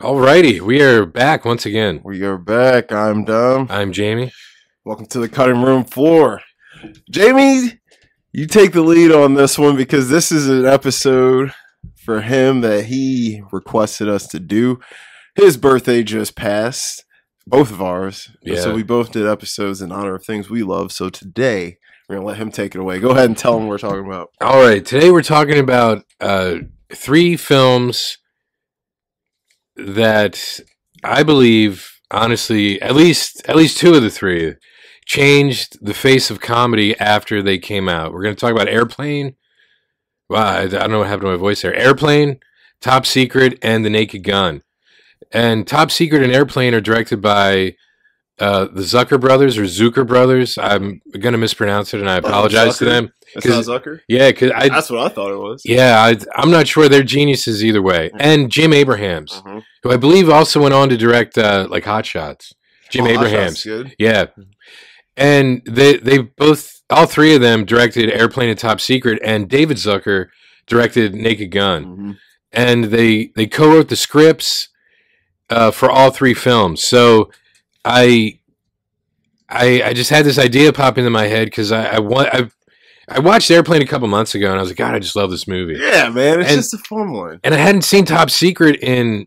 Alrighty, we are back once again. We are back. I'm Dom. I'm Jamie. Welcome to the cutting room floor. Jamie, you take the lead on this one because this is an episode for him that he requested us to do. His birthday just passed, both of ours. Yeah. So we both did episodes in honor of things we love. So today, we're going to let him take it away. Go ahead and tell him what we're talking about. All right, today we're talking about uh, three films that I believe, honestly, at least at least two of the three changed the face of comedy after they came out. We're going to talk about Airplane. Wow, I I don't know what happened to my voice there. Airplane, Top Secret, and The Naked Gun. And Top Secret and Airplane are directed by uh, the Zucker brothers or Zucker brothers. I'm going to mispronounce it, and I apologize to Zucker. them. That's Because- not Zucker? Yeah, because I That's what I thought it was. yeah, I, I'm not sure they're geniuses either way. And Jim Abrahams, Mhm. who I believe also went on to direct uh, like Hot Shots. Jim Oh, Hot Shots Mm-hmm. Abrahams, is Good. yeah. And they they both all three of them directed Airplane and Top Secret, and David Zucker directed Naked Gun Mhm. and they they co-wrote the scripts uh, for all three films. So I I I just had this idea pop into my head because I I, wa- I I watched Airplane a couple months ago and I was like, God, I just love this movie. Yeah, man. It's And- just a fun one. And I hadn't seen Top Secret in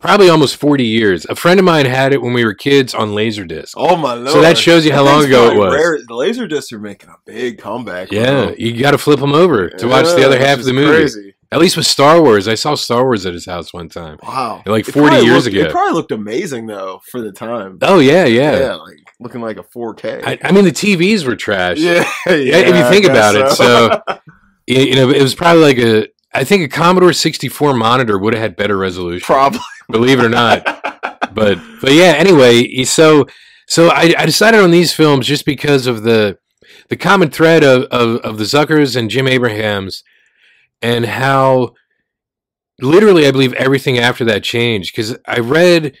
probably almost forty years. A friend of mine had it when we were kids on Laserdisc. Oh, my Lord. So that shows you how long Things ago it probably was. rare- The laser discs are making a big comeback. Yeah, bro. you got to flip them over to watch the Yeah, other which half of is the movie. Crazy. At least with Star Wars, I saw Star Wars at his house one time. Wow. Like It 40 probably years looked- ago. It probably looked amazing though for the time. Oh yeah, yeah. like looking like a 4K. I, I mean, the TVs were trash. yeah, Yeah, if you I think guess about it, so you, you know, it was probably like a. I think a Commodore 64 monitor would have had better resolution, probably. believe it or not. But but yeah, anyway, so so I, I decided on these films just because of the the common thread of, of of the Zuckers and Jim Abrahams, and how literally I believe everything after that changed because I read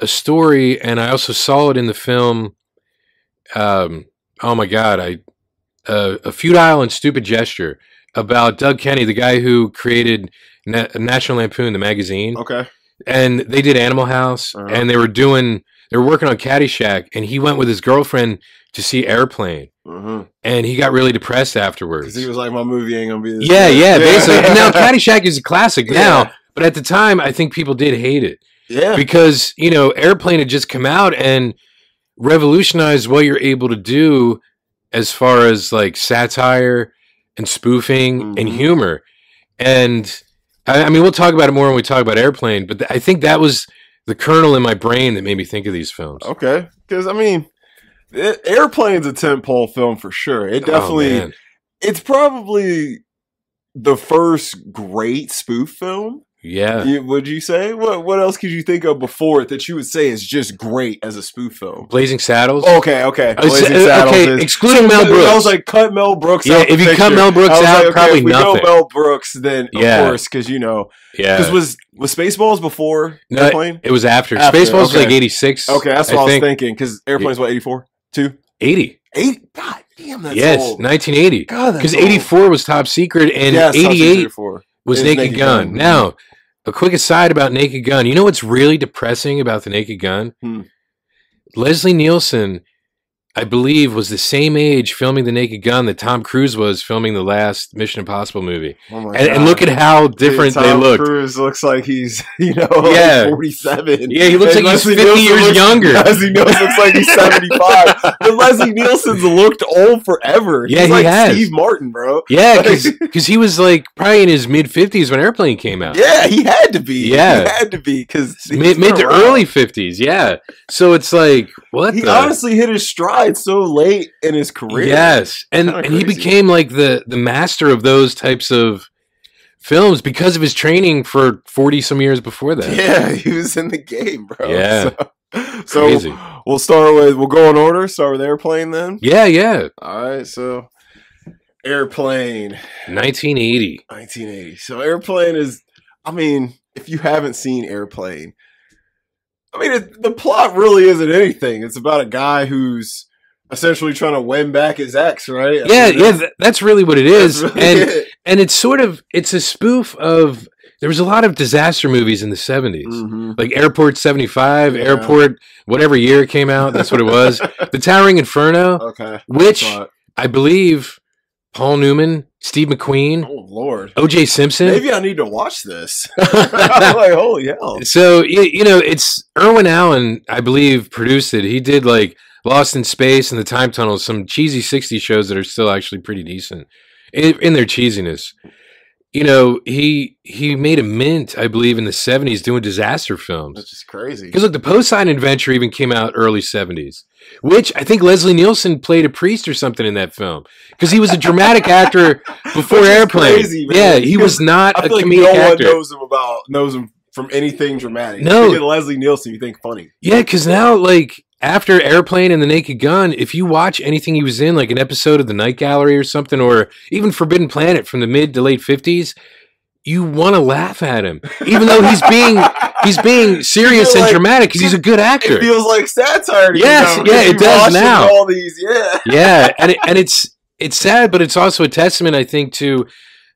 a story and I also saw it in the film. Um, oh my god, I uh, a futile and stupid gesture about Doug Kenny, the guy who created Na- National Lampoon, the magazine, okay. and they did Animal House, Uh-huh. and they were doing they were working on Caddyshack, and he went with his girlfriend to see Airplane, Because and he got really depressed afterwards. Mm-hmm. he was like, my movie ain't gonna be. This yeah, good." yeah, basically. And now Caddyshack is a classic Yeah. now, but at the time, I think people did hate it yeah. because you know airplane had just come out and revolutionized what you're able to do as far as like satire and spoofing and Mhm. humor and I, I mean we'll talk about it more when we talk about airplane but th- i think that was the kernel in my brain that made me think of these films Okay. Because I mean, it, Airplane's a tentpole film for sure. It definitely. Oh, man. it's probably the first great spoof film. yeah You- would you say? What What else could you think of before it that you would say is just great as a spoof film? blazing saddles Okay, okay. I was- Oh, Blazing uh, Saddles okay is- excluding mel I was- brooks I was like, cut Mel Brooks. Yeah, out the if you cut picture. Mel Brooks I was out, probably if we nothing. Go Mel Brooks, then of Yeah. course, because you know, because yeah was was Spaceballs before No, Airplane? it was after, After, spaceballs was okay. like 86 Okay, that's what I, think. was thinking. Because Airplane's what eighty four, two, 80 eight. God damn, that's yes old. 1980 God, that's because old. 84 was top secret and Yes, I was thinking 88 84. was Is Naked, Naked Gun. Gun. Now, a quick aside about Naked Gun. You know what's really depressing about the Naked Gun? Hmm. Leslie Nielsen, I believe, was the same age filming the Naked Gun that Tom Cruise was filming the last Mission Impossible movie. Oh my And, and God. look at how different Tom they looked. Cruise looks like he's you know Yeah. like forty seven. Yeah, he looks And like he's Leslie 50 Nielsen years looks- younger. Leslie Nielsen looks like he's seventy five. But Leslie Nielsen's looked old forever. Yeah, he's he like has. Steve Martin, bro. Yeah, because he was like probably in his mid 50s when Airplane came out. Yeah, he had to be. Yeah. he had to be because Mid, mid to early 50s, yeah. So it's like, what He the? honestly hit his stride so late in his career. Yes, and Kinda and he crazy. became like the the master of those types of films because of his training for forty some years before that. yeah, he was in the game, bro. Yeah. so, so Crazy. we'll start with we'll go in order. Start with airplane then. Yeah, yeah, All right, so airplane. nineteen eighty. 1980. So Airplane is, I mean, if you haven't seen Airplane, I mean, it, the plot really isn't anything. It's about a guy who's essentially trying to win back his ex, Yeah, right? I mean, yeah, that's- th- that's really what it is, that's really and it. and it's sort of it's a spoof of there was a lot of disaster movies in the 70s. Mhm. Like Airport 75, Yeah. Airport, whatever year it came out, that's what it was. the Towering Inferno, Okay. which Saw it. I believe Paul Newman, Steve McQueen, Oh Lord. OJ Simpson. Maybe I need to watch this. I'm like, holy hell. so you, you know, it's Irwin Allen, I believe, produced it. He did like Lost in Space and the Time Tunnel, some cheesy '60s shows that are still actually pretty decent in, in their cheesiness. You know, he he made a mint, I believe, in the '70s doing disaster films. That's just crazy. Because look, the Poseidon Adventure even came out early '70s, which I think Leslie Nielsen played a priest or something in that film because he was a dramatic actor before Which is Airplane. crazy, man, yeah, he was because not I a feel like comedic no actor. one knows him about knows him from anything dramatic. No. You think of Leslie Nielsen, you think funny. Yeah, because now, like, after Airplane and The Naked Gun, if you watch anything he was in, like an episode of The Night Gallery or something, or even Forbidden Planet from the mid to late 50s, you want to laugh at him, even though he's being he's being serious and like- dramatic because he's a good actor. It feels like satire. to Yes, you now, 'cause yeah, it you've does watched him now. All these, yeah. yeah, and it, and it's it's sad, but it's also a testament, I think, to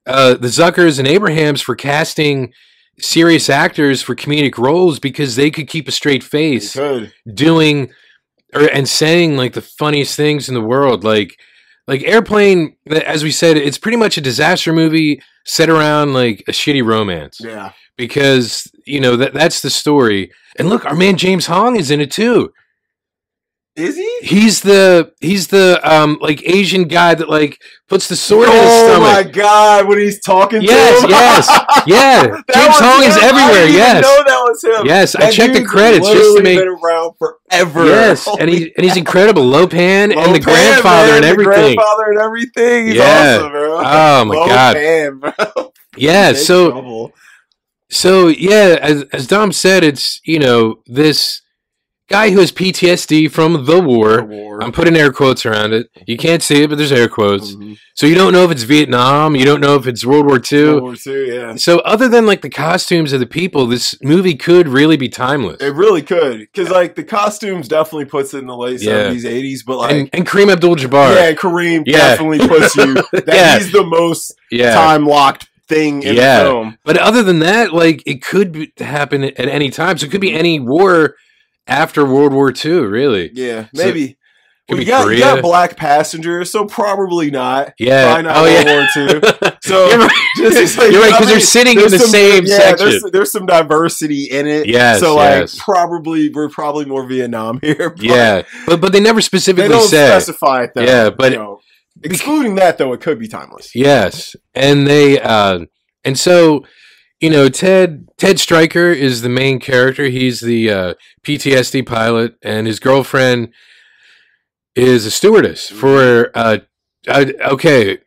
uh, the Zuckers and Abrahams for casting serious actors for comedic roles because they could keep a straight face Good. doing or and saying like the funniest things in the world like like airplane as we said it's pretty much a disaster movie set around like a shitty romance Yeah. because you know that that's the story and look our man james hong is in it too Is he? he's the he's the um like asian guy that like puts the sword in his oh stomach my god, when he's talking Yes, to him. yes. yeah That james was hong is him. I everywhere didn't yes Even know that was him. yes i That checked the dude's credits just to literally make been around forever. Yes, and he and he's incredible. Lopan and the Lopan, grandfather man, and the everything. grandfather and everything. He's Yeah. awesome, bro. Oh my god. Lopan, bro. Yeah, Big so trouble. so yeah, as as Dom said, it's you know, this guy who has PTSD from the war. War. I'm putting air quotes around it. You can't see it, but there's air quotes. Mhm. So you don't know if it's Vietnam, you don't know if it's World War World II. War Two, yeah. So other than like the costumes of the people, this movie could really be timeless. It really could, because like the costumes definitely puts it in the late Yeah. seventies, eighties, but like And, and Kareem Abdul-Jabbar. yeah, Kareem Yeah. definitely puts you. That Yeah. he's the most yeah. time locked thing in Yeah. the film. But other than that, like it could be, happen at any time. So it could be any war after World War II, really. Yeah, So- maybe. could Well, be you, got, you Korea. got black passengers, so probably not. Yeah. Probably not oh World yeah. War Two. So You're right. just like- You're right I because they're mean, sitting in there's the some- same section. There's, there's some diversity in it. Yes, So like yes. probably we're probably more Vietnam here. but yeah, but but they never They specifically don't said specify it though. Yeah, but- you know. excluding that though, it could be timeless. yes, and they uh, and so you know Ted Ted Stryker is the main character. He's the uh, PTSD pilot, and his girlfriend is a stewardess Mm-hmm. for. Uh, I, okay,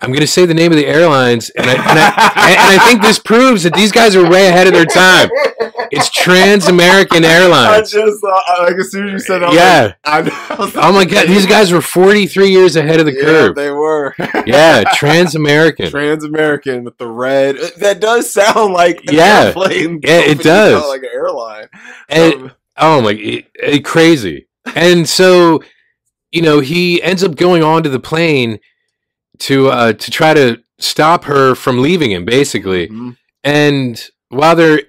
I'm gonna say the name of the airlines, and I, and I and, and I think this proves that these guys are way ahead of their time. It's Trans American I Airlines. just thought, I- like as soon as you said, that, Yeah. I was like, I, was like, Oh my god, these guys were 43 years ahead of the yeah, curve. They were Yeah, Trans American. Trans American with the red. Uh, That does sound like an Yeah. airplane Yeah, it company, does. not like an airline. And, Um, oh my, it, it- crazy. And so, you know, he ends up going onto the plane to uh, to try to stop her from leaving him, basically. mhm. And while they're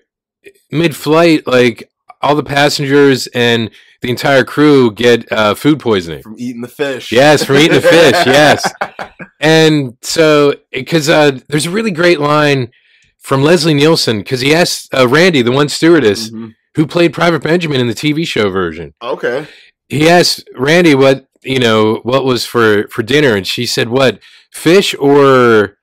mid-flight, like all the passengers and the entire crew get uh, food poisoning. from eating the fish. Yes, from eating the fish. Yes, and so because uh, there's a really great line from Leslie Nielsen because he asked uh, Randy, the one stewardess Mhm. who played Private Benjamin in the TV show version, Okay. he asked Randy what you know what was for for dinner, and she said what fish or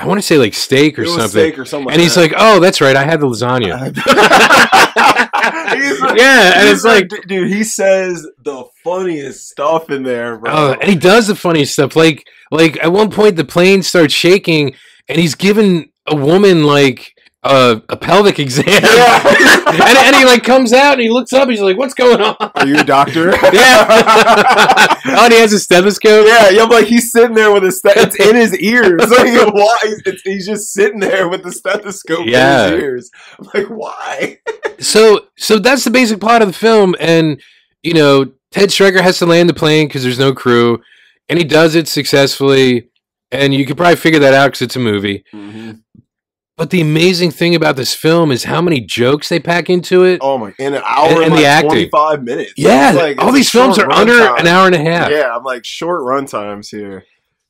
I want to say like steak or It was something. steak or something. and he's like, "Oh, that's right. I had the lasagna." like, he's like, yeah, and it's he's like, dude, he says the funniest stuff in there, bro. Oh, and he does the funny stuff. Like, like at one point the plane starts shaking, and he's giving a woman like a a pelvic exam, and, Yeah. and he like comes out and he looks up. And he's like, "What's going on?" Are you a doctor? Yeah. oh, and he has a stethoscope. Yeah, yeah, I'm like he's sitting there with his steth- it's in his ears. Like, why? It's, he's just sitting there with the stethoscope Yeah. in his ears. I'm like, why? So, so that's the basic plot of the film, and you know, Ted Stryker has to land the plane because there's no crew, and he Mm-hmm. does it successfully. And you could probably figure that out because it's a movie. But the amazing thing about this film is how many jokes they pack into it. Oh my! In an hour And- and, and the like acting. twenty-five minutes. yeah, It's like- all it's a these films short are under runtime. an hour and a half. Yeah, I'm like short run times here.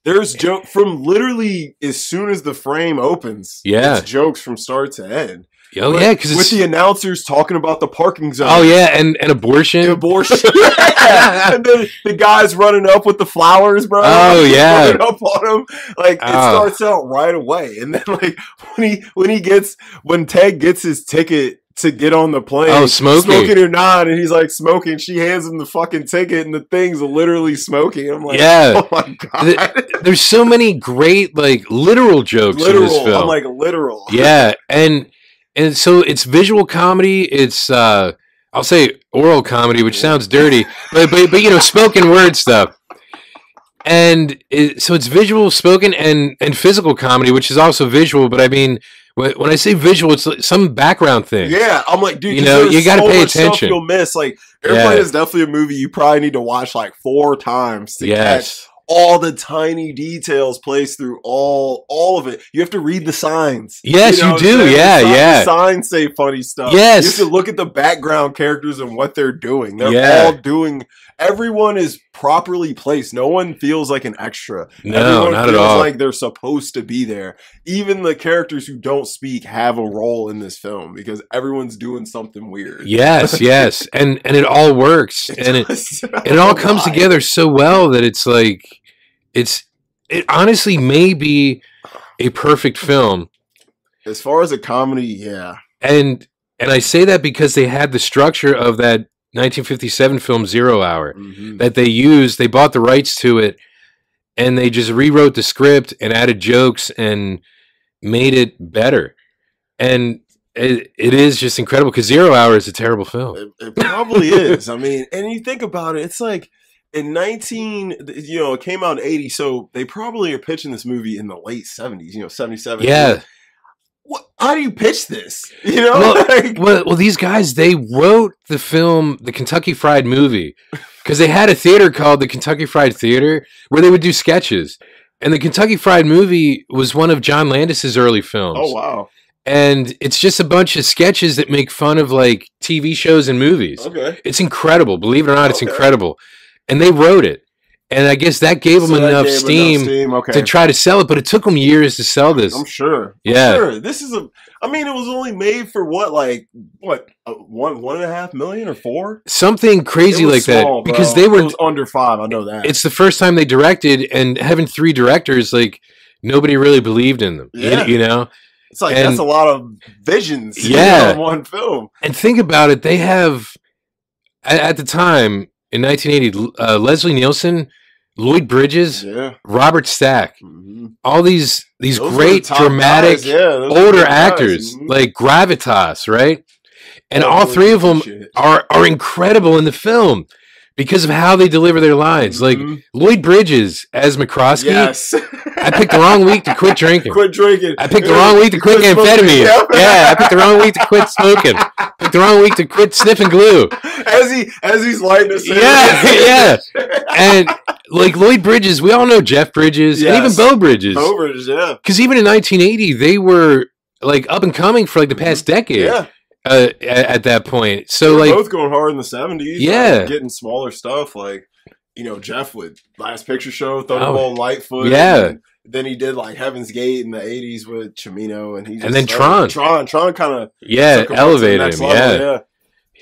There's joke from literally as soon as the frame opens. Yeah. it's jokes from start to end. Oh yeah, because with it's the uh, announcers talking about the parking zone. oh yeah, and and abortion. The abortion. and then the guys running up with the flowers, bro. Oh, yeah. running up on him. Like it Oh. starts out right away, and then like when he when he gets when Ted gets his ticket to get on the plane. Oh, smoking. smoking or not, and he's like smoking. She hands him the fucking ticket, and the thing's literally smoking. I'm like, yeah, oh my god, The- there's so many great like literal jokes in this literal. Oh film. I'm like literal. yeah, and and so it's visual comedy. It's uh, I'll say oral comedy, which sounds dirty, but but, but you know, spoken word stuff. And it, so it's visual, spoken, and and physical comedy, which is also visual. But I mean, wh- when I say visual, it's like some background thing. Yeah, I'm like, dude, You 'cause know, there's you gotta so pay much stuff attention. You'll miss like Airplane Yeah. is definitely a movie you probably need to watch like four times to catch yes. all the tiny details placed through all all of it. You have to read the signs. Yes, you what do. I'm saying? Yeah, The si- the yeah. signs say funny stuff. Yes. you have to look at the background characters and what they're doing. They're Yeah. all doing. Everyone is properly placed. No one feels like an extra. No, Everyone not at feels all. Like they're supposed to be there. Even the characters who don't speak have a role in this film because everyone's doing something weird. Yes, yes, and and it all works, and it does. and it all comes Why? together so well that it's like it's it honestly may be a perfect film, As far as a comedy, yeah, and and I say that because they had the structure of that 1957 film Zero Hour Mhm. that they used. They bought the rights to it, and they just rewrote the script and added jokes and made it better, and. It, it is just incredible because Zero Hour is a terrible film. It, it probably is. I mean, and you think about it, it's like in 19, th- you know, it came out in 80, so they probably are pitching this movie in the late 70s, you know, 77. Yeah, What, how do you pitch this? You know, Well, like, well, well, these guys they wrote the film, the Kentucky Fried Movie, because they had a theater called the Kentucky Fried Theater where they would do sketches. And the Kentucky Fried Movie was one of John Landis's early films, oh, wow. and it's just a bunch of sketches that make fun of like TV shows and movies. Okay. It's incredible, believe it or not, it's Okay. incredible. And they wrote it, and I guess that gave them So that enough gave steam Okay. to try to sell it. But it took them years to sell this. I'm sure. yeah, Sure. This is a, I mean, it was only made for what, like, what, uh, one, one and a half million or four? something crazy It like was that small, bro. because they were It was under five. I know that. it's the first time they directed and having three directors like nobody really believed in them you- Yeah. you, know It's like And- that's a lot of visions. you Yeah. know, in one film. and think about it they have at, at the time in 1980 uh, leslie nielsen lloyd bridges Yeah, robert stack Mhm. all these these Those were great the top dramatic guys, yeah, those were the older guys, actors mhm. like gravitas right and Oh, all boy, three of them shit. are are incredible in the film because of how they deliver their lines like Mhm. lloyd bridges as mccroskey yes, i picked the wrong week to quit drinking quit drinking. I picked the wrong week to quit Quit smoking, amphetamine. yeah. Yeah, I picked the wrong week to quit smoking. Picked the wrong week to quit sniffing glue. as he as he's lighting us. Yeah, yeah. And like Lloyd Bridges, we all know Jeff Bridges and even Yes. Bo Bridges. Over, yeah, Because even in 1980, they were like up and coming for like the past decade Mm-hmm. yeah. uh, at, at that point. So They're like, both going hard in the seventies. Yeah. getting smaller stuff like you know Jeff with Last Picture Show, Thunderball, Lightfoot. Oh, Yeah. and then he did like Heaven's Gate in the eighties with Chimino, and he just And then started- Tron, Tron kind of yeah, took him up to the elevated next him. level, Yeah.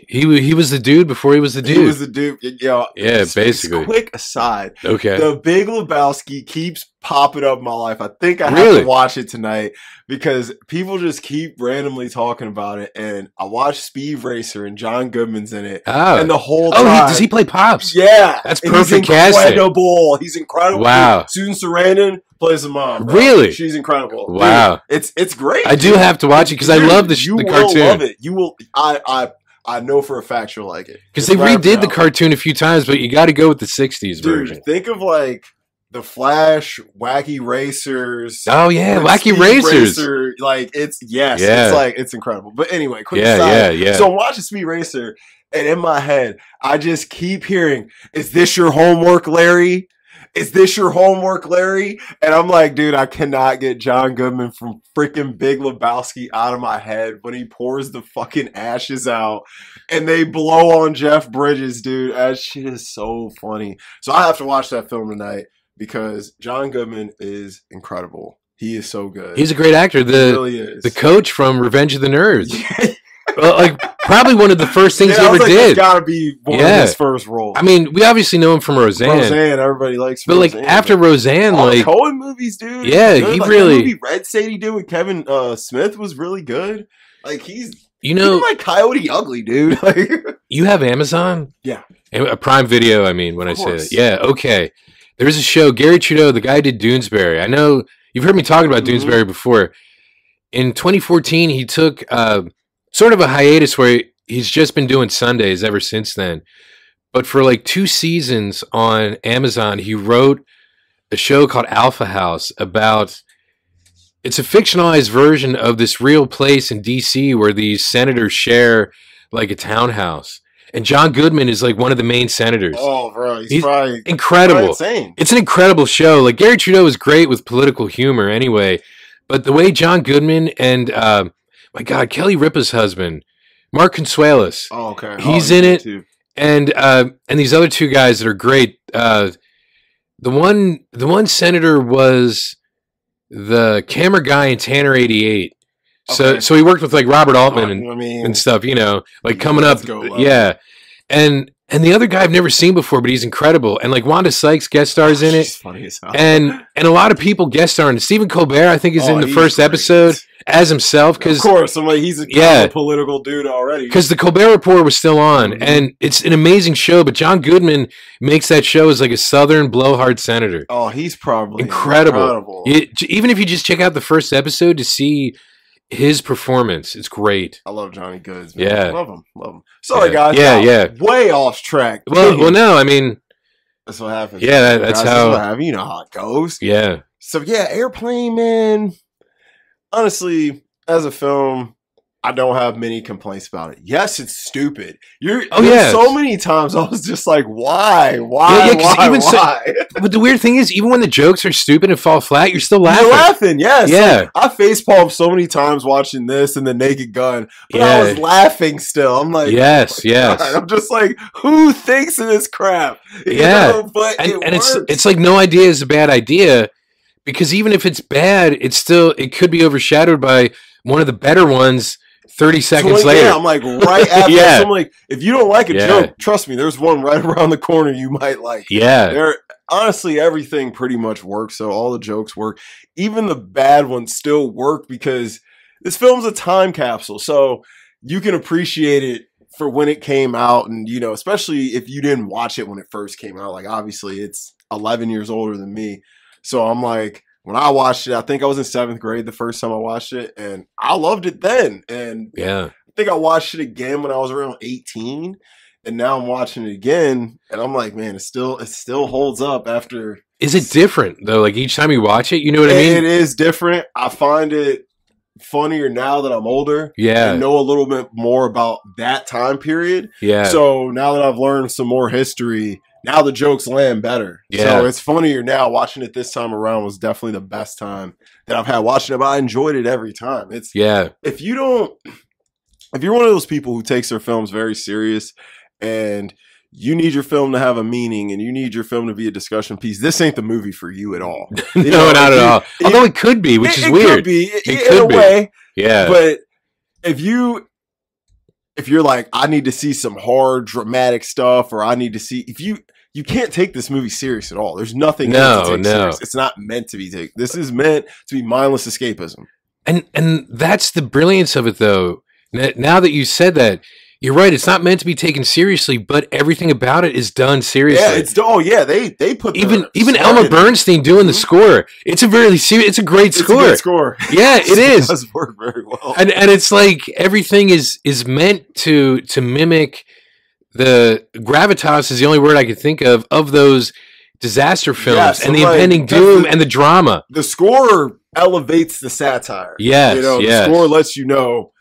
he wa- he was the dude before he was the dude. He was the dude. Y- Yo, Yeah, s- basically. Quick aside: okay. The Big Lebowski keeps popping up in my life. I think I have Really? to watch it tonight because people just keep randomly talking about it. And I watched Speed Racer, and John Goodman's in it, oh, and the whole oh, time. he, does he play pops? yeah, That's and perfect he's casting. incredible. He's incredible. Wow. Susan Sarandon plays the mom. bro. Really? She's incredible. Dude, Wow. it's it's great. I do have to watch it because I Dude, love the, sh- you the will cartoon. love it. You will. I I I know for a fact you'll like it Because they Just right off redid the now. cartoon a few times, but you got to go with the '60s Dude, version. think of like the Flash, Wacky Racers, Oh yeah, like, Wacky Speed Racers. Racer, Like it's yes, Yeah. it's like it's incredible. But anyway, quick Yeah, aside. yeah, yeah. So I'm watching Speed Racer, and in my head, I just keep hearing, "Is this your homework, Larry?" is this your homework, Larry? And I'm like, dude, I cannot get John Goodman from freaking Big Lebowski out of my head when he pours the fucking ashes out and they blow on Jeff Bridges, dude. That shit is so funny. So I have to watch that film tonight because John Goodman is incredible. He is so good. He's a great actor. He The really is. the coach from Revenge of the Nerds. Yeah, Well, like probably one of the first things I he ever was like, did. Got to be one Yeah. of his first roles. I mean, we obviously know him from Roseanne, Roseanne, everybody likes. but like Roseanne, after Roseanne, All the like Cohen movies, dude. Yeah, good. he Like, that really- movie Red Sadie did with Kevin uh, Smith was really good. Like he's you no know, like Coyote Ugly, dude. Like you have Amazon. Yeah. Am- a Prime Video. I mean, when Of I say course. that, yeah, okay. There's a show, Gary Trudeau, the guy who did Doonesbury. I know you've heard me talking about Mhm. Doonesbury before. In 2014, he took uh, sort of a hiatus where he's just been doing Sundays ever since then. But for like two seasons on Amazon, he wrote a show called Alpha House about it's a fictionalized version of this real place in DC where these senators share like a townhouse. And John Goodman is like one of the main senators. oh, bro, he's, He's probably probably Incredible. insane. It's an incredible show. Like Gary Trudeau is great with political humor anyway, but the way John Goodman and um my God, Kelly Ripa's husband, Mark Consuelos, Oh, okay, He's Oh, in it. too. and uh, and these other two guys that are great. Uh, the one the one senator was the camera guy in Tanner eighty eight. So Okay. Oh, so he worked with like Robert Altman You Oh, and, know what I mean, and stuff, you know, like Yeah, coming up, let's go low. yeah. And and the other guy I've never seen before, but he's incredible. And like Wanda Sykes guest stars in it, Oh, She's funny as hell. and and a lot of people guest starring. Stephen Colbert, I think, is Oh, in the he's first great. episode as himself Of because course, I'm like he's a, Yeah. yeah. political dude already. because the Colbert Report was still on, Mhm. and it's an amazing show. But John Goodman makes that show as like a Southern blowhard senator. Oh, he's probably Incredible. incredible. You- j- even if you just check out the first episode to see his performance, it's great. I love Johnny Goods. Man. Yeah. love him, love him. Sorry, Yeah. guys. Yeah, I'm yeah. Way off track. Well, Dude, well, no, I mean, that's what happens. yeah, that, that's Guys, what how. happens. You know how it goes. Yeah, So yeah, Airplane Man. Honestly, as a film, I don't have many complaints about it. Yes, it's stupid. You're Oh, there's yes. so many times I was just like, why, why, Yeah, yeah, 'cause why, even so- why? but the weird thing is, even when the jokes are stupid and fall flat, you're still laughing. You're laughing, yes. Yeah, I face palmed so many times watching this and the Naked Gun, but I Yeah. was laughing still. I'm like, yes, yes. God, I'm just like, who thinks of this crap? You Yeah. know, but and, it and works. it's it's like no idea is a bad idea because even if it's bad it's still it could be overshadowed by one of the better ones 30 seconds Twenty- later Yeah, I'm like right after. Yeah. this, I'm like, if you don't like a Yeah. joke, trust me, there's one right around the corner you might like. yeah There, honestly, everything pretty much works. So all the jokes work. Even the bad ones still work because this film's a time capsule. So you can appreciate it for when it came out, and you know, especially if you didn't watch it when it first came out. Like, obviously, it's 11 years older than me. So I'm like, when I watched it, I think I was in seventh grade the first time I watched it, and I loved it then. And yeah I think I watched it again when I was around 18, and now I'm watching it again, and I'm like, man, it still it still holds up after. is it different though like each time you watch it you know what i it mean is different. I find it funnier now that I'm older. I yeah know a little bit more about that time period. yeah So now that I've learned some more history, now the jokes land better. Yeah. So it's funnier now. Watching it this time around was definitely the best time that I've had watching it. But I enjoyed it every time. It's yeah if you don't if you're one of those people who takes their films very serious and you need your film to have a meaning and you need your film to be a discussion piece this ain't the movie for you at all no You know, not if at you- all you- although it could be which It- is it weird could be, i- It in could a be. way yeah but if you if you're like i need to see some hard dramatic stuff or i need to see if you you can't take this movie serious at all there's nothing in it No, to take no. serious. it's not meant to be taken this is meant to be mindless escapism and and that's the brilliance of it though N- now that you said that you're right it's not meant to be taken seriously but everything about it is done seriously yeah it's oh yeah they they put even their even sweat in Elmer it. Bernstein doing the Mhm. score. It's a really serious. It's a great It's a score. good score Yeah, it is. does work very well. And and it's like everything is is meant to to mimic the gravitas is the only word I could think of of those disaster films Yes, and the I'm like, impending that's doom the- and the drama. the score elevates the satire. Yes, you know, yes. the score lets you know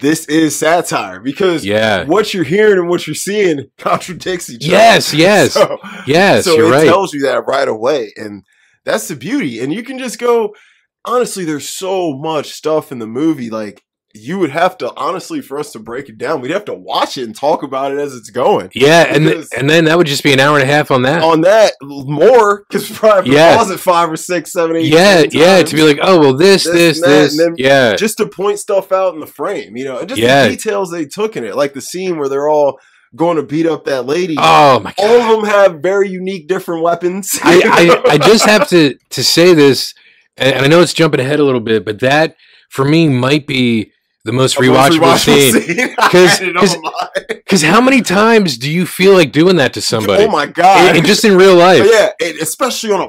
this is satire because Yeah. what you're hearing and what you're seeing contradicts each Yes, other. yes. So, Yes, so you're it right. tells you that right away. And that's the beauty. And you can just go, honestly, there's so much stuff in the movie. Like, you would have to, honestly, for us to break it down, we'd have to watch it and talk about it as it's going. yeah, and th- Because- and then that would just be an hour and a half on that. On that, more, because probably Yeah. pause it five or six, seven, eight. yeah, ten yeah. times. To be like, oh well, this, This this, and that, this. and then yeah, just to point stuff out in the frame, you know, and just Yeah. the details they took in it, like the scene where they're all going to beat up that lady. Oh my god! all of them have very unique, different weapons. I, I I just have to to say this, and and I know it's jumping ahead a little bit, but that for me might be the most A most rewatchable, scene. I 'Cause- had it on 'cause my- Because how many times do you feel like doing that to somebody? Oh my god! Oh, And- and just in real life. But yeah, and especially on a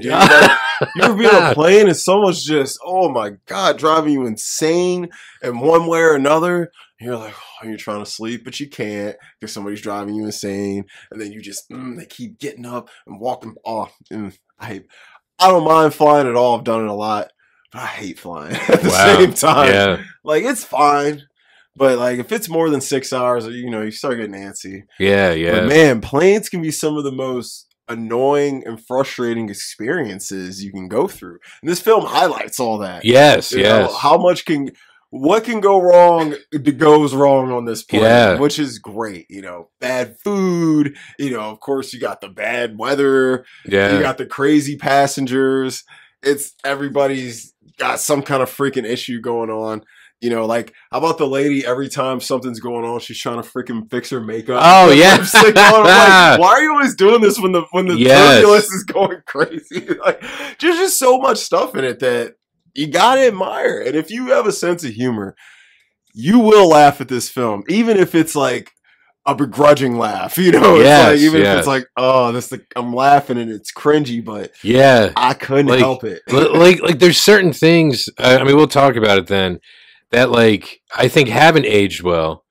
dude. Like, you ever be on a plane and someone's just, oh my god, driving you insane, and one way or another, you're like, oh, you're trying to sleep, but you can't because somebody's driving you insane, and then you just, mm, they keep getting up and walking off. Mm, I, hate- I don't mind flying at all. I've done it a lot, but I hate flying at the Wow. same time. yeah, Like it's fine. But like if it's more than six hours, you know, you start getting antsy. yeah, But yeah. man, planes can be some of the most annoying and frustrating experiences you can go through. And this film highlights all that. Yes, You know, yes. oh, how much can what can go wrong that goes wrong on this plane, Yeah. which is great. You know, bad food. You know, of course, you got the bad weather. You Yeah. got the crazy passengers. It's everybody's got some kind of freaking issue going on. You know, like how about the lady? Every time something's going on, she's trying to freaking fix her makeup. Oh, yeah. Lipstick on. I'm like, why are you always doing this when the when the Yes. turbulence is going crazy? like, there's just so much stuff in it that you gotta admire. And if you have a sense of humor, you will laugh at this film, even if it's like a begrudging laugh. You know, it's Yes, like, even if yes. it's like, oh, this like, I'm laughing and it's cringy, but Yeah. I couldn't Like, help it. Li- like like there's certain things I, I mean we'll talk about it then that like I think haven't aged well.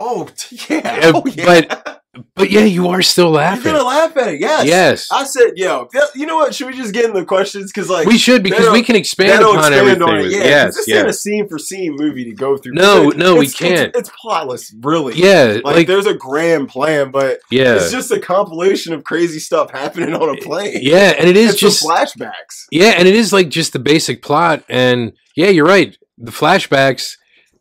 oh t- yeah, Uh, oh, yeah. but- But yeah, you are still you're laughing. gonna laugh at it. Yes, Yes. I said, yo, yeah, you know what? Should we just get into the questions? Because like we should because that'll- we can expand that'll upon expand everything. on it. Yeah, yes, 'cause this ain't a yes. scene for scene movie to go through. No, It's- no, we it's- can't. It's, it's plotless, really. Yeah, Like, like, there's a grand plan, but yeah. it's just a compilation of crazy stuff happening on a plane. Yeah, and it is it's just just flashbacks. Yeah, and it is like just the basic plot and yeah, you're right. The flashbacks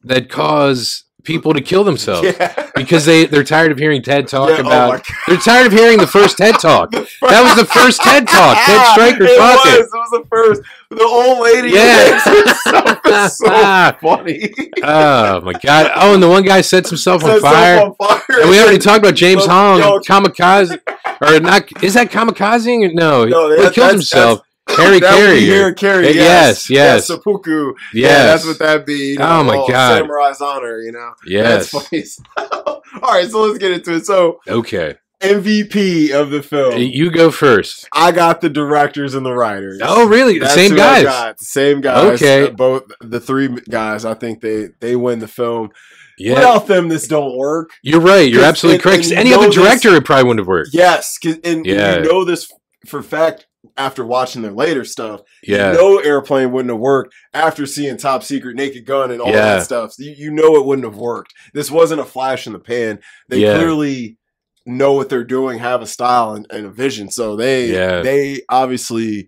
that cause people to kill themselves yeah. because they they're tired of hearing TED talk Yeah, oh Oh. about my God. They're tired of hearing the first TED talk. That was the first TED talk. Ted Stryker it taught was. it. It was the first. The old lady. Yeah. It's so funny. oh my god. Oh, and the one guy sets himself on Sets up fire. on fire. And we already talked about James Yo, Hong, yo. kamikaze, or not? Is that kamikaze? No, No, he that- killed that's- himself. Harry That would be Carey. Harry Carey. Uh, yes, yes. Yes. Yeah, seppuku. Yeah, Yes. that's what that'd be. you Oh my well, God. Samurai's honor, you know? yes. That's funny. as hell. All right, so let's get into it. So, Okay, MVP of the film. you go first. I got the directors and the writers. Oh, really? The That's same who I guys. got. Same guys. Okay. Uh, Both the three guys, I think they they win the film. Yeah, Without them, this don't work. you're right. You're 'Cause- absolutely and- correct. 'Cause and Any you other know this- director, it probably wouldn't have worked. Yes, 'cause- and Yeah. you know this for fact after watching their later stuff. Yeah, You know Airplane wouldn't have worked after seeing Top Secret, Naked Gun, and all Yeah. that stuff. You, you know it wouldn't have worked. This wasn't a flash in the pan. They Yeah. clearly know what they're doing, have a style and, and a vision. So they Yeah. they obviously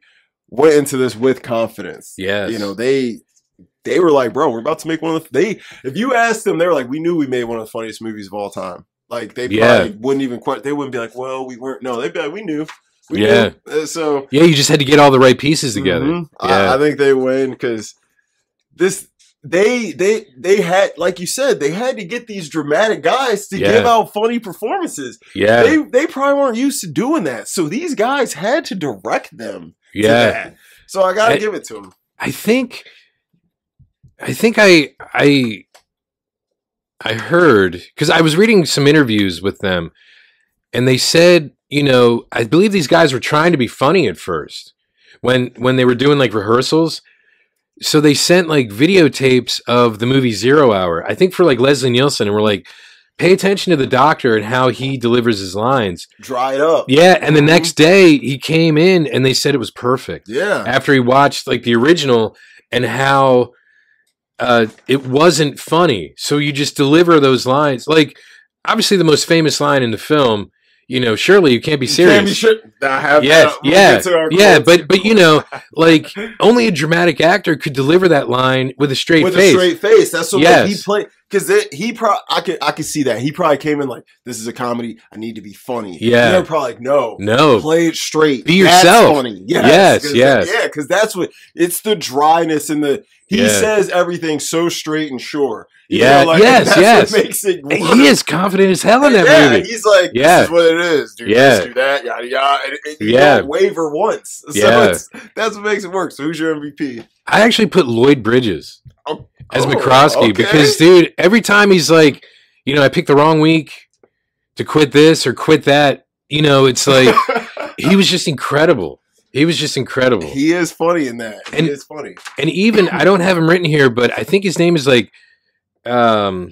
went into this with confidence. yes. You know, they they were like, bro, we're about to make one of the they if you asked them, they were like, We knew we made one of the funniest movies of all time. Like they Yeah. probably wouldn't even quite they wouldn't be like, Well, we weren't no, they'd be like, We knew. We Yeah. knew. Uh, so yeah, you just had to get all the right pieces together. Mhm. Yeah. I, I think they win because this they they they had like you said they had to get these dramatic guys to Yeah. give out funny performances. Yeah, They they probably weren't used to doing that, so these guys had to direct them. to yeah. that. So I gotta And- give it to them. I think I think I I I heard cuz I was reading some interviews with them and they said, you know, I believe these guys were trying to be funny at first when when they were doing like rehearsals. So they sent like videotapes of the movie Zero Hour. I think for like Leslie Nielsen and we're like pay attention to the doctor and how he delivers his lines. Dry it up. Yeah, and the Mhm. next day he came in and Uh-huh. they said it was perfect Yeah. after he watched like the original and how uh, it wasn't funny. So you just deliver those lines. Like, obviously, the most famous line in the film, you know, surely you can't be serious. Can't be sure- I have Yes, we'll yeah, get to our yeah, quotes. but but you know, like only a dramatic actor could deliver that line with a straight with face. a straight face. That's what Yes. like, he played because he pro I could I could see that he probably came in like this is a comedy. I need to be funny. Yeah. they're probably like no, no, play it straight. Be That's yourself. funny. Yes, 'cause yes. that- yeah, because that's what it's the dryness in the. He Yeah. says everything so straight and sure. You yeah, know, like, yes, that's yes. What makes it. And work. he is confident as hell in that yeah, movie. he's like, this Yeah. is what it is, dude. Yeah. Just do that, yada yada. And, and you Yeah. don't waver once. So Yeah. it's, that's what makes it work. So who's your MVP? I actually put Lloyd Bridges Oh, as oh, McCroskey okay. because, dude, every time he's like, you know, I picked the wrong week to quit this or quit that. You know, it's like he was just incredible. He was just incredible. He is funny in that. He And- is funny. and even I don't have him written here, but I think his name is like um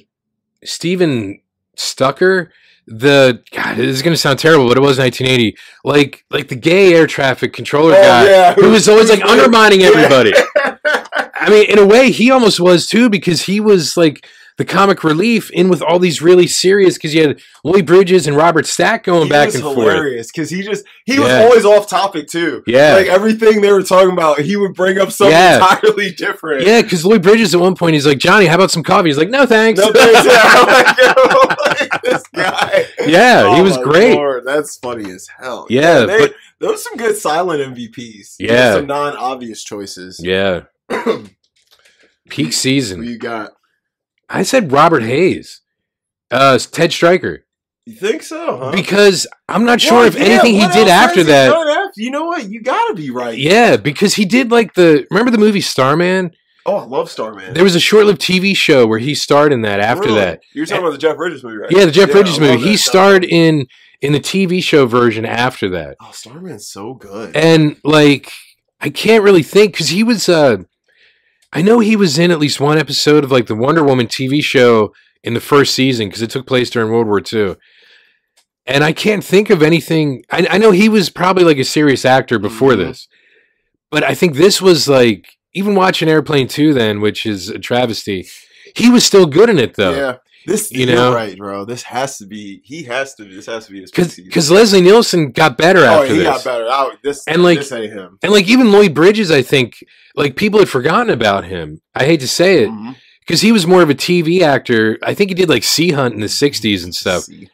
Steven Stucker. The God, this is gonna sound terrible, but it was 1980. Like like the gay air traffic controller guy Oh, yeah. who was always like undermining Yeah. everybody. I mean, in a way, he almost was too because he was like the comic relief in with all these really serious because you had Lloyd Bridges and Robert Stack going He back was and forth. hilarious because he just he was Yeah. always off topic too. Yeah. Like everything they were talking about, he would bring up something Yeah. entirely different. yeah, because Lloyd Bridges at one point he's like, Johnny, how about some coffee? He's like, No thanks. No thanks. Yeah, I'm like, yo, like, this guy. Yeah, he Oh was my great. Lord, that's funny as hell. Yeah, they- but- those are some good silent MVPs. There's Yeah. some non-obvious choices. Yeah. Peak Who season. you got? I said Robert Hayes, uh, Ted Stryker, You think so? Huh? because I'm not sure Well, if yeah, anything he what did else after has he that. done after- You know what? You gotta be right. Yeah, because he did like the remember the movie Starman. Oh, I love Starman. There was a short-lived TV show where he starred in that. After Really? that, You're talking about the Jeff Bridges movie, right? yeah, the Jeff Yeah, Bridges I love movie. He that starred in in the TV show version after that. Oh, Starman's so good. and like I can't really think because he was. Uh, I know he was in at least one episode of like the Wonder Woman TV show in the first season because it took place during World War II. And I can't think of anything. I, I know he was probably like a serious actor before Mhm. this, but I think this was like even watching Airplane Two then, which is a travesty. He was still good in it though, yeah, this you you know? know, right, bro. This has to be. He has to. This has to be his peak because season. Leslie Nielsen got better oh, after he this. got better. I, this And, like- this ain't him. And like even Lloyd Bridges, I think like people had forgotten about him. I hate to say it Mhm. because he was more of a TV actor. I think he did like Sea Hunt in the '60s and stuff. See.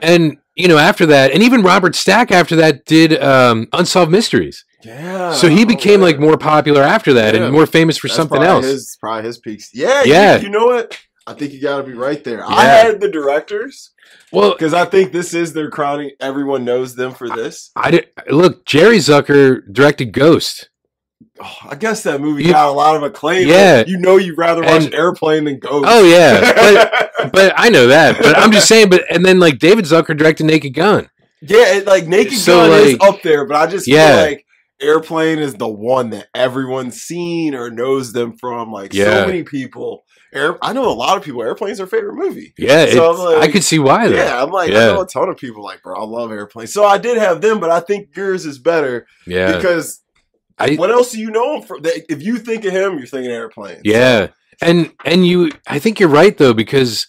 And you know after that, and even Robert Stack after that did um, Unsolved Mysteries. Yeah. so he oh, became yeah. like more popular after that Yeah. and more famous for That's something probably else. His, probably his peaks. Yeah. Yeah. Yeah. You, you know what? I think you got to be right there. I Yeah. had the directors Well, because I think this is their crowning. Everyone knows them for this. I did, look. Jerry Zucker directed Ghost. Oh, I guess that movie You- got a lot of acclaim. Yeah. You know, you'd rather And- watch Airplane than Ghost. Oh yeah, but, but I know that. But I'm just saying. But and then like David Zucker directed Naked Gun. Yeah, it, like Naked So, Gun is like- up there, but I just Yeah. feel like Airplane is the one that everyone's seen or knows them from. Like Yeah. so many people, Air, I know a lot of people. Airplane's their favorite movie. Yeah, So it's- I'm like- I could see why though. Yeah, I'm like Yeah. I know a ton of people like, bro, I love Airplane. So I did have them, but I think yours is better yeah. because I- what else do you know him from? That- If you think of him, you're thinking Airplane. Yeah. And and you I think you're right though because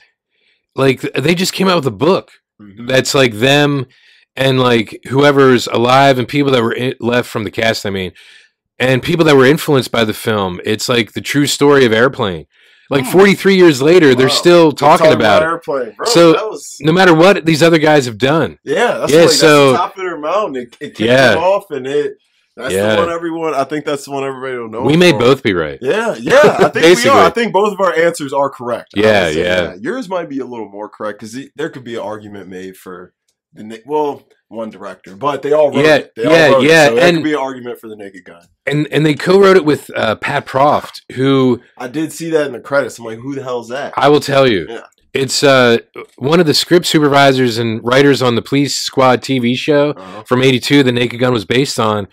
like th- they just came out with a book Mhm. that's like them and like whoever's alive and people that were in, left from the cast I mean and people that were influenced by the film. It's like the true story of Airplane. Like Hmm. 43 years later they're Wow. still talking, about, it Airplane, bro. So- that was no matter what these other guys have done. Yeah, that's Yeah, like, so- that's the top of their mountain. It, it kicked Yeah. them off, and it that's Yeah. the one everyone. I think that's the one everybody will know. we it may for. both be right. Yeah, yeah. I think we Basically. are. I think both of our answers are correct. I Yeah, would say yeah. that. Yours might be a little more correct because there could be an argument made for the na- well one director, but they all wrote Yeah, it. They yeah, all wrote yeah, It, so there and- could be an argument for the Naked Gun. And and they co-wrote it with uh, Pat Proft who I did see that in the credits. I'm like, who the hell's that? I will tell you. Yeah. It's uh, one of the script supervisors and writers on the Police Squad TV show Uh-huh. from 82 that Naked Gun was based on,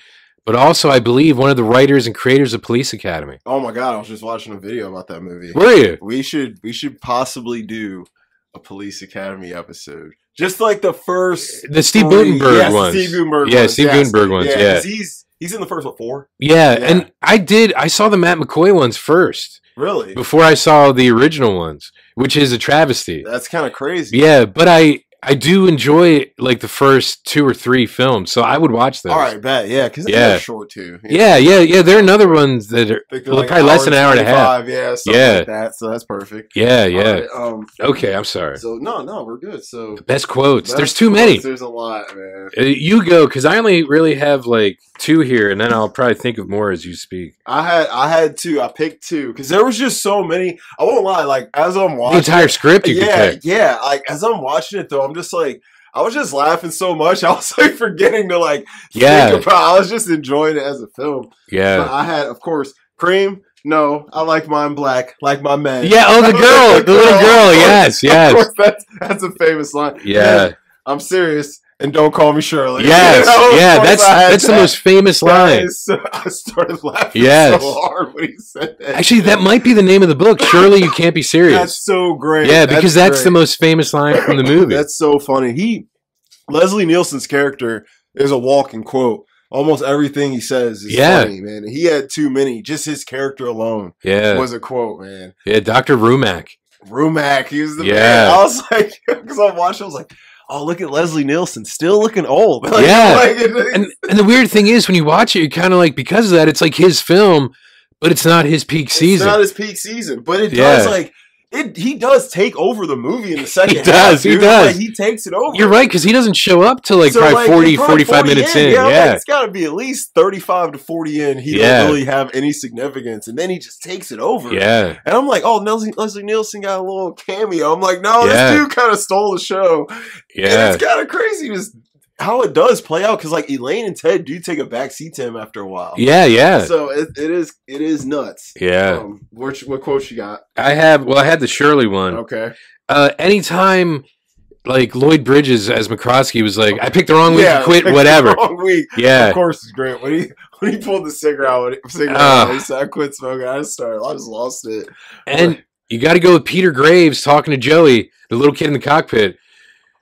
but also, I believe, one of the writers and creators of Police Academy. Oh my god! I was just watching a video about that movie. Were you? We should we should possibly do a Police Academy episode, just like the first The Steve three- Gutenberg yes, ones. Steve Gutenberg yeah, ones, Steve yes. Gutenberg ones. Yeah. 'cause he's he's in the first what four. yeah. Yeah. And I did, I saw the Matt McCoy ones first. Really? before I saw the original ones, which is a travesty. That's kind of crazy. Yeah, but I I do enjoy like the first two or three films, so I would watch those. All right, bet. Yeah, because Yeah. it's short too. Yeah, yeah, yeah. There are another ones that are. I think they're Well, probably less than an hour and a half. 25, Yeah, something Yeah. like that. So that's perfect. Yeah, yeah. All right, um, Okay, I'm sorry. So no, no, we're good. So Best quotes. that's There's too close. many. There's a lot, man. Uh, You go, because I only really have like two here, and then I'll probably think of more as you speak. I had I had two. I picked two because there was just so many. I won't lie. Like as I'm The watching, entire script you yeah, could pick. yeah. Like as I'm watching it though, I'm just like I was just laughing so much. I was like forgetting to like Yeah, think about. I was just enjoying it as a film. But yeah. I had, of course, cream. No, I like mine black, like my man. Yeah, oh, the girl, the little girl, yes, yes. Of course, that's that's a famous line. Yeah, I'm serious, and don't call me Shirley. yes, You know, of yeah. course That's I had that's the that. most famous Oh That line. is so- I started laughing Yes. so hard when he said that. Actually, that might be the name of the book. Surely you can't be that's serious. so great. Yeah, because that's the great. most famous line from the movie. That's so funny. He Leslie Nielsen's character is a walking quote. Almost everything he says is Yeah. funny, man. He had too many. Just his character alone Yeah, was a quote, man. yeah. Doctor Rumack. Rumac. He was the Yeah. man. I was like, because I'm watching, I was like, oh, look at Leslie Nielsen, still looking old. Like, Yeah. like, it- and and the weird thing is when you watch it, you're kind of like because of that, it's like his film, but it's not his peak season. It's not his peak season, but it does Yeah. like it. He does take over the movie in the second. He does, half, he dude. does. Like, he takes it over. you're right because he doesn't show up till like So, probably like, 40, probably 45 40 minutes in, in. I'm Yeah, like, it's got to be at least thirty-five to forty in. He Yeah. doesn't really have any significance, and then he just takes it over. yeah, And I'm like, oh, Nelson, Leslie Nielsen got a little cameo. I'm like, no, Yeah. this dude kind of stole the show. And yeah, it's kind of crazy just how it does play out because like Elaine and Ted do take a backseat to him after a while. yeah, yeah, So it, it is it is nuts. yeah. Um, what, what quotes you got? I have well, I had the Shirley one. Okay. Uh, anytime like Lloyd Bridges as McCroskey was like, I picked the wrong week to quit, pick the whatever. Wrong week. Yeah, Of course, it's great. When he when he pulled the cigarette out, when he- cigarette Ah. out, he said, "I quit smoking." I just started. I just lost it. and you got to go with Peter Graves talking to Joey, the little kid in the cockpit.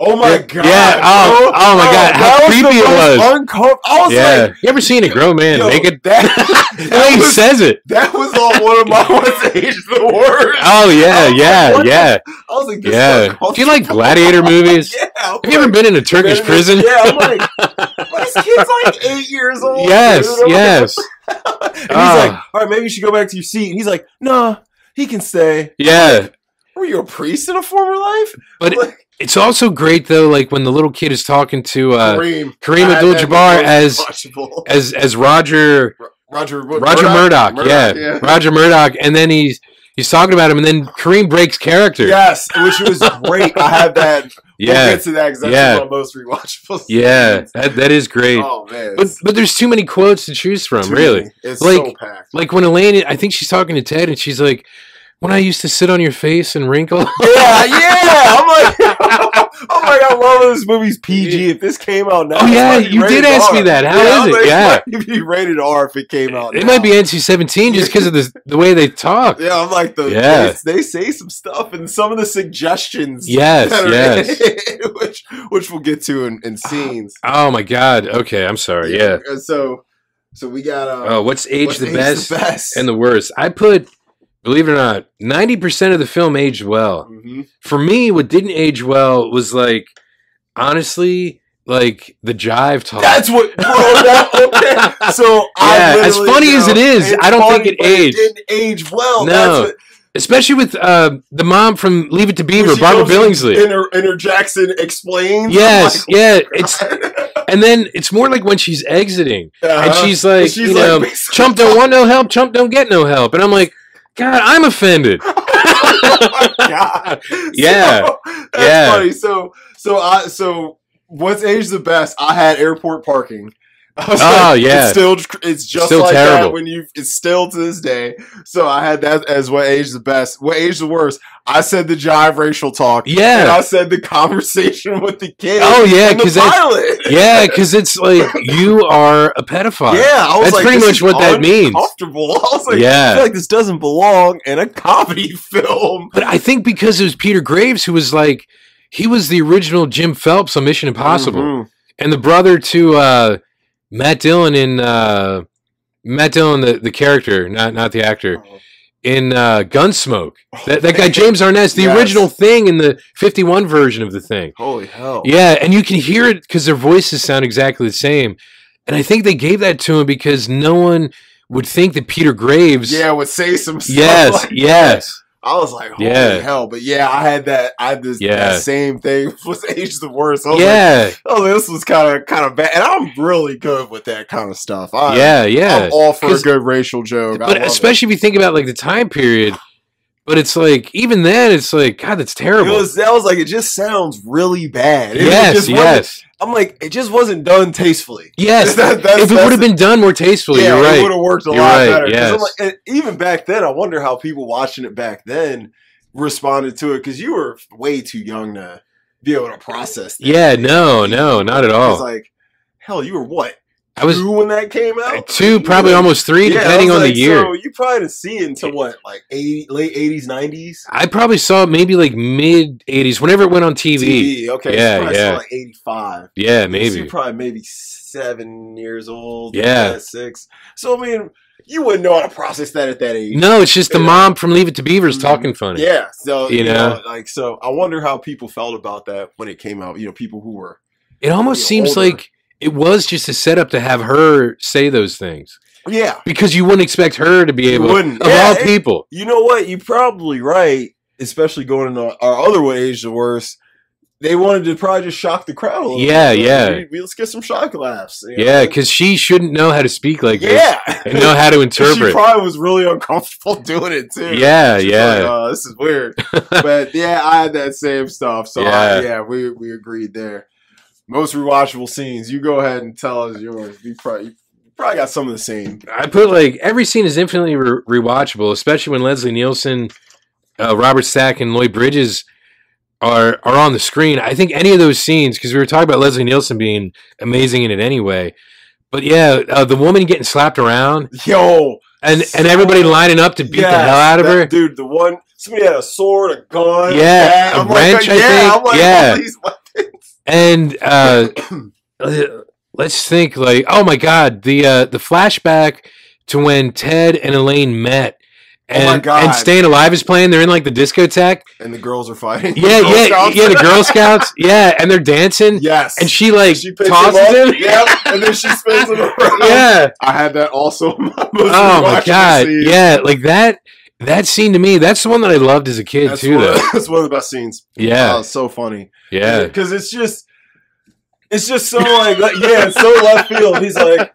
Oh my Yeah, god! yeah, oh, bro. oh my God, how that was creepy the it most was. uncom- I was yeah, like, you ever seen a grown man yo, naked? that- The that way he was- says it. that was on one of my ones that aged the worst. Oh yeah, Oh, yeah, what the- yeah, I was like, this is yeah. Do you uncomfortable. like gladiator movies? Yeah. I'm Have you ever like, been in a Turkish man, prison? Yeah, I'm like, this kid's like eight years old. Yes, dude. I'm like- yes, and he's like, Ah. all right, maybe you should go back to your seat. And he's like, nah, he can stay. yeah. Were you a priest in a former life? But I'm like, It's also great though, like when the little kid is talking to uh, Kareem, Kareem I had Abdul Jabbar that as watchable. as as Roger Roger Wood- Roger Murdoch, yeah. yeah. Roger Murdoch, and then he's he's talking about him, and then Kareem breaks character. Yes, which was great. I had that. yeah, We'll get to that because that's Yeah. one of my most rewatchable. yeah. scenes. That that is great. Oh man. But but there's too many quotes to choose from, really. It's so Like- packed. Like when Elaine, I think she's talking to Ted, and she's like, "When I used to sit on your face and wrinkle." Yeah, yeah. I'm like, oh I'm like, I love this movie's PG. If this came out now, Oh, it's yeah, like you did rated ask R. me that. How yeah, is it? Yeah. If you rated R, if it came out, It now. might be NC-17 just because of the the way they talk. Yeah, I'm like the. Yeah. They, they say some stuff and some of the suggestions. Yes, that are in yes. it, which which we'll get to in, in scenes. Oh my God. Okay, I'm sorry. Yeah. And so, so we got. Uh, Oh, what's age what's the aged best The best. and the worst? I put, believe it or not, ninety percent of the film aged well. Mhm. For me, what didn't age well was like, honestly, like the jive talk. That's what. Bro, that, okay. So I Oh. Yeah, as literally, funny as you know, it is, it's I don't think it but aged. didn't age well. No. That's what, especially with uh, the mom from Leave It to Beaver, She Barbara comes and Billingsley. Inter, interjects and explains. Yes, I'm like, yeah. It's God. and then it's more like when she's exiting and Uh-huh. she's like, She's you like, know, basically- Chump don't want no help, Chump don't get no help, and I'm like, God, I'm offended. oh my God. Yeah. So, that's Yeah. funny. So, so I, so what's age the best? I had airport parking. I was Oh, yeah. it's still it's just Still like terrible. that when you it's still to this day. So I had that as what age the best, what age the worst. I said the jive racial talk, and Yeah, I said the conversation with the kid. Oh, yeah, and the 'cause that's- pilot. yeah, because it's like you are a pedophile. Yeah, I was That's like, pretty this much is what that means. Uncomfortable. I was like, Yeah. I feel like this doesn't belong in a comedy film. But I think because it was Peter Graves who was like, he was the original Jim Phelps on Mission Impossible, Mhm. and the brother to uh, Matt Dillon in uh, Matt Dillon, the, the character, not not the actor, in uh, Gunsmoke. That, that guy man. James Arnett's the Yes. original thing in the '51 version of the thing. Holy hell! Yeah, and you can hear it because their voices sound exactly the same. And I think they gave that to him because no one would think that Peter Graves. yeah, would say some stuff. Yes. like- yes. I was like, holy Yeah. hell! But yeah, I had that. I had this Yeah. that same thing was age the worst. I was like, Yeah. oh, this was kind of kind of bad, and I'm really good with that kind of stuff. I, Yeah. Yeah. I'm all for a 'Cause- good racial joke, I But love it. especially if you think about like the time period. But it's like even then, it's like God, that's It terrible. was, that was like it just sounds really bad. It yes. just wasn't- Yes. I'm like it just wasn't done tastefully. Yes. That- that's- if it that's would have been done more tastefully, yeah, you're it right. would have worked a You're lot right, better. 'Cause yes. I'm like, and even back then, I wonder how people watching it back then responded to it because you were way too young to be able to process. That. Yeah, no, no, not at It's all. like hell, you were what I was two when that came out? two, probably Yeah. almost three, Yeah, I depending was on like, the year. So you probably didn't see it until what, like 80, late eighties, nineties? I probably saw it maybe like mid '80s, whenever it went on TV. Okay, so Yeah, you probably saw yeah. like eighty five. Yeah, So you're maybe. probably maybe seven years old. Yeah. yeah, six. So I mean, you wouldn't know how to process that at that age. No, it's just the Yeah. mom from Leave It to Beavers Mhm. talking funny. Yeah, so You you, know? know? like so, I wonder how people felt about that when it came out. You know, people who were It almost You're seems older. like it was just a setup to have her say those things yeah, because you wouldn't expect her to be You able. wouldn't. Of Yeah, all it- people, you know what? You're probably right, especially going into our other one, age the worst. They wanted to probably just shock the crowd a little. Yeah, bit. yeah. We- we- let's get some shock laughs. you know? yeah, because she shouldn't know how to speak like this yeah. and know how to she interpret. probably was really uncomfortable doing it too. Yeah, She's yeah. like, "Uh, this is weird. but yeah, I had that same stuff. So yeah, Yeah. I, yeah we we agreed there. Most rewatchable scenes. You go ahead and tell us yours. You probably you probably got some of the same. I put like every scene is infinitely re- rewatchable, especially when Leslie Nielsen, uh, Robert Stack, and Lloyd Bridges are are on the screen. I think any of those scenes because we were talking about Leslie Nielsen being amazing in it anyway. But yeah, uh, the woman getting slapped around Yo, and So- and everybody lining up to beat the yes, hell out of that her. dude. The one somebody had a sword, a gun, Yeah, bat. a I'm like, wrench, I yeah, think. I'm like, Yeah. all these weapons. And uh, let's think like, oh my god, the uh, the flashback to when Ted and Elaine met. Oh my And, God. and staying alive is playing. They're in like the discotheque, and the girls are fighting. Yeah, Girl yeah, Scouts. yeah. The Girl Scouts, yeah, and they're dancing, yes, and she like picks tosses him. him up. Yep, and then she spins him around. yeah. I had that also. in most Oh my rewatchable god. scenes. Yeah, like that. That scene to me, that's the one that I loved as a kid That's too. one, Though. that's one of the best scenes. Yeah, Oh, it's so funny. yeah. because it's just, it's just so like, like, yeah, it's so left field. He's like,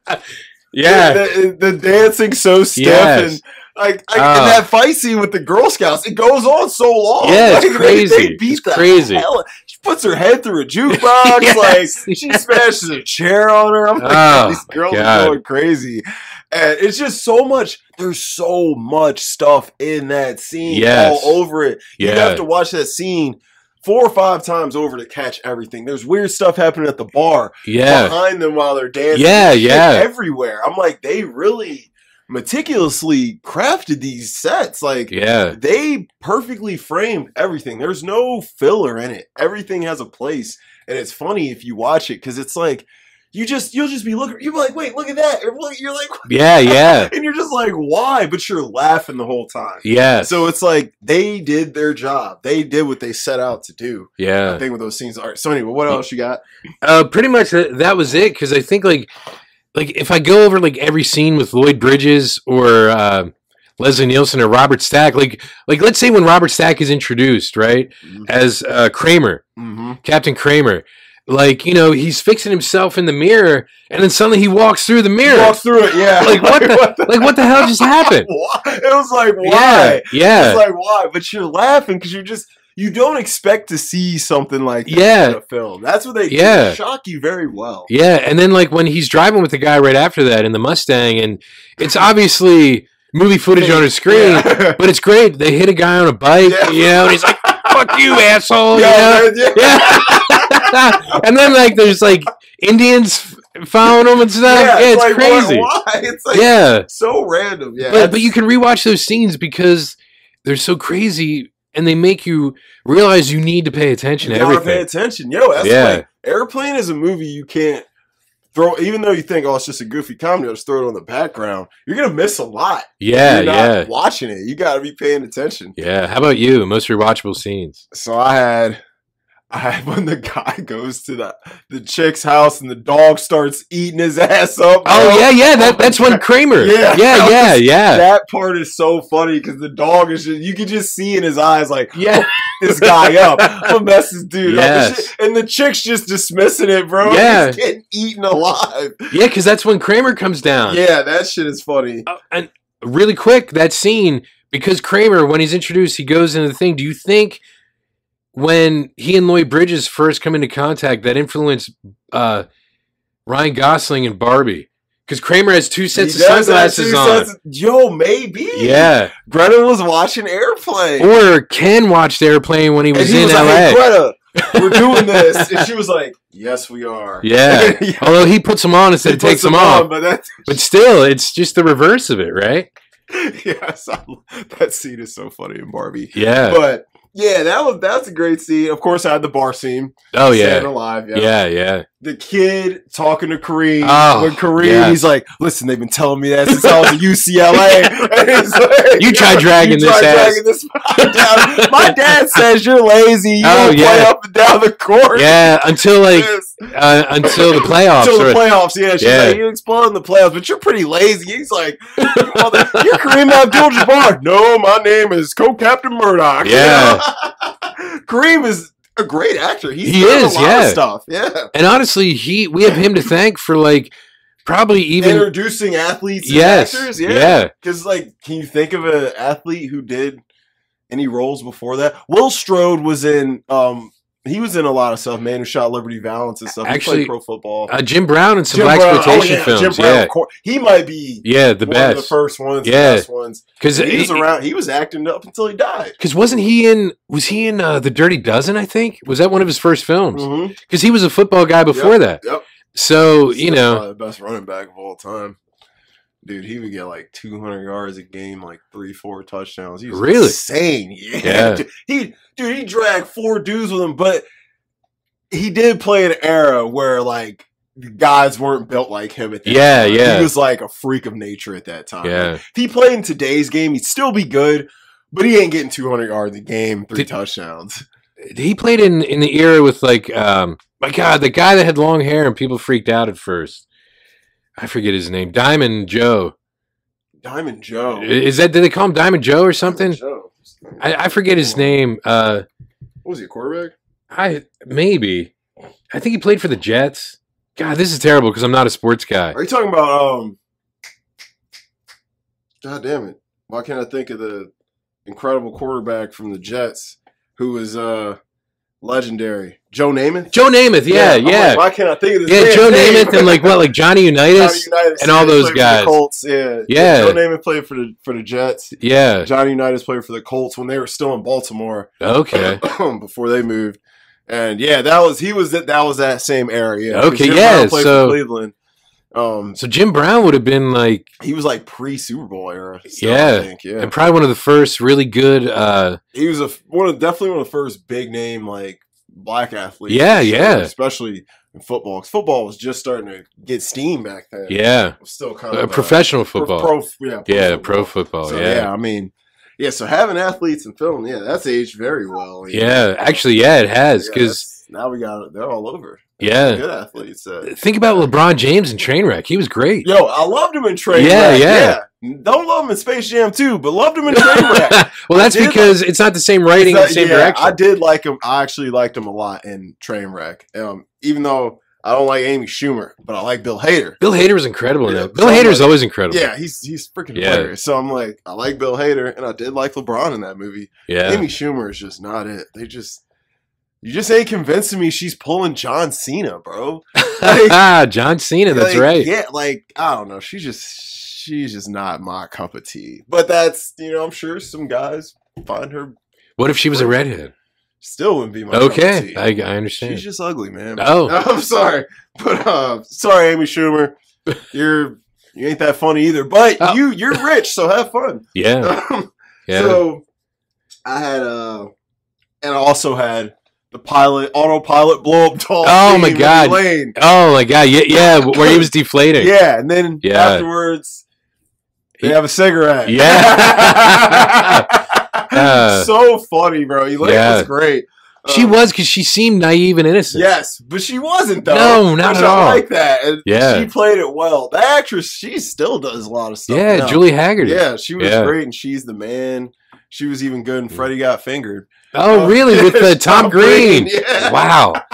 Yeah. the, the, the dancing so stiff Yes. and like, I, Ah. and that fight scene with the Girl Scouts, it goes on so long. Yeah, it's Like, crazy. It's crazy. hell- She puts her head through a jukebox. Yes, Like she smashes a chair on her. I'm like, Oh, these girls God. are going crazy. And it's just so much. There's so much stuff in that scene Yes. all over it. You'd Yeah. have to watch that scene four or five times over to catch everything. There's weird stuff happening at the bar Yeah. behind them while they're dancing. Yeah, Shit yeah. Everywhere. I'm like, they really meticulously crafted these sets. Like Yeah. they perfectly framed everything. There's no filler in it. Everything has a place. And it's funny if you watch it because it's like you just you'll just be looking you're like, wait, look at that. Or look- You're like Yeah. Yeah. and you're just like, why? But you're laughing the whole time. Yeah. So it's like they did their job. They did what they set out to do. I Yeah. think with those scenes. All right, so anyway, Mm-hmm. what else you got? Uh, pretty much that, that was it because I think like like if I go over like every scene with Lloyd Bridges or uh, Leslie Nielsen or Robert Stack, like like let's say when Robert Stack is introduced right as uh, Kramer, Mm-hmm. Captain Kramer. Like, you know, he's fixing himself in the mirror and then suddenly he walks through the mirror. Walks through it, yeah. Like, what the- like what the hell just happened? Why? It was like why? Yeah. It's like why? But you're laughing because you're just you don't expect to see something like that Yeah. in a film. That's what they do. Yeah. shock you very well. Yeah. And then like when he's driving with the guy right after that in the Mustang and it's obviously movie footage on his screen. Yeah. But it's great. They hit a guy on a bike, Yeah. you know, and he's like, Fuck you, asshole. you Yeah, know? man, yeah. Yeah. and then like there's like Indians following him and stuff. Yeah, Yeah, it's, like, what- crazy. Why? It's like Yeah. so random. Yeah, but but you can rewatch those scenes because they're so crazy and they make you realize you need to pay attention you to gotta pay everything. attention. Yo, that's Yeah. like Airplane is a movie you can't throw even though you think oh it's just a goofy comedy, I'll just throw it on the background. You're gonna miss a lot. Yeah, You're not yeah, watching it. You gotta be paying attention. yeah. How about you? Most rewatchable scenes. So I had I had when the guy goes to the the chick's house and the dog starts eating his ass up. Oh bro. yeah, yeah. Oh, That that's my when Kramer. Yeah. yeah, yeah, yeah. That part is so funny because the dog is just, you can just see in his eyes, like, Yeah, this guy up. I'm gonna mess this dude up. Yes. This shit- And the chick's just dismissing it, bro. Yeah. He's getting eaten alive. yeah. Because that's when Kramer comes down. Yeah, that shit is funny. Uh, and really quick, that scene because Kramer, when he's introduced, he goes into the thing. Do you think when he and Lloyd Bridges first come into contact, that influenced uh, Ryan Gosling and Barbie? Because Kramer has two sets He of does that sunglasses too, on. sons- Yo, maybe. yeah, Greta was watching Airplane. or Ken watched Airplane when he and was he in was L.A. like, hey, Greta, we're doing this. And she was like, yes, we are. Yeah. Yeah. Although he puts them on She instead of puts takes them them on, off. But that, But still, it's just the reverse of it, right? yes, I, that scene is so funny in Barbie. Yeah. But yeah, that was that's a great scene. Of course, I had the bar scene. oh Staying yeah. alive. Yeah. Yeah, yeah. the kid talking to Kareem Oh, when Kareem yeah. he's like, "Listen, they've been telling me that since I was at UCLA." And he's like, You try dragging "You this try ass." dragging this down. My dad says you're lazy. You Oh, don't play yeah. up and down the court. Yeah, until like Yes. uh, until the playoffs. Till the or- playoffs, yeah. She's Yeah. like, you explode in the playoffs, but you're pretty lazy. He's like, well, that- you're Kareem Abdul-Jabbar. No, my name is co-captain Murdoch. Yeah. Kareem is a great actor. He's He done is, a lot of yeah. stuff. Yeah. and honestly, he we have him to thank for like probably even introducing athletes and yes, actors. yeah. Yeah. Because, like, can you think of an athlete who did any roles before that? Will Strode was in, um, he was in a lot of stuff, man, who shot Liberty Valance and stuff. he Actually, played pro football. Uh, Jim Brown and some Jim black Brown- oh, exploitation yeah, Jim films. Brown, yeah, of course. He might be yeah, the one of the best. first ones, Yeah. the best ones. Because He was around, he was acting up until he died. Because wasn't he in? Was he in uh, the Dirty Dozen? I think was that one of his first films. Mhm. Because he was a football guy before that. Yep. So you Still know, probably the best running back of all time. Dude, he would get like 200 yards a game, like three, four touchdowns. He was Really? insane. Yeah, Yeah. Dude, he dude, he dragged four dudes with him, but he did play an era where like the guys weren't built like him at that Yeah, time. yeah. He was like a freak of nature at that time. yeah. If he played in today's game, he'd still be good, but he ain't getting 200 yards a game, three Did- touchdowns. he played in in the era with like um my god the guy that had long hair and people freaked out at first i forget his name diamond joe Diamond Joe. is that did they call him diamond joe or something Diamond Joe. i, I forget his name uh What was he, a quarterback? i maybe i think he played for the jets god this is terrible because i'm not a sports guy Are you talking about um? God damn it! Why can't I think of the incredible quarterback from the Jets who was uh legendary? Joe Namath. joe namath yeah I'm like, yeah why can't I think of this? yeah, man's joe name? namath and like what like johnny Johnny unitas Unitas, and all he those played for the guys. Colts, yeah, Yeah. Joe Namath played for the for the Jets. yeah Johnny Unitas played for the Colts when they were still in Baltimore okay before they moved. And yeah, that was he was that that was that same era. Yeah, 'Cause Okay, Jim yeah, Brown played so- for Cleveland. Um, so jim brown would have been like he was like pre Super Bowl era. still, I Yeah. think, yeah. and probably one of the first really good uh He was a f- one of definitely one of the first big name like black athletes. Yeah, for sure, yeah. especially in football. 'Cause football was just starting to get steam back then. yeah It was still kind Uh, of professional pro- football. Pro, yeah, yeah, pro football. So, yeah. I mean, yeah. So having athletes in film, yeah, that's aged very well. you know. yeah, Actually, yeah, it has Yeah, because that's- now we got they're all over. Yeah. good athletes. uh, think about LeBron James and Trainwreck. He was great. Yo, I loved him in Trainwreck. Yeah, Yeah, yeah. Don't love him in Space Jam too, but loved him in Trainwreck. well, that's I did because it's not the same writing, in Is that- the same yeah, direction. I did like him. I actually liked him a lot in Trainwreck. Um, even though I don't like Amy Schumer, but I like Bill Hader. Bill Hader was incredible. in Yeah, that. Bill so Hader's much. always incredible. Yeah, he's he's freaking Yeah. hilarious. So I'm like, I like Bill Hader, and I did like LeBron in that movie. yeah. Amy Schumer is just not it. They just you just ain't convincing me she's pulling John Cena, bro. Like- ah, John Cena. That's Like, right. Yeah, like I don't know. She's just she's just not my cup of tea. But that's you know I'm sure some guys find her What if she was a redhead? still wouldn't be my cup of Okay, tea. I, I She's understand. just ugly, man. Oh. I'm sorry, but uh, sorry, Amy Schumer, you're you ain't that funny either. But Oh. you you're rich, so have fun. Um, Yeah, yeah. So I had uh, and I also had the pilot autopilot blow up doll. Oh, scene my in the God. Lane. Oh my god, yeah, yeah, where he was deflating. Yeah, and then Yeah. afterwards they He- have a cigarette. Yeah. Uh, so funny, bro. Elaine yeah. was great. she Um, was because she seemed naive and innocent. Yes, but she wasn't though. No, not Which at I all. Like that. And Yeah. she played it well. The actress, she still does a lot of stuff. yeah, now. Julie Haggerty. Yeah, she was Yeah. great, and she's the man. She was even good, and Yeah. Freddie got fingered. Oh, Uh, really? With uh, Tom Green. yeah. Wow.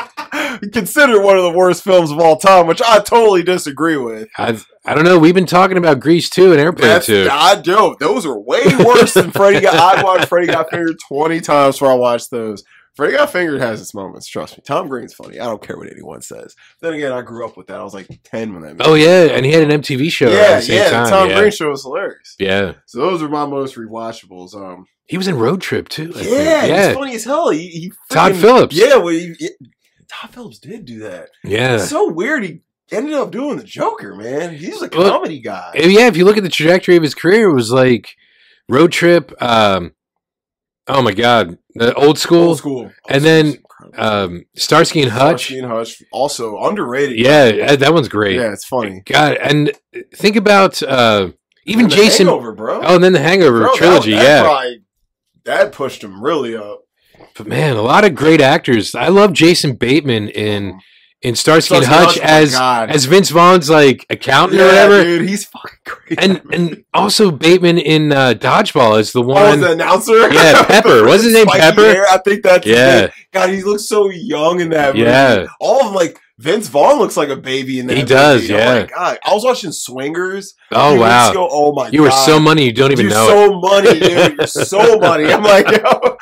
Considered one of the worst films of all time, which I totally disagree with. I I don't know. We've been talking about Grease two and Airplane That's two. I do. Those are way worse than Freddy Got. I watched Freddy Got Fingered twenty times before I watched those. Freddy Got Fingered has its moments. Trust me. Tom Green's funny. I don't care what anyone says. Then again, I grew up with that. I was like ten when that. Oh yeah, and he had an MTV show at yeah, the same yeah. time. The Tom yeah. Green show was hilarious. yeah, So those are my most rewatchables. Um, he was in Road Trip too. I think. yeah, yeah, he's funny as hell. He, he Todd freaking- Phillips. Yeah, well, he, he- Todd Phillips did do that. yeah. It's so weird. He ended up doing the Joker, man. He's a Well, comedy guy. And yeah, if you look at the trajectory of his career, it was like road trip. Um, oh my god, the old school, Old school. and then, Um, Starsky and Hutch. Starsky and Hutch, also underrated. yeah, that- that one's great. yeah, it's funny. God, and think about uh, even And The Jason. Hangover, bro. Oh, and then the Hangover Bro, that- trilogy. that yeah, probably- that pushed him really up. but man, a lot of great actors. I love Jason Bateman in in Starsky, and Mm-hmm. Starsky Hutch and Hutch, oh my as God. as Vince Vaughn's like accountant or whatever. dude, he's fucking great. And and also Bateman in uh, Dodgeball is the Oh, one. the announcer? Yeah, Pepper. Wasn't his name Spiky Pepper? hair, I think that's his yeah, name. God, he looks so young in that movie. yeah. All of like Vince Vaughn looks like a baby in that. He movie. does, Oh, yeah. my God, I was watching Swingers. a Oh few weeks wow. ago. Oh my! You were God. so money you don't even You're know it. so money, dude. You're so money. I'm like, yo,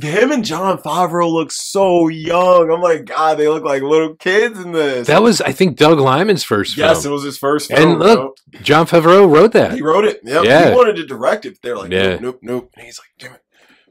him and John Favreau look so young. I'm like, God, they look like little kids in this. That was, I think, Doug Lyman's first yes, it film. was his first And film. look, bro. John Favreau wrote that. he wrote it. Yep. Yeah. He wanted to direct it. They're like, Yeah. nope, nope, nope. And he's like, damn it.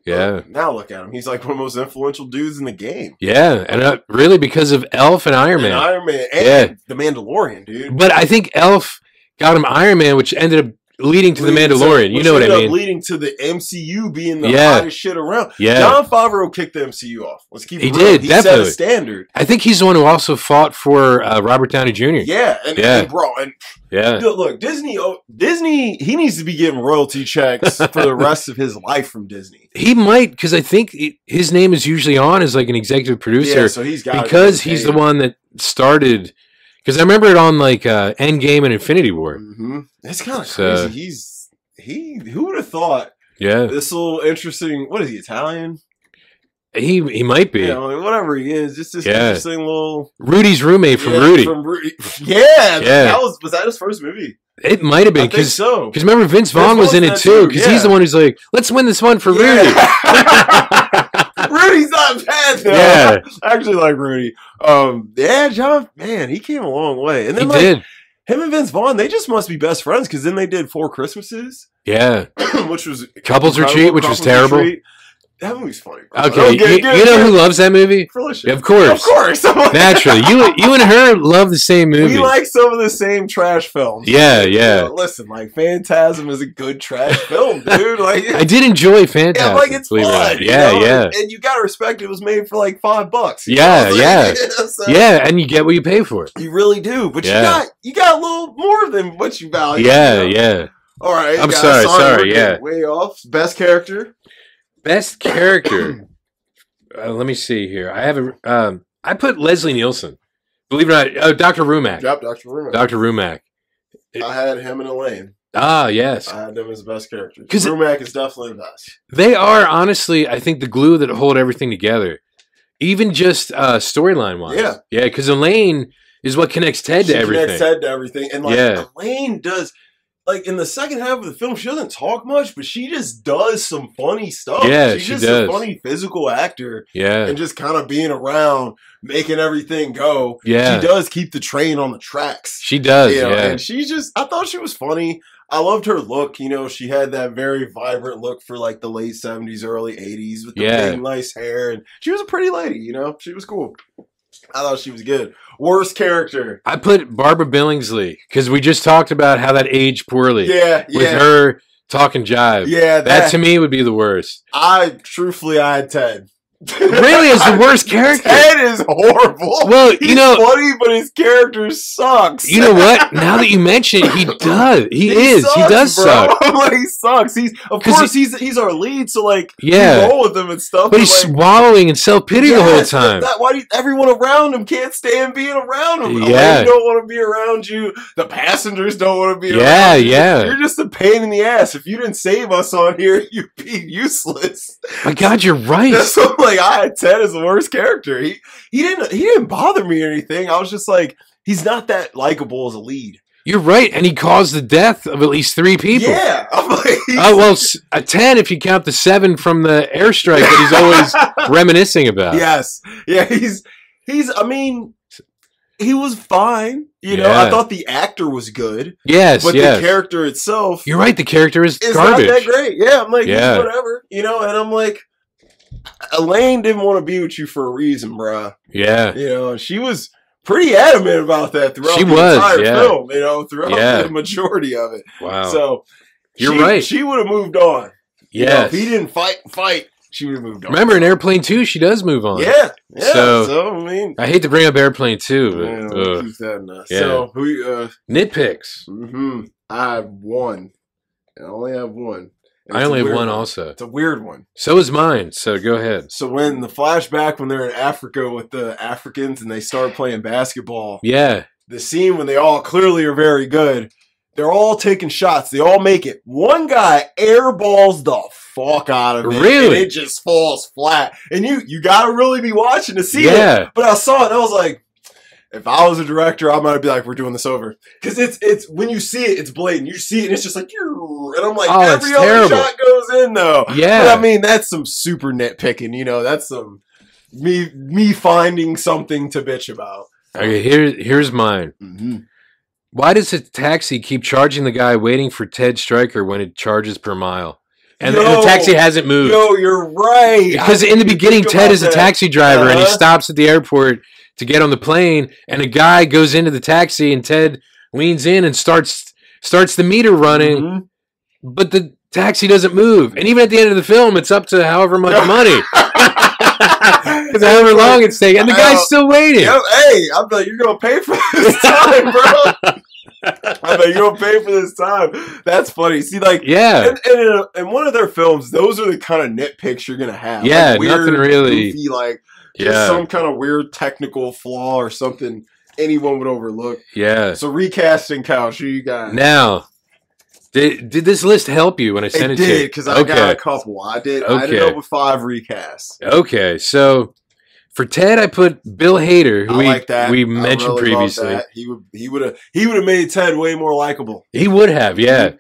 Yeah. But now look at him. He's like one of the most influential dudes in the game. Yeah. And uh, really because of Elf and Iron And Man. Iron Man and Yeah. The Mandalorian, dude. but I think Elf got him Iron Man, which ended up leading to The Leading Mandalorian. you which know what I ended up mean? Leading to the MCU being the Yeah. hottest shit around. Yeah. John Favreau kicked the MCU off. Let's keep He it real. did, He set definitely. a standard. I think he's the one who also fought for uh, Robert Downey Jr. Yeah. Yeah, and, and bro, and Yeah. look, look, Disney, oh, Disney, he needs to be getting royalty checks for the rest of his life from Disney. He might, because I think it- his name is usually on as like an executive producer Yeah, so he's got because he's the one that started. Because I remember it on like uh, Endgame and Infinity War. hmm That's kind of So- crazy. He's he. Who would have thought uh, Yeah, this little interesting? What is he Italian? he he might be Yeah, like, whatever he is, just this Yeah. interesting little Rudy's roommate from Yeah, Rudy. From Rudy. Yeah, Yeah. That was was that his first movie? It might have I been think because so. remember Vince Vaughn Vince was in it Vaughn's too in it, because yeah. he's the one who's like, let's win this one for Rudy. Rudy's not bad though. yeah, I actually like Rudy. Um, yeah, John, man, he came a long way. And he then like did. him and Vince Vaughn, they just must be best friends because then they did Four Christmases, Yeah, which was Couples incredible. Retreat, which was Couples terrible. Retreat. That movie's funny. Bro. Okay, Don't you, get- get- you know get- who loves that movie? full of shit. Of course, Of course. I'm like- naturally. You you and her love the same movie. We like some of the same trash films. yeah, You yeah. know, listen, like Phantasm is a good trash film, dude. Like, I did enjoy yeah, Fantastic. like it's believe it or fun. not. you Yeah, know? yeah, And you gotta respect it was made for like five bucks. you Yeah, know? yeah. so- yeah. And you get what you pay for. You really do, but Yeah. you got you got a little more than what you value. Yeah, you know? yeah. All right, I'm guys, sorry, sorry, we're yeah. getting way off. Best character. Best character. uh, let me see here. I have a. Um, I put Leslie Nielsen. Believe it or not, oh, Doctor Rumack. Drop Doctor Rumack. Doctor Rumack. I had him and Elaine. Ah, yes. I had them as best characters. 'Cause it- Rumack is definitely the best. They are honestly, I think, the glue that hold everything together. Even just uh, storyline wise. Yeah. Yeah, because Elaine is what connects Ted She to everything. connects Ted to everything, and like Yeah. Elaine does. Like in the second half of the film, she doesn't talk much, but she just does some funny stuff. Yeah, she's she just does. a funny physical actor, yeah. and just kind of being around, making everything go. Yeah. She does keep the train on the tracks. She does. you know, Oh, yeah. and she just I thought she was funny. I loved her look, you know, she had that very vibrant look for like the late seventies, early eighties with the Yeah. big nice hair and she was a pretty lady, you know. She was cool. I thought she was good. Worst character. I put Barbara Billingsley because we just talked about how that aged poorly Yeah, with yeah. her talking jive. yeah, That that, to me would be the worst. I truthfully I had ten. really is the worst character. Ted is horrible. Well, you He's know- funny, but his character Oh, sucks. You know what? Now that you mention it, he does. He, is. he sucks, does bro. suck. like, he sucks. He's of 'Cause course he's he's our lead, so like we Yeah. roll with him and stuff. But he's like, swallowing in self pity the whole yes, but time. That, why do you, everyone around him can't stand being around him? Yeah. Yeah, don't want to be around you. The passengers don't want to be. Yeah, around you. yeah. You're just a pain in the ass. If you didn't save us on here, you'd be useless. My God, you're right. That's what, like I Ted is the worst character. He he didn't he didn't bother me or anything. I was just like he's not that likable as a lead. You're right. And he caused the death of at least three people. Yeah, I'm like Oh well, s- a ten if you count the seven from the airstrike that he's always reminiscing about. yes, yeah. He's he's. I mean, he was fine. You know, I Yeah. thought the actor was good, Yes, but yes. the character itself You're right. The character is is garbage. not that great. Yeah, I'm like he's Yeah. whatever. You know, and I'm like. Elaine didn't want to be with you for a reason, bruh. Yeah, You know, she was pretty adamant about that throughout She the was, entire yeah. film. You know, throughout Yeah. the majority of it. wow. So You're she- right. She would have moved on. You know, yes. if he didn't fight, fight. She would have moved on. Remember in Airplane Two, she does move on. Yeah. Yeah. So- So, I mean, I hate to bring up Airplane Two, but yeah, we'll ugh. keep that in us. Yeah. So who? Uh, nitpicks. hmm I have one, and I only have one. And I it's a only have weird one also. It's a weird one. So is mine. So go ahead. So when the flashback when they're in Africa with the Africans and they start playing basketball, Yeah, the scene when they all clearly are very good, they're all taking shots. They all make it. One guy airballs the fuck out of it. and Really? it just falls flat. And you you gotta really be watching to see it. yeah. But I saw it and I was like, if I was a director, I might be like, we're doing this over. Because it's it's when you see it, it's blatant. You see it and it's just like "Yew," and I'm like, Oh, it's every other terrible. shot goes in though. But I Yeah, mean, that's some super nitpicking, you know, that's some me me finding something to bitch about. okay. Here, here's mine. Mm-hmm. Why does the taxi keep charging the guy waiting for Ted Stryker when it charges per mile, and, and Yo. the taxi hasn't moved? Yo, you're right. Because I in the didn't beginning, think Ted about is a that. taxi driver and he Uh-huh. stops at the airport to get on the plane, and a guy goes into the taxi and Ted leans in and starts starts the meter running, Mhm. but the taxi doesn't move. And even at the end of the film, it's up to however much money, 'Cause however long it's taking, and the guy's still waiting. Yo, Mm-hmm. hey, I bet you're gonna pay for this time, bro. I bet you're gonna pay for this time. That's funny. See, like, Yeah, and, and in, a, in one of their films, those are the kind of nitpicks you're gonna have. Yeah, nothing really- Goofy, like, just yeah, some kind of weird technical flaw or something anyone would overlook. yeah. So recasting, Kyle, sure you got. Now, did did this list help you when I sent it it, did to because you? I got Okay, a couple. I did. I ended Okay. up with five recasts. okay. So for Ted, I put Bill Hader, who I we like that. we I mentioned really love previously. that. He would he would have he would have made Ted way more likable He would have, yeah.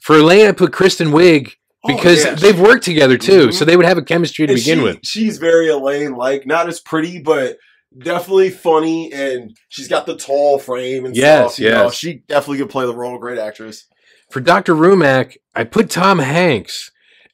For Elaine, I put Kristen Wiig because Mm-hmm. Oh, yeah. they've worked together too, Mhm. so they would have a chemistry to And begin she- with. She's very Elaine like, not as pretty, but definitely funny, and she's got the tall frame and Yes, stuff. you know. yes. she definitely could play the role. Great actress. For Doctor Rumack, I put Tom Hanks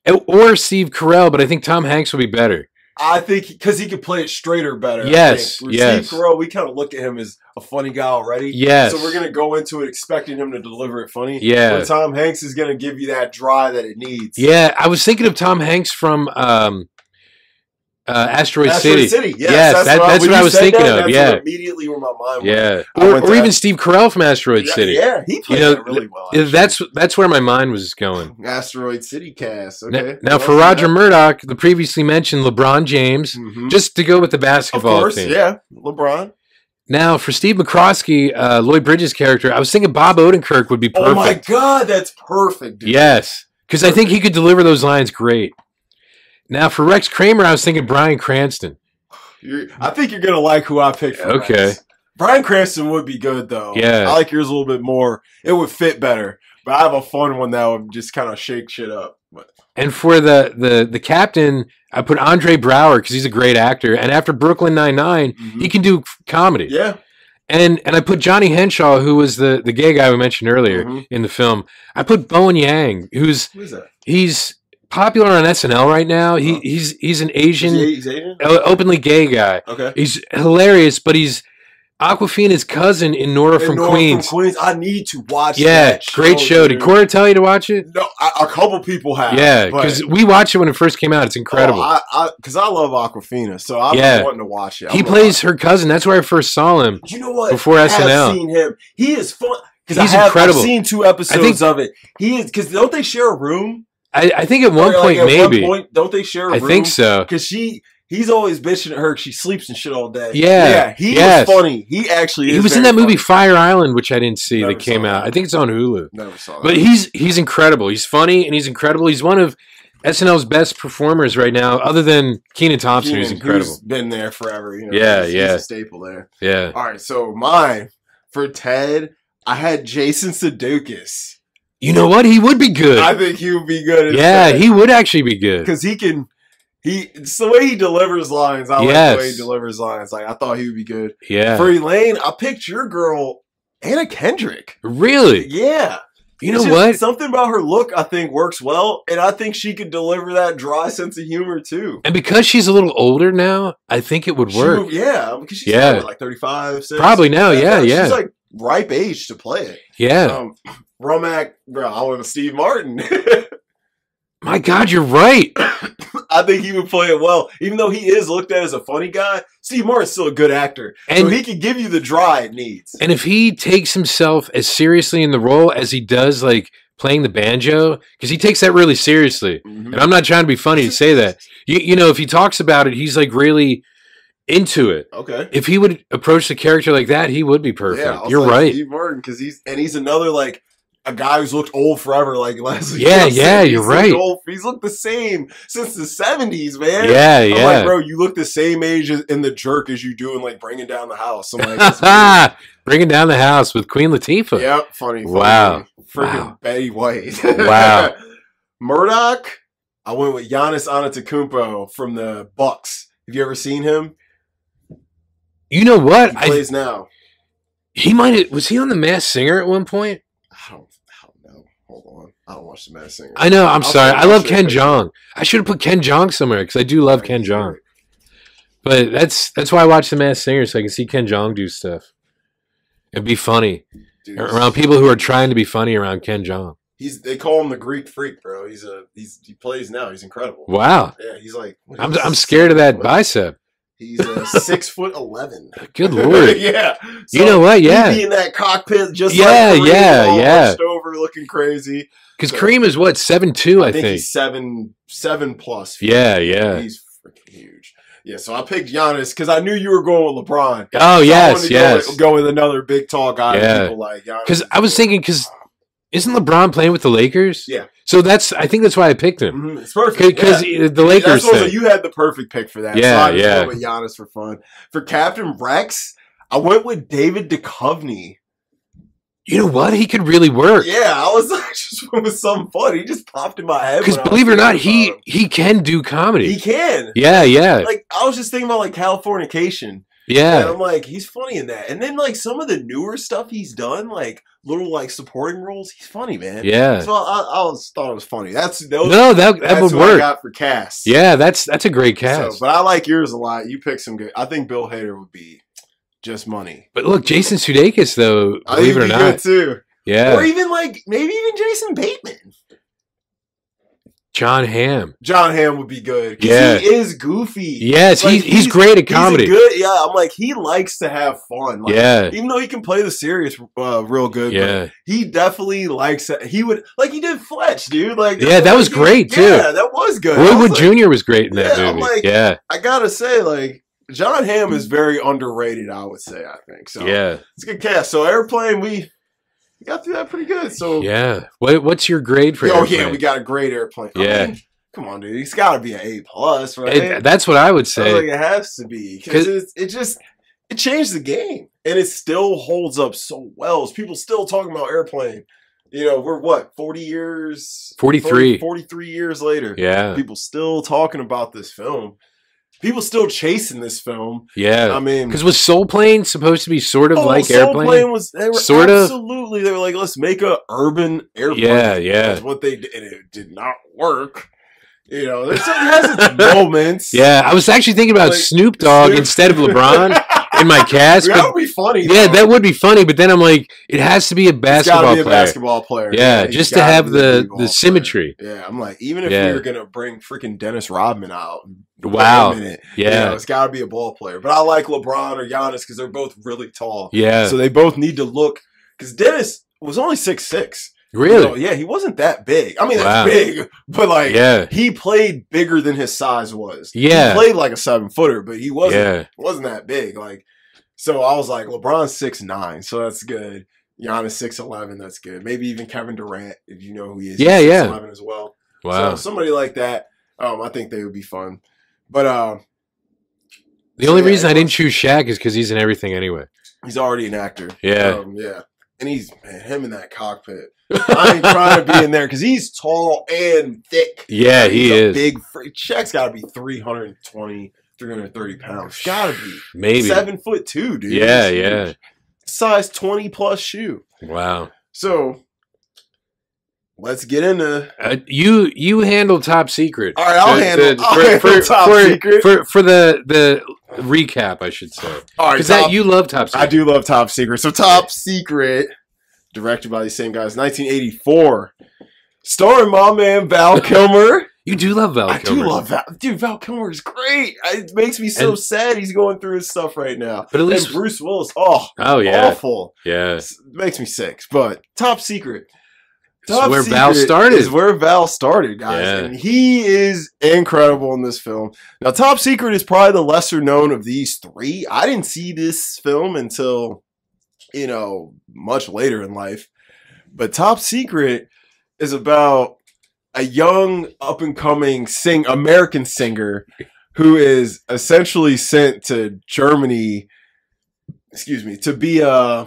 o- or Steve Carell, but I think Tom Hanks would be better. I think because he could play it straighter better. I Yes, think. yes. Steve Carell, we kind of look at him as a funny guy already. Yes, So we're gonna go into it expecting him to deliver it funny. Yeah. But Tom Hanks is gonna give you that dry that it needs. Yeah, I was thinking of Tom Hanks from um, uh, Asteroid, Asteroid City. City. Yes, Yes, that- what that's when what I you was said thinking of, That's what yeah. immediately where my mind went. Yeah, I or, went to or even Ast- Steve Carell from Asteroid City. Yeah, he played know, that really well. Yeah, actually. That's that's where my mind was going. Asteroid City cast. Now- Okay. Now, for Roger Murdoch, the previously mentioned LeBron James, Mhm. just to go with the of basketball course, thing. yeah, LeBron. Now, for Steve McCroskey, uh, Lloyd Bridges' character, I was thinking Bob Odenkirk would be perfect. Oh my God, that's perfect. Dude. yes, because I think he could deliver those lines great. Now, for Rex Kramer, I was thinking Brian Cranston. You're- I think you're gonna like who I picked. For Okay. Rex. Brian Cranston would be good though. Yeah. I like yours a little bit more. It would fit better. But I have a fun one that would just kind of shake shit up. But And for the the the captain, I put Andre Brower because he's a great actor. And after Brooklyn Nine Nine, he can do comedy. mm-hmm. yeah, And and I put Johnny Henshaw, who was the the gay guy we mentioned earlier Mhm. in the film. I put Bowen Yang, who's Who is that? he's popular on SNL right now. He Uh-huh. he's he's an Is Asian, he, he's Asian? o- openly gay guy. Okay. He's hilarious, but he's Aquafina's cousin in Nora, from, And Nora Queens. Queens. I need to watch. Yeah, that great show. Did dude. Cora tell you to watch it? No, I, a couple people have. Yeah, but- because we watched it when it first came out. It's incredible. Oh, I, I, cause I love Aquafina, so I'm Yeah. wanting to watch it. he I'm gonna plays her cousin. That's where I first saw him. watch it. You know what? before I SNL. have seen him. He is fun. Because He's I have, incredible. I've seen two episodes think- of it. He is because don't they share a room? I, I think at one Or, like, point at maybe. point, don't they share? a I room? think so. Because she, he's always bitching at her. 'cause She sleeps and shit all day. Yeah. he Yes. was funny. He actually. He is was in very that movie funny. Fire Island, which I didn't see Never that came saw out. that. I think it's on Hulu. Never saw that. But he's he's incredible. He's funny and he's incredible. He's one of SNL's best performers right now, other than Keenan Thompson, who's Keenan, incredible. who's Been there forever. You know, Yeah, he's- yeah. He's a staple there. yeah. All right, so mine for Ted, I had Jason Sudeikis. You know what? He would be good. I think he would be good. yeah, he would actually be good. because he can. He it's the way he delivers lines. I like the way Yes. he delivers lines. Like I thought he would be good. Yeah. For Elaine, I picked your girl, Anna Kendrick. really? Yeah, You It's know just what? Something about her look I think works well, and I think she could deliver that dry sense of humor too. And because she's a little older now, I think it would She work. would- yeah, because she's Yeah. what, like thirty five, Probably now, yeah, yeah. She's like ripe age to play it. yeah. Um, Romac, bro, I want to Steve Martin. My God, you're right. I think he would play it well, even though he is looked at as a funny guy. Steve Martin's still a good actor, And so he can give you the dry it needs. and if he takes himself as seriously in the role as he does, like playing the banjo, because he takes that really seriously. And I'm not trying to be funny to say that. You, you know, if he talks about it, he's like really into it. Okay, If he would approach the character like that, he would be perfect. Yeah, I was you're like, right. Steve Martin, because he's and he's another like a guy who's looked old forever, like Leslie. Yeah, Nielsen. yeah, He's you're looked right. old- he's looked the same since the '70s, man. yeah, I'm yeah. like, bro, you look the same age as, in the jerk as you do in like bringing down the house. I'm like, it's weird. Ha! Bringing down the house with Queen Latifah. yep, funny. funny. Wow. Freaking Wow. Betty White. Wow. Murdoch, I went with Giannis Antetokounmpo from the Bucks. Have you ever seen him? You know He what? I, plays now. he might have, was he on The Masked Singer at one point? I don't, I don't know. Hold on. I don't watch The Masked Singer. I know. I'm I'll sorry. put- I I'll love show you a Ken picture. Jong. I should have put Ken Jong somewhere because I do love Ken Jong. But that's that's why I watch The Masked Singer so I can see Ken Jong do stuff and be funny Dude, around people who are trying to be funny around Ken Jong. He's they call him the Greek freak, bro. He's a he's he plays now. He's incredible. Wow, Yeah, he's like what I'm is I'm this? scared of that What? bicep. He's uh, six foot eleven. Good lord. yeah. You know what? He'd Yeah, be in that cockpit just Yeah, like Kareem, yeah, all yeah. hunched over looking crazy. because Kareem is what seven two, I think. he's seven seven plus. feet. Yeah, yeah. He's freaking huge. Yeah, so I picked Giannis because I knew you were going with LeBron. Oh So I wanted yes, to go with- yes. Go with another big tall guy. Yeah. Yeah. People like Giannis. Because I was thinking, because isn't LeBron playing with the Lakers? Yeah. So that's I think that's why I picked him Mhm, it's perfect. yeah. because the Lakers That's what- so thing. you had the perfect pick for that. Yeah, so I just yeah. went with Giannis for fun. For Captain Rex, I went with David Duchovny. You know what? He could really work. Yeah, I was I just went with something fun. He just popped in my head. Because when I was believe it or not, thinking he about he can do comedy. him. he can. yeah, yeah, Like I was just thinking about like Californication, and yeah. I'm like, he's funny in that. And then like some of the newer stuff he's done, like little like supporting roles, he's funny, man. Yeah. So I, I was, thought it was funny. That's those, No, that that that's would what I work. got for cast. Yeah, that's that's a great So, cast. but, but I like yours a lot. You pick some good. I think Bill Hader would be just money. look, Jason Sudeikis though, I believe it or think he'd be not, good too. Or yeah, even like maybe even Jason Bateman. John Hamm. John Hamm would be good. 'cause Yeah. he is goofy. Yes, Like, he's, he's great at he's a comedy. good. Yeah, I'm like he likes to have fun. Like, yeah, Even though he can play the serious uh, real good, but yeah. he definitely likes. it. He would like he did Fletch, dude. Like Yeah, that like, was he- great, too. Yeah, that was good. I was Roy Wood like, Jr. was great in that Yeah, I'm movie. like- yeah, I gotta say, like John Hamm is very underrated. I would say. I think so. yeah, It's a good cast. So airplane, we we got through that pretty good. So yeah. What what's your grade for? oh yeah, Airplane? we got a great airplane. I Yeah. mean, come on, dude. It's got to be an A plus, right? It- that's what I would say. Sounds like it has to be 'Cause- because it just it changed the game and it still holds up so well. People still talking about airplane. You know, we're what forty years, 43. 40 43 years later. yeah, People still talking about this film. People still chasing this film. I yeah. mean, Because was Soul Plane supposed to be sort of Oh, like Soul Airplane? Plane was they were Sort of. absolutely they were like let's make a urban airplane. Yeah, yeah, That's what they did, and it did not work. You know, there's it has its moments. yeah. I was actually thinking about Like, Snoop Dogg Snoop- instead of LeBron. in my cast. that But would be funny. yeah, though. that would be funny. But then I'm like, it has to be a He's gotta basketball be a player. basketball player. Yeah, he's just to gotta have be a the big ball the player. symmetry. Yeah, I'm like, even if we Yeah. were gonna bring freaking Dennis Rodman out, and put Wow. him in it, you know, Yeah, it's got to be a ball player. But I like LeBron or Giannis because they're both really tall, yeah. so they both need to look. Because Dennis was only six six. Really? yeah, he wasn't that big. I mean, that's Wow. big, but like, Yeah, he played bigger than his size was. Yeah. he played like a seven footer, but he wasn't yeah. wasn't that big. Like, so I was like, LeBron's six nine, so that's good. Giannis six eleven, that's good. Maybe even Kevin Durant, if you know who he is, Yeah, he's yeah. 6'11" as well. Wow. So somebody like that, um, I think they would be fun. But um, The only yeah, reason it I didn't was- choose Shaq is because he's in everything anyway. he's already an actor. Yeah. um, yeah, and he's man, him in that cockpit. I ain't trying to be in there because he's tall and thick. yeah, He's he a is. Big freak. Shaq's got to be 320, 330 pounds. Got to be Maybe. seven foot two, dude. yeah, He's huge. yeah. size 20 plus shoe. Wow. So let's get into. Uh, you you handle top secret. All right, I'll To- handle, to- I'll for- handle for- top for- secret. for for the the recap, I should say. All right, Because that Top- you love top secret. I do love Top Secret. So Top Secret, directed by the same guys, 1984, starring my man Val Kilmer. You do love Val I Kilmer. do love Val, dude. Val Kilmer is great. I- It makes me so And- sad he's going through his stuff right now. But at And least, Bruce Willis, oh, oh yeah, awful. yeah. It makes me sick. But Top Secret. This is where Val started. Is where Val started, guys. Yeah. And he is incredible in this film. Now, Top Secret is probably the lesser known of these three. I didn't see this film until, you know, much later in life. But Top Secret is about a young, up and coming sing American singer who is essentially sent to Germany, excuse me, to be a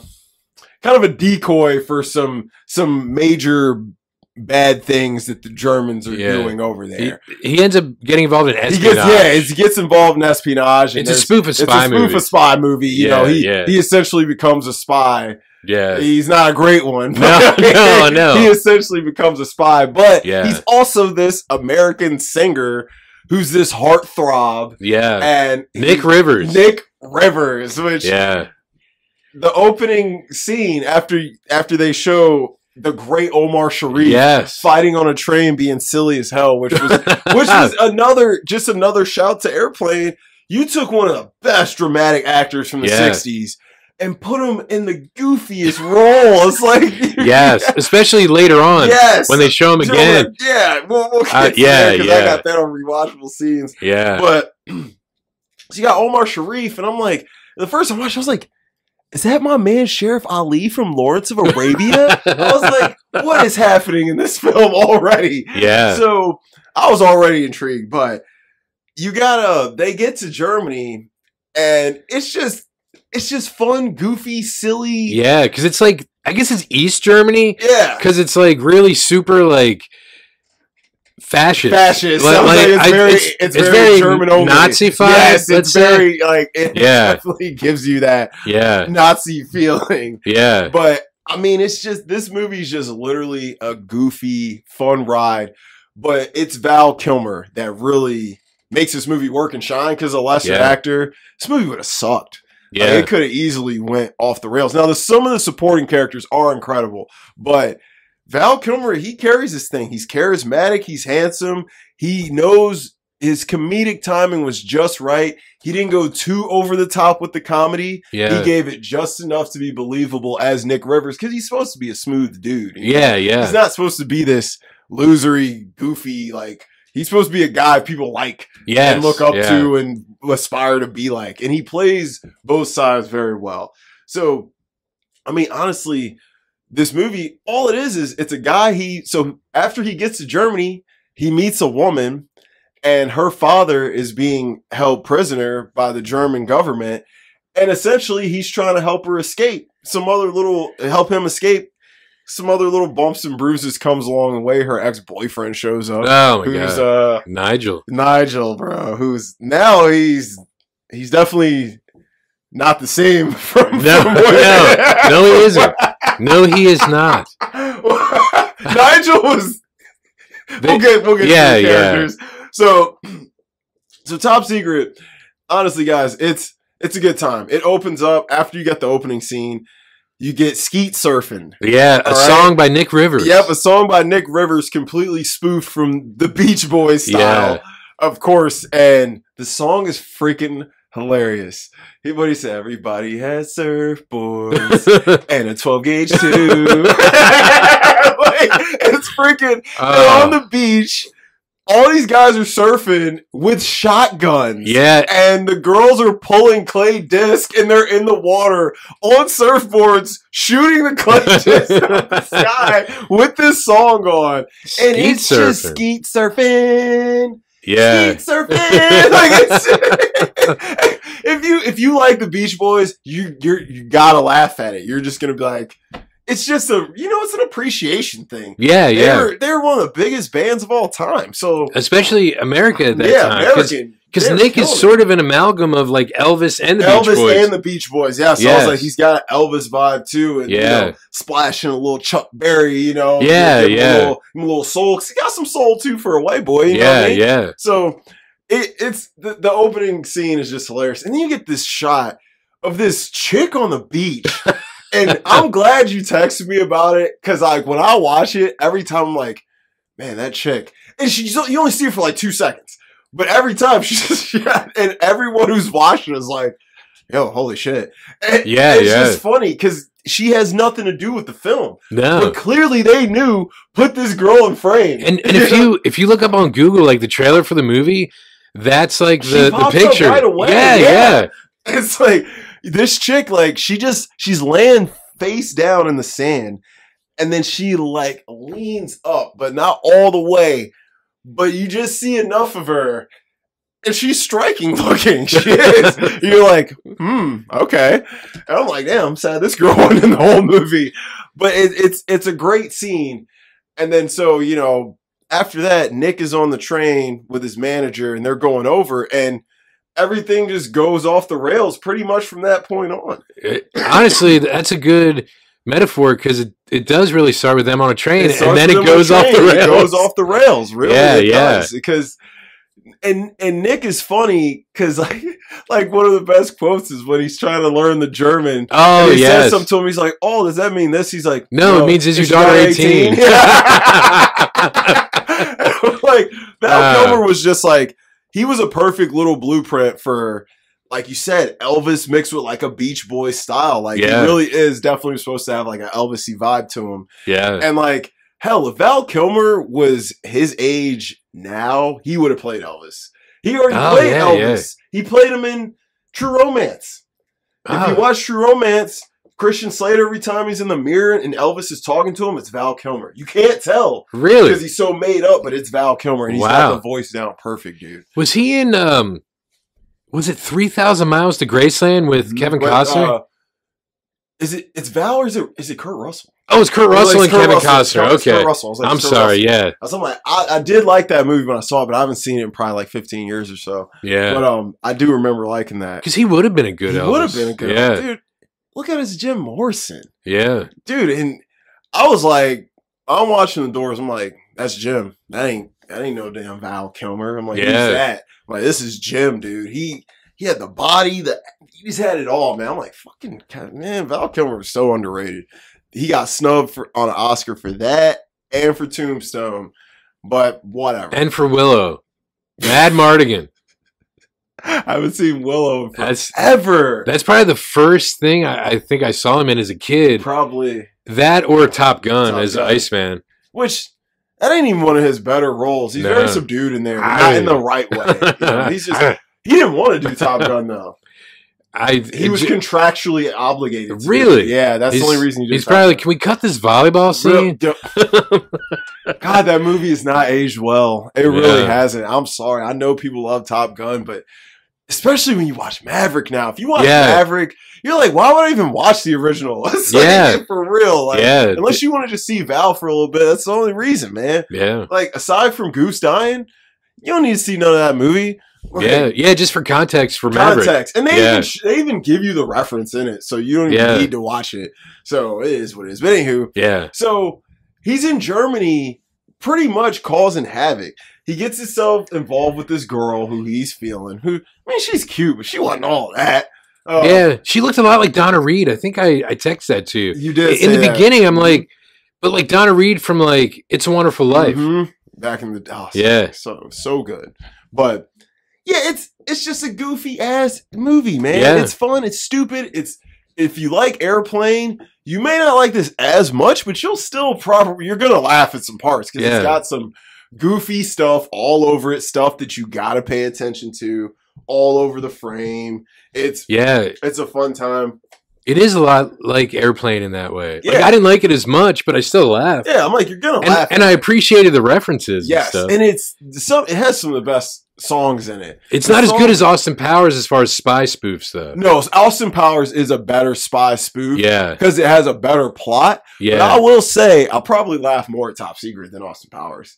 kind of a decoy for some some major bad things that the Germans are Yeah. doing over He, there. he ends up getting involved in He, espionage. gets yeah, he gets involved in espionage. And it's a there's- spoof of spy it's a spoof movie. of spy movie. You Yeah, know, he yeah. he essentially becomes a spy. yeah, He's not a great one. No, no, no. He essentially becomes a spy, but Yeah. he's also this American singer who's this heartthrob yeah. and Nick Rivers. Nick Rivers, which yeah, the opening scene after after they show the great Omar Sharif yes. fighting on a train being silly as hell, which was which is another just another shout to airplane you took one of the best dramatic actors from the Yeah. 60s and put him in the goofiest role it's like yes, especially later on yes when they show him Dude, again. yeah we'll, we'll Uh, get to yeah, there 'cause i yeah. got that on rewatchable scenes Yeah, but so you got omar sharif and i'm like the first time i watched i was like is that my man sheriff ali from lawrence of arabia i was like what is happening in this film already yeah, so I was already intrigued, but you gotta they get to Germany and it's just it's just fun, goofy, silly. yeah. Because it's like I guess it's East Germany Yeah. because it's like really super like fascist. Fascist. Like- I was like, like, it's, I- very, it's, it's- it's very, very German only. Nazi-fied, Yes, it's let's say. very like it Yeah. Uh. definitely gives you that Yeah, Nazi feeling. yeah. But I mean, it's just this movie's just literally a goofy, fun ride. But it's Val Kilmer that really makes this movie work and shine because a lesser Yeah. actor, this movie would have sucked. Like, Yeah, it could have easily went off the rails. Now, the, some of the supporting characters are incredible, but Val Kilmer, he carries this thing. He's charismatic. He's handsome. He knows his comedic timing was just right. He didn't go too over the top with the comedy. He yeah, gave it just enough to be believable as Nick Rivers because he's supposed to be a smooth dude. you know? yeah, yeah, He's not supposed to be this losery, goofy, like, he's supposed to be a guy people like yes, and look up yeah. to and aspire to be like. And he plays both sides very well. So, I mean, honestly, this movie, all it is, is it's a guy he, so after he gets to Germany, he meets a woman and her father is being held prisoner by the German government. And essentially, he's trying to help her escape some other little, help him escape. Some other little bumps and bruises comes along the way. Her ex boyfriend shows up, Oh my who's god, uh, Nigel. Nigel, bro, who's now he's he's definitely not the same from No, from no, no, he isn't. No, he is not. Nigel was They- we'll get we'll get yeah, to the yeah. characters. So so top secret, honestly, guys, it's It's a good time. It opens up after you get the opening scene. You get skeet surfing. Yeah, a All right. song by Nick Rivers. Yep, a song by Nick Rivers, completely spoofed from the Beach Boys style, Yeah. of course. And the song is freaking hilarious. He, what he said, everybody has surfboards and a 12 gauge too. Like, it's freaking they're Uh, on the beach. All these guys are surfing with shotguns. yeah, And the girls are pulling clay disc and they're in the water on surfboards shooting the clay disc out the sky with this song on. And Skeet it's just surfing. skeet surfing. yeah. Skeet surfing. like it's, if you if you like the Beach Boys, you you're you gotta laugh at it. You're just gonna be like, it's just a you know, it's an appreciation thing. Yeah, yeah. They're they're one of the biggest bands of all time. So Especially America at that yeah, time. American. Because They're Nick is killing it. sort of an amalgam of like Elvis and the Elvis Beach Boys. and the Beach Boys. Yeah, so I was Yes. like, he's got an Elvis vibe too, and Yeah. you know, splashing a little Chuck Berry, you know. Yeah, give him yeah. a little, give him a little soul. 'cause he got some soul too for a white boy. You know what yeah, I mean? yeah. So it, it's the, the opening scene is just hilarious, and then you get this shot of this chick on the beach. and I'm glad you texted me about it because like when I watch it, every time I'm like, man, that chick, and she you only see her for like two seconds, but every time she's and everyone who's watching is like, yo, holy shit, And Yeah, it's yeah. just funny because she has nothing to do with the film, No. but clearly they knew put this girl in frame, And and if you if you look up on Google like the trailer for the movie, that's like She the, the pops up picture. right away, Yeah, yeah. yeah. it's like this chick like she just she's laying face down in the sand and then she like leans up but not all the way but you just see enough of her and she's striking looking she is you're like hmm okay and i'm like damn i'm sad this girl wasn't in the whole movie but it, it's it's a great scene and then so you know after that nick is on the train with his manager and they're going over and everything just goes off the rails pretty much from that point on It- honestly, that's a good metaphor because it, it does really start with them on a train It and starts then with it him goes on off the train. rails. It goes off the rails, really. Yeah, it yeah. does, because and and Nick is funny because like like one of the best quotes is when he's trying to learn the German. Oh and he yes. says something to him. He's like, "Oh, does that mean this?" He's like, no, it means is your daughter eighteen? like that Uh. number was just like he was a perfect little blueprint for like you said Elvis mixed with like a Beach Boy style. Like Yeah. he really is definitely supposed to have like an Elvisy vibe to him. yeah. And like, hell, if Val Kilmer was his age now, he would have played Elvis. He already Oh, played yeah, Elvis. He played him in True Romance. If Oh. you watch True Romance, Christian Slater, every time he's in the mirror and Elvis is talking to him, it's Val Kilmer. You can't tell because Really? he's so made up, but it's Val Kilmer and he's got Wow. the voice down perfect, dude. Was he in um was it three thousand miles to Graceland with Kevin But, Costner? Mm, uh, is it it's Val or is it is it Kurt Russell? oh, it's Kurt Or, like, Russell and it's Kurt Kevin Russell. Costner. It's Kurt Okay. Russell. I was like, I'm it's Kurt sorry, Russell. yeah. I was I'm like, I, I did like that movie when I saw it, but I haven't seen it in probably like 15 years or so. But Yeah. um, I do remember liking that. Because he would have been a good He Elvis. would have been a good, Yeah. dude. Look at his Jim Morrison, Yeah. dude. And I was like, I'm watching the doors. I'm like, that's Jim. That ain't that ain't no damn Val Kilmer. I'm like, who's Yeah. that? I'm like, this is Jim, dude. He he had the body, the he just had it all, man. I'm like, fucking God, man, Val Kilmer was so underrated. He got snubbed for on an Oscar for that and for Tombstone, but whatever. And for Willow. Mad Mardigan. I haven't seen Willow in That's forever. that's probably the first thing I, I think I saw him in as a kid. Probably. That or Top Gun Top as Gun. Iceman. Which that ain't even one of his better roles. He's No. very subdued in there, but I- not in the right way. You know, he's just he didn't want to do Top Gun though. I He was contractually obligated. to do it. Really? Yeah, that's He's- the only reason he did. He's Top probably like, Gun. can we cut this volleyball Real- scene? d- God, that movie is not aged well. It really Yeah. hasn't. I'm sorry. I know people love Top Gun, but especially when you watch Maverick now. If you watch Yeah. Maverick, you're like, why would I even watch the original? It's like, Yeah. for real. Like, yeah. Unless you want to just see Val for a little bit, that's the only reason, man. yeah. Like, aside from Goose dying, you don't need to see none of that movie. Like, Yeah. Yeah. Just for context for Maverick. Context, and they Yeah. even they even give you the reference in it, so you don't even Yeah. need to watch it. So it is what it is. But anywho, Yeah. so he's in Germany, pretty much causing havoc. He gets himself involved with this girl who he's feeling. Who I mean, she's cute, but she wasn't all that. Oh, yeah, she looked a lot like Donna Reed. I think I I text that to you. you did In the say that. Mm-hmm. beginning, I'm like, but like Donna Reed from like It's a Wonderful Life. Mhm. Back in the oh, so- Yeah. so so good. But yeah, it's it's just a goofy ass movie, man. Yeah. It's fun. It's stupid. It's if you like Airplane, you may not like this as much, but you'll still probably you're gonna laugh at some parts because Yeah. it's got some goofy stuff all over it, stuff that you gotta pay attention to, all over the frame. It's Yeah, it's a fun time. it is a lot like Airplane in that way. Like Yeah. I didn't like it as much, but I still laughed. Yeah, I'm like you're gonna And, laugh. and I appreciated the references. and yes, stuff. and it's some. It has some of the best songs in it. It's The not as song- good as Austin Powers as far as spy spoofs, though. No, Austin Powers is a better spy spoof. Yeah, Because it has a better plot. But I yeah. will say, I'll probably laugh more at Top Secret than Austin Powers.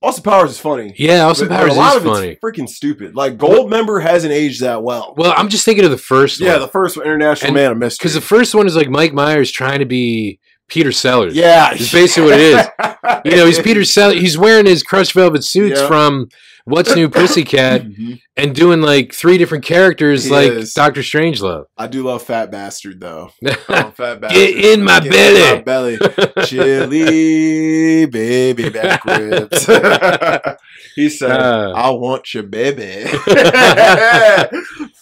Austin Powers is funny. Yeah, Austin but- but Powers a is lot of it's funny. freaking stupid. Like, Goldmember hasn't aged that well. Well, I'm just thinking of the first yeah, yeah, the first one, International And- Man of Mystery. Because the first one is like Mike Myers trying to be Peter Sellers. yeah. It's basically what it is. is. You know, he's Peter Sellers. He's wearing his crushed velvet suits Yeah. from What's New Pussycat Mhm. and doing like three different characters He like is. Doctor Strangelove. I do love Fat Bastard, though. Get Oh, fat bastard. in my Get in my belly. belly. chili baby back ribs. he said, Uh. "I want your baby,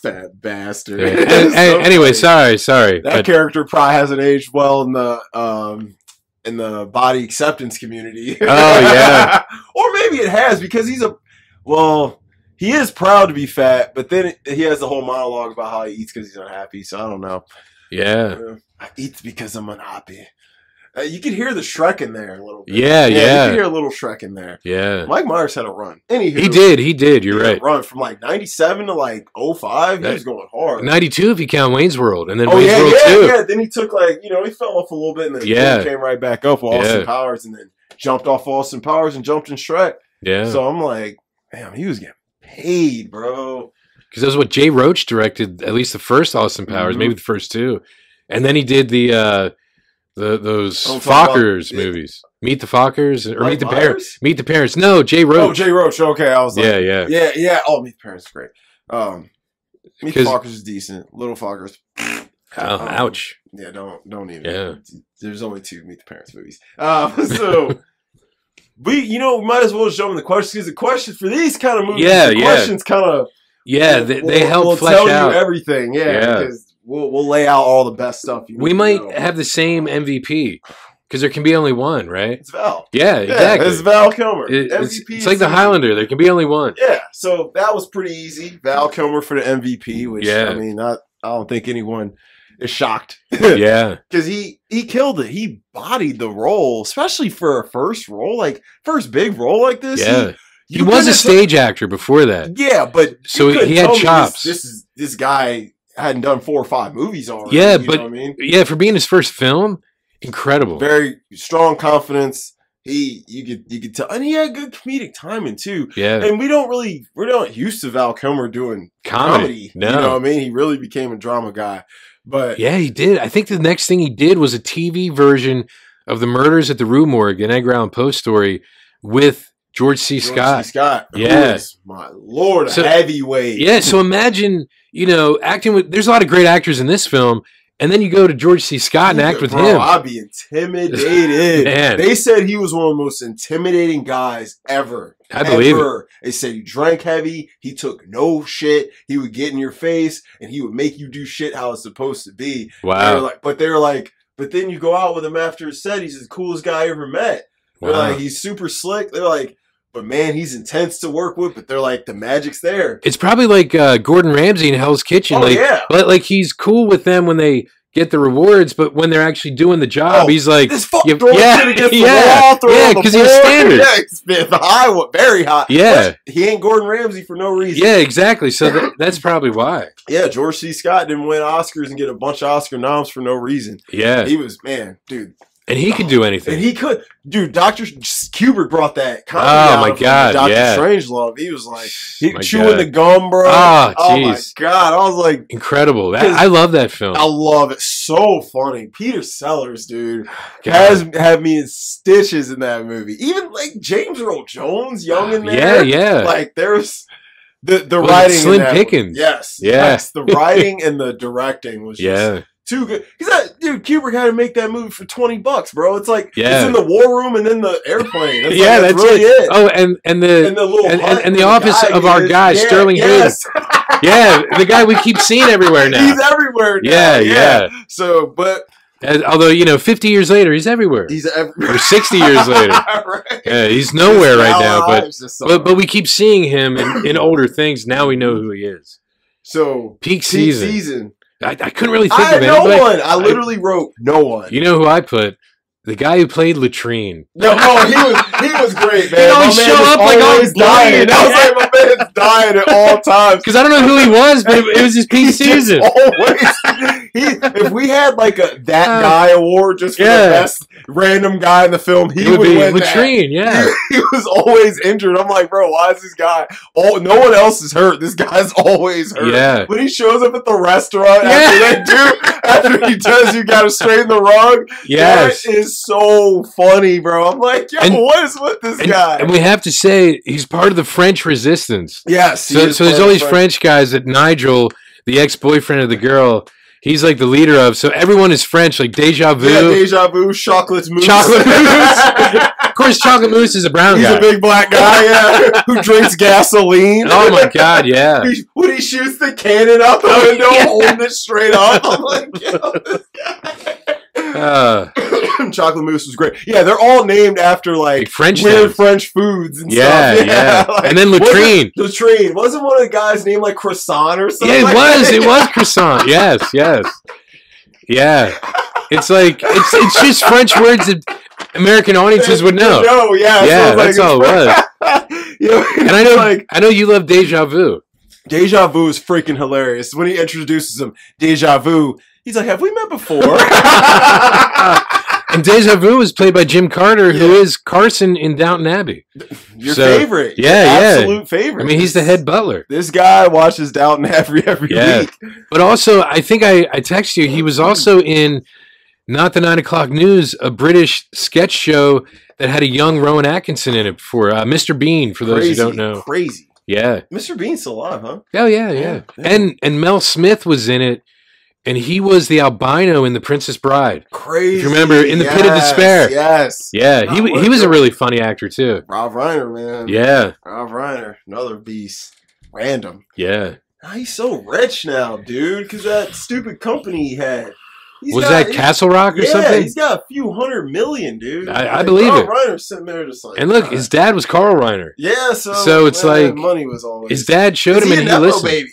fat bastard." Yeah. An- So an- anyway, funny. sorry, sorry. that But character probably hasn't aged well in the um in the body acceptance community. Oh, yeah. or maybe it has because he's a well. He is proud to be fat, but then he has the whole monologue about how he eats because he's unhappy. So I don't know. yeah. I eat because I'm unhappy. Uh, you could hear the Shrek in there a little bit. Yeah, You could yeah. hear a little Shrek in there. Yeah. Mike Myers had a run. Anywho, He did, he did, he you're had a right. Run from like '97 to like 05. He That- was going hard. 92 if you count Wayne's World, and then oh Wayne's yeah, World yeah, 2. yeah. Then he took like you know he fell off a little bit and then he Yeah. came right back up with Yeah. Austin Powers and then jumped off Austin Powers and jumped in Shrek. Yeah, So I'm like, damn, he was getting paid, bro. because that's what Jay Roach directed. At least the first Austin Powers, Mhm. maybe the first two, and then he did the uh the those Don't talk about- Fockers movies, Meet the Fockers or Mike Meet the Parents. Myers? Meet the Parents. No, Jay Oh, Roach. Jay Roach. Okay, I was like, yeah, yeah, Yeah, yeah. Oh, Meet the Parents is great. Um, Meet the 'Cause- Fockers is decent. Little Fockers. Oh, Um, ouch. Yeah, don't don't even. Yeah. There's only two Meet the Parents movies. Uh, so we, you know, we might as well jump in the questions because the questions for these kind of movies, Yeah, the yeah. questions kind of Yeah, they, they help will flesh tell out. you everything. Yeah, Yeah. because we'll we'll lay out all the best stuff. You we need to might know. have the same MVP because there can be only one, right? it's Val. Yeah, exactly. Yeah, it's Val Kilmer. It- it's, MVP it's is like the easy. Highlander. There can be only one. Yeah, so that was pretty easy. Val Kilmer for the MVP, which Yeah. I mean, I, I don't think anyone is shocked Yeah, because he he killed it. He bodied the role, especially for a first role, like first big role like this. yeah. you He was a couldn't- stage actor before that. yeah, but you So he couldn't had tell me this- chops. This, is this guy hadn't done four or five movies already. Yeah, you know but- what I mean, Yeah, for being his first film, incredible. very strong confidence. He you could you could tell, and he had good comedic timing too. yeah, And we don't really we're not used to Val Kilmer doing comedy. No. You know what I mean? He really became a drama guy. But Yeah, he did. I think the next thing he did was a TV version of the murders at the Rue Morgue and Edgar Allan Poe story with George C. George C. Scott. Scott. who Yeah. is, my lord, a So- heavyweight. Yeah, so imagine, you know, acting with there's a lot of great actors in this film, and then you go to George C. Scott and act with Bro, him. I'd be intimidated. Man. They said he was one of the most intimidating guys ever. I believe it. ever. They said he drank heavy. He took no shit. He would get in your face and he would make you do shit how it's supposed to be. They were Wow. like, but they were like, but then you go out with him after his set. He's the coolest guy I ever met. They're wow. like, he's super slick. They're like, but man, he's intense to work with. But they're like, the magic's there. it's probably like uh, Gordon Ramsay in Hell's Kitchen. oh like yeah, but like he's cool with them when they get the rewards, but when they're actually doing the job, Oh, he's like this fuck you- throwing yeah, shit against yeah, the wall, throwing yeah, on the 'cause he has floor. standards. Yeah, it's been the high one, very high. Yeah. But he ain't Gordon Ramsay for no reason. Yeah, exactly. So tha- that's probably why. yeah. George C. Scott didn't win Oscars and get a bunch of Oscar noms for no reason. Yeah. He was man, dude, And he could do and anything. he could, dude. Doctor Kubrick brought that. comedy Oh, out my of him, God, Doctor yeah. Strangelove. He was like he, My chewing God. the gum, bro. Ah, oh my jeez. god, I was like. Incredible. That, 'Cause- I love that film. I love it. So funny. Peter Sellers, dude, God. has had me in stitches in that movie. Even like James Earl Jones, young in yeah, there. yeah. Like there's The the Was it writing, in Slim that- Pickens? yes, Yeah. yes, the writing and the directing was just Yeah. too good. He's that dude. Kubrick had to make that movie for twenty bucks, bro. It's like Yeah. it's in the war room and then the airplane. That's Yeah, yeah, that's that's really it. Oh, and and the And the little and- and- hut and the with office of our dude. guy, Sterling Hayden. yes. yeah, the guy we keep seeing everywhere now. He's everywhere now. Yeah, yeah. So, but And although you know, fifty years later, he's everywhere, he's everywhere. or sixty years later. Right. Yeah, he's nowhere right now, but Lives is but but we keep seeing him in, in older things. Now we know who he is. so Peak peak season. season. I, I couldn't really think I of no anybody. one. I literally wrote no one. You know who I put? The guy who played Latrine. No, oh, he was he was great, man. He'd My always man show was up like all always dying. bloody. I was like, my man's dying at all times. Because I don't know who he was, but it, it was his peak He's just season. Always, he, if we had like a that Uh, guy award just for yeah. the best random guy in the film, he It would would be win that. Latrine. Yeah. He was always injured. I'm like, bro, why is this guy? Oh, no one else is hurt. This guy's always hurt. Yeah. When he shows up at the restaurant Yeah. after they do, after he does, you gotta straighten the wrong. Yes. That is so funny, bro. I'm like, yo, And- what is with this And, guy? and we have to say he's part of the French resistance. yes. he So, is so there's funny, all these funny. French guys that Nigel, the ex boyfriend of the girl, he's like the leader of. So everyone is French, like Deja Vu. Yeah, deja vu, chocolate mousse. Chocolate mousse. of course, Chocolate Moose is a brown He's guy. a big black guy, yeah, who drinks gasoline. oh my god, yeah. Oh, He- when he shoots the cannon out the window, yeah. holding it straight up. I'm like, yo, this guy. Uh, chocolate mousse was great. Yeah, they're all named after like like French weird names. French foods and Yeah, stuff. yeah. And then wasn't- latrine. Latrine. Wasn't one of the guys named like croissant or something? Yeah, it like was. that? It was croissant. Yes, yes, yeah. It's like it's it's just French words that American audiences would know. No, yeah. Yeah, that's all it was. was. you know, And I know, like I know you love deja vu. Deja Vu is freaking hilarious. When he introduces him, Deja Vu, he's like, Have we met before? You're And deja vu was played by Jim Carter, who is Carson in Downton Abbey. So, favorite. yeah, Your yeah. Absolute favorite. I mean, he's the head butler. This guy watches Downton every every Yeah. week. But also, I think I, I text you. He was also in not the nine o'clock news, a British sketch show that had a young Rowan Atkinson in it for uh, Mr. Bean. For those crazy, who don't know, Crazy. yeah, Mr. Bean's still alive, huh? oh yeah, yeah, Yeah, yeah. And and Mel Smith was in it, and he was the albino in The Princess Bride. Crazy. remember, in the pit of despair. Yes. Yeah, he Ah, wa- what he a was a girl. really funny actor too. Rob Reiner, man. Yeah, Rob Reiner, another beast. Random. yeah. Ah, He's so rich now, dude, because that stupid company he had. He's was got- that he's- Castle Rock or yeah, something? he's got a few hundred million, dude. I- I believe Rob it. Reiner's sitting there just like, And look, "God." his dad was Carl Reiner. yeah, so so it's man, like- money was always His dad showed Is him, he and an he Nepo listened.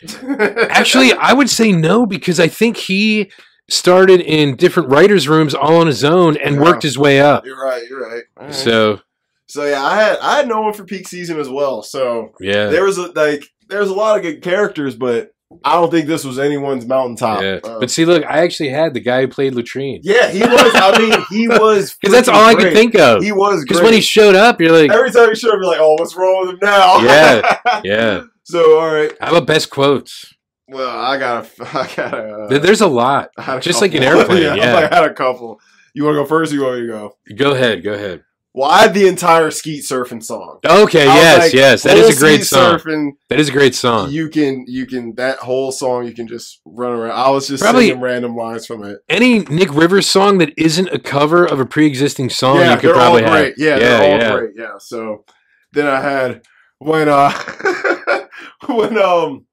baby. Actually, I would say no because I think he started in different writers' rooms all on his own and Yeah. worked his way up. you're right, you're right. All right. So, So yeah, I had I had no one for peak season as well. So yeah, there was a, like there was a lot of good characters, but I don't think this was anyone's mountaintop. yeah. Uh, But see, look, I actually had the guy who played Latrine yeah, he was. I mean, he was because that's all I could freaking think great. of. He was Because great. when he showed up, you're like, Every time he showed up, you're like, oh, what's wrong with him now? Yeah. yeah. so all right. How about best quotes? Well, I got a, I got a, There- There's a lot. I had a just like an couple. airplane, yeah. I had a couple. You want to go first? Or you want me to go? Go ahead, go ahead. Well, I had the entire skeet surfing song. Okay, I was yes, like, yes. That is whole a great Skeet song. Surfing, That is a great song. you can, you can. That whole song, you can just run around. I was just Probably- singing random lines from it. Any Nick Rivers song that isn't a cover of a pre-existing song, yeah, Oh, you could they're probably all have. great. Yeah, Yeah, they're all yeah. great. Yeah. So then I had when uh when um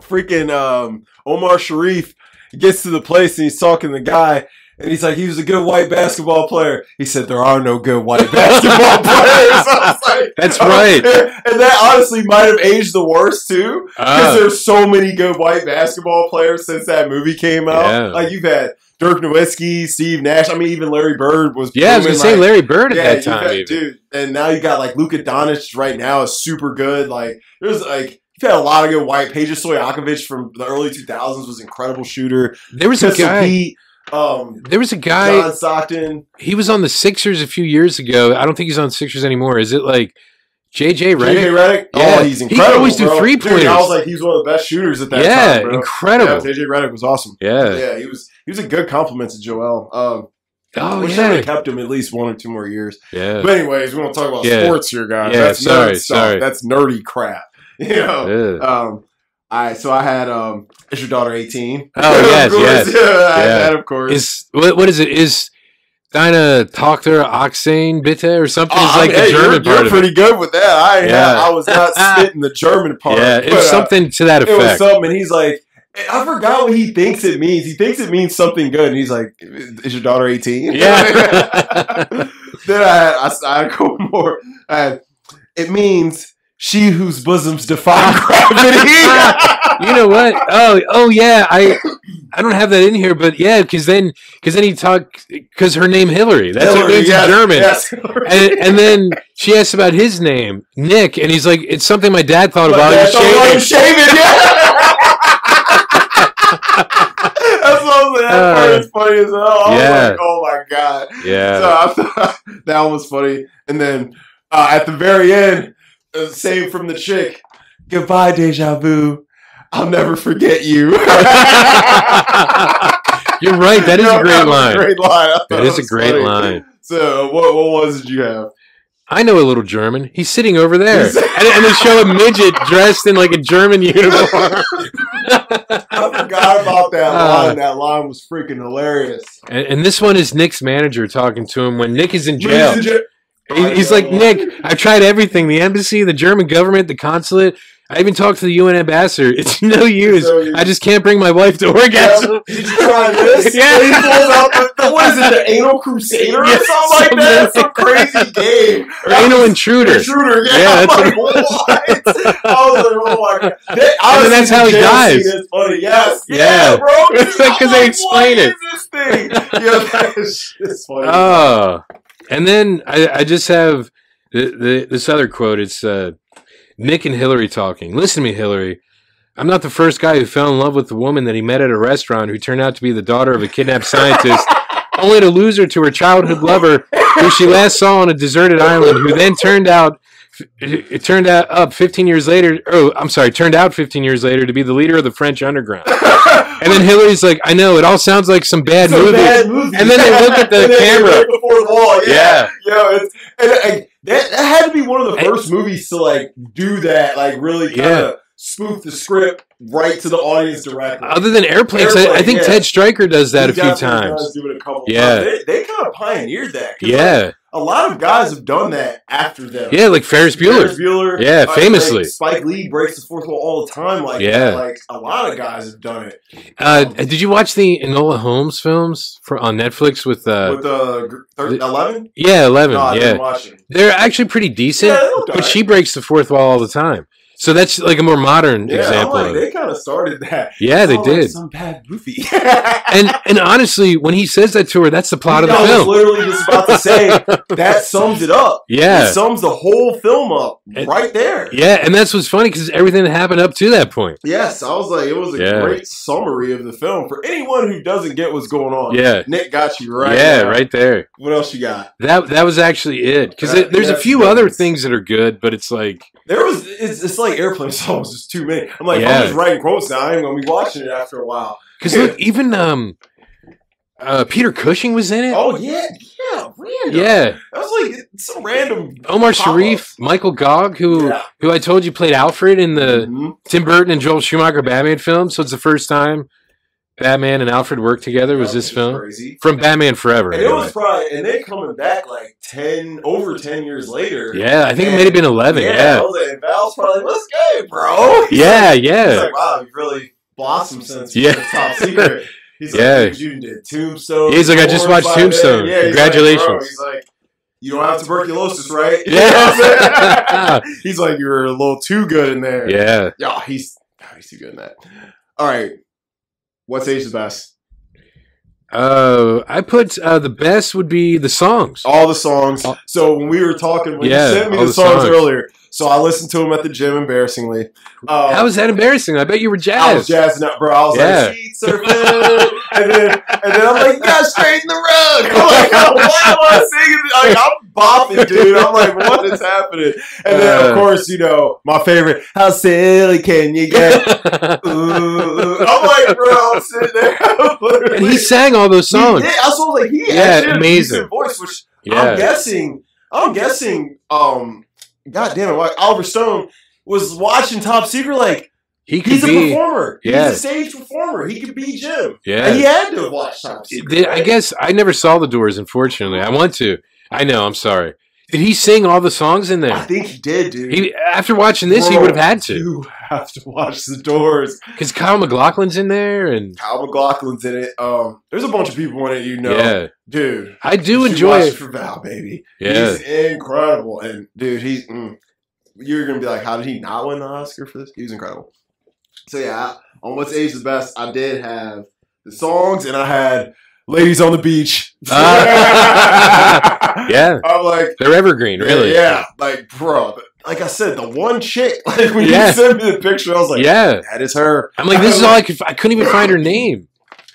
freaking um Omar Sharif gets to the place and he's talking to the guy and he's like, he was a good white basketball player. He said, there are no good white basketball players. I was like, That's right. And that honestly might have aged the worst too. Ah, Because there's so many good white basketball players since that movie came out. Yeah. Like you've had Dirk Nowitzki, Steve Nash. I mean, even Larry Bird was. yeah, I was gonna booming, say like- Larry Bird at Yeah, that you've time. got- even. dude. And now you got like Luka Doncic right now is super good. Like there's like you've had a lot of good white. Peja Stojakovic from the early 2000s was an incredible shooter. There was a Pistol guy. Pete, um, There was a guy. John Stockton, He was on the Sixers a few years ago. I don't think he's on Sixers anymore. Is it like JJ JJ Redick? Redick. Yeah. Oh, he's He could incredible. always do bro. three Dude, I pointers. was like, he's one of the best shooters at that Yeah, time. Bro. incredible. Yeah, JJ Redick was awesome. Yeah. Yeah, he was he was a good compliment to Joel. Um, Oh we should yeah. have kept him at least one or two more years. Yeah. But anyways, we don't talk about Yeah. sports here, guys. Yeah, That's sorry, nerd stuff. sorry. That's nerdy crap. You know, Ugh. um, I so I had um, is your daughter eighteen? Oh, yes, yes. Yeah, I had Yeah. that, of course. Is what what is it? Is Dinah Tochter Oxane Bitte or something? Oh, It's I like mean, hey, the German you're, part you're of pretty good with that. I ain't Yeah. have- I was not spitting the German it. part. Yeah, but, uh, it's something to that It was effect. something. And he's like, I forgot what he thinks it means. He thinks it means something good. And he's like, is your daughter eighteen? yeah. then I had I, I had a couple more. I had, it means she whose bosoms defy gravity. you know what? Oh, oh yeah. I I don't have that in here, but yeah, because then because then he talked because her name Hillary. That's what it means yes, in German. yes, Hillary. And, and then she asks about his name, Nick, and he's like, "It's something my dad thought But about." that's He was all I'm shaving. shaving, yeah. That's what I'm saying. That part Uh, is funny as hell. I was yeah. like, oh my god. Yeah, So I thought that was funny. And then uh, at the very end, uh, save from the chick. Goodbye, deja vu. I'll never forget you. you're right. That is No, a great that was line. Great line. I thought That is a was great funny. line. So what what was it you have? I know a little German. He's sitting over there, and, and they show a midget dressed in like a German uniform, I forgot about that Uh, line. That line was freaking hilarious. and, and this one is Nick's manager talking to him when Nick is in jail. Ladies and gen- He- He's Oh, like, Nick, I've tried everything the embassy, the German government, the consulate. I even talked to the UN ambassador. It's no use. no use. I just can't bring my wife to orgasm. Did you try this? Yeah. He pulls out the, the- what is it, the anal crusader or Yeah, something like something that? like Some crazy game. Or anal intruder. Intruder, yeah. Yeah, I'm that's like, what? I was like, oh my god. That, And then honestly, that's how he Jay dies. Sean is funny. Yes. Yeah, Yeah. bro. It's like 'cause they explain it. What is this thing? Yeah, that is just funny. Oh. And then I, I just have the, the, this other quote. It's uh, Nick and Hillary talking. Listen to me, Hillary. I'm not the first guy who fell in love with the woman that he met at a restaurant who turned out to be the daughter of a kidnapped scientist, only to lose her to her childhood lover, who she last saw on a deserted island, who then turned out. It turned out up 15 years later. Oh, I'm sorry, turned out 15 years later to be the leader of the French underground. And then Hillary's like, I know, it all sounds like some bad It's a movie. bad movie. And then they look at the And then they camera. look before the wall. Yeah. yeah. Yeah, it's, and, and that, that had to be one of the first movies to like do that, like really kind of Yeah. spoof the script right to the audience directly. other than airplanes, I, I think Airplane, yeah. Ted Stryker does that He a few definitely times. does do it a couple Yeah. times. they, they kind of pioneered that. 'cause, like, Yeah, a lot of guys have done that after them. yeah, like Ferris Bueller. Ferris Bueller, Yeah, like, famously. like, Spike Lee breaks the fourth wall all the time. Like, Yeah. like a lot of guys have done it Uh, did you watch the Enola Holmes films for, on Netflix with? Uh, with uh, the- eleven. yeah, Eleven. No, I didn't yeah, watch it. they're actually pretty decent, Yeah, they looked but alright. she breaks the fourth wall all the time. So that's like a more modern Yeah, I'm example. like, of it. they kind of started that. Yeah, they Oh, like did. some bad movie. And and honestly, when he says that to her, that's the plot of the I was film. literally just about to say that sums it up. Yeah, It sums the whole film up It- right there. yeah, and that's what's funny because everything that happened up to that point. Yes, I was like, it was a Yeah. great summary of the film for anyone who doesn't get what's going on. Yeah, Nick got you right. yeah, now. right there. What else you got? That that was actually it because Yeah, there's a that's few good. other things that are good, but it's like There was it's, it's like airplane songs, just too many. I'm like, Yeah. I'm just writing quotes now. I ain't gonna be watching it after a while. because look, even um, uh, Peter Cushing was in it. Oh yeah, yeah, random. yeah, that was like some random. Omar pop-ups. Sharif, Michael Gogg, who Yeah. who I told you played Alfred in the Mhm. Tim Burton and Joel Schumacher Batman film. So it's the first time Batman and Alfred worked together. Was That this film crazy? from Batman Forever? And it anyway. was probably, and they coming back like ten over ten years later. Yeah, I think it may have been eleven. I Yeah, was like, and Val's probably like, let's go, bro. yeah, yeah. He's like, wow, you really blossomed since Yeah. yeah. top secret. He's like, Yeah. yeah. you did Tombstone. He's like, I just watched Glorified Tombstone. Man. he's Congratulations. Like, bro, he's like, you don't have tuberculosis, right? You know what I'm yeah, saying? he's like, you were a little too good in there. yeah. Yeah, he's, God, he's too good in that. All right. What's Asia's best? Uh, I put uh, the best would be the songs. all the songs. All- So when we were talking, when Yeah, you sent me all the the songs, songs. earlier, so I listened to them at the gym, embarrassingly. Um, How was that embarrassing? I bet you were I was jazzed. jazzing up, bro. I was Yeah. like, sheets are filled. and, then, and then I'm like, you gotta straighten the rug. I'm like, oh, why am I singing? this? Like, I'm bopping, dude. I'm like, what is happening? And then, Uh. of course, you know, my favorite, how silly can you get? Ooh, ooh. I'm like, bro, I'm sitting there. I'm and he literally- sang all those songs. He did. I was like, he Yeah, actually had a amazing. decent voice, which I'm Yeah. guessing. I'm guessing. Um, God damn it, like Oliver Stone, was watching Top Secret like He could he's a be. performer. yes. He's a stage performer. He could be Jim. Yeah. And he had to have watched Top Secret. Did- I right? guess I never saw the Doors. Unfortunately, I want to. I know. I'm sorry. Did he sing all the songs in I there? think he did, dude. He, after watching this, he Bro, would have had to You have to watch the doors. because Kyle McLaughlin's in there, and Kyle McLaughlin's in it. Um, there's a bunch of people in it, you know. yeah, Dude. I do you should enjoy watch it. for Val, baby. Yeah, He's incredible. And dude, he's mm, you're gonna be like, how did he not win the Oscar for this? He was incredible. So yeah, on What's Age the Best, I did have the songs and I had Ladies on the Beach. Ah. yeah, I'm like, they're evergreen, really. Yeah, like bro, but like I said, the one chick. Like when Yeah. you sent me the picture, I was like, yeah. that is her. I'm like, this is all I could. I couldn't even find her name.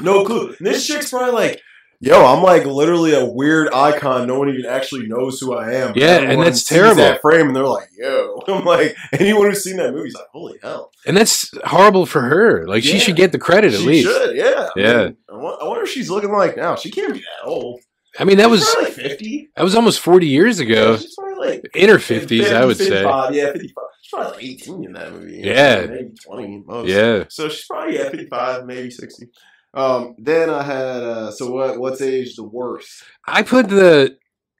No clue. And this chick's probably like, yo, I'm like literally a weird icon. No one even actually knows who I am. Yeah, and Everyone that's sees terrible. That frame, and they're like, yo. I'm like, anyone who's seen that movie's like, holy hell. And that's horrible for her. Like she Yeah. should get the credit at she least. should, yeah. I Yeah. mean, I, won- I wonder if she's looking like now. She can't be that old. I mean, that She's was probably like 50. that was almost 40 years ago, She's probably like in her 50s, I would say. 55, yeah, 55. She's probably like 18 in that movie. Yeah. Maybe 20 at most. Yeah, So she's probably yeah, 55, maybe 60. Um, then I had uh, so what? What's age the worst? I put the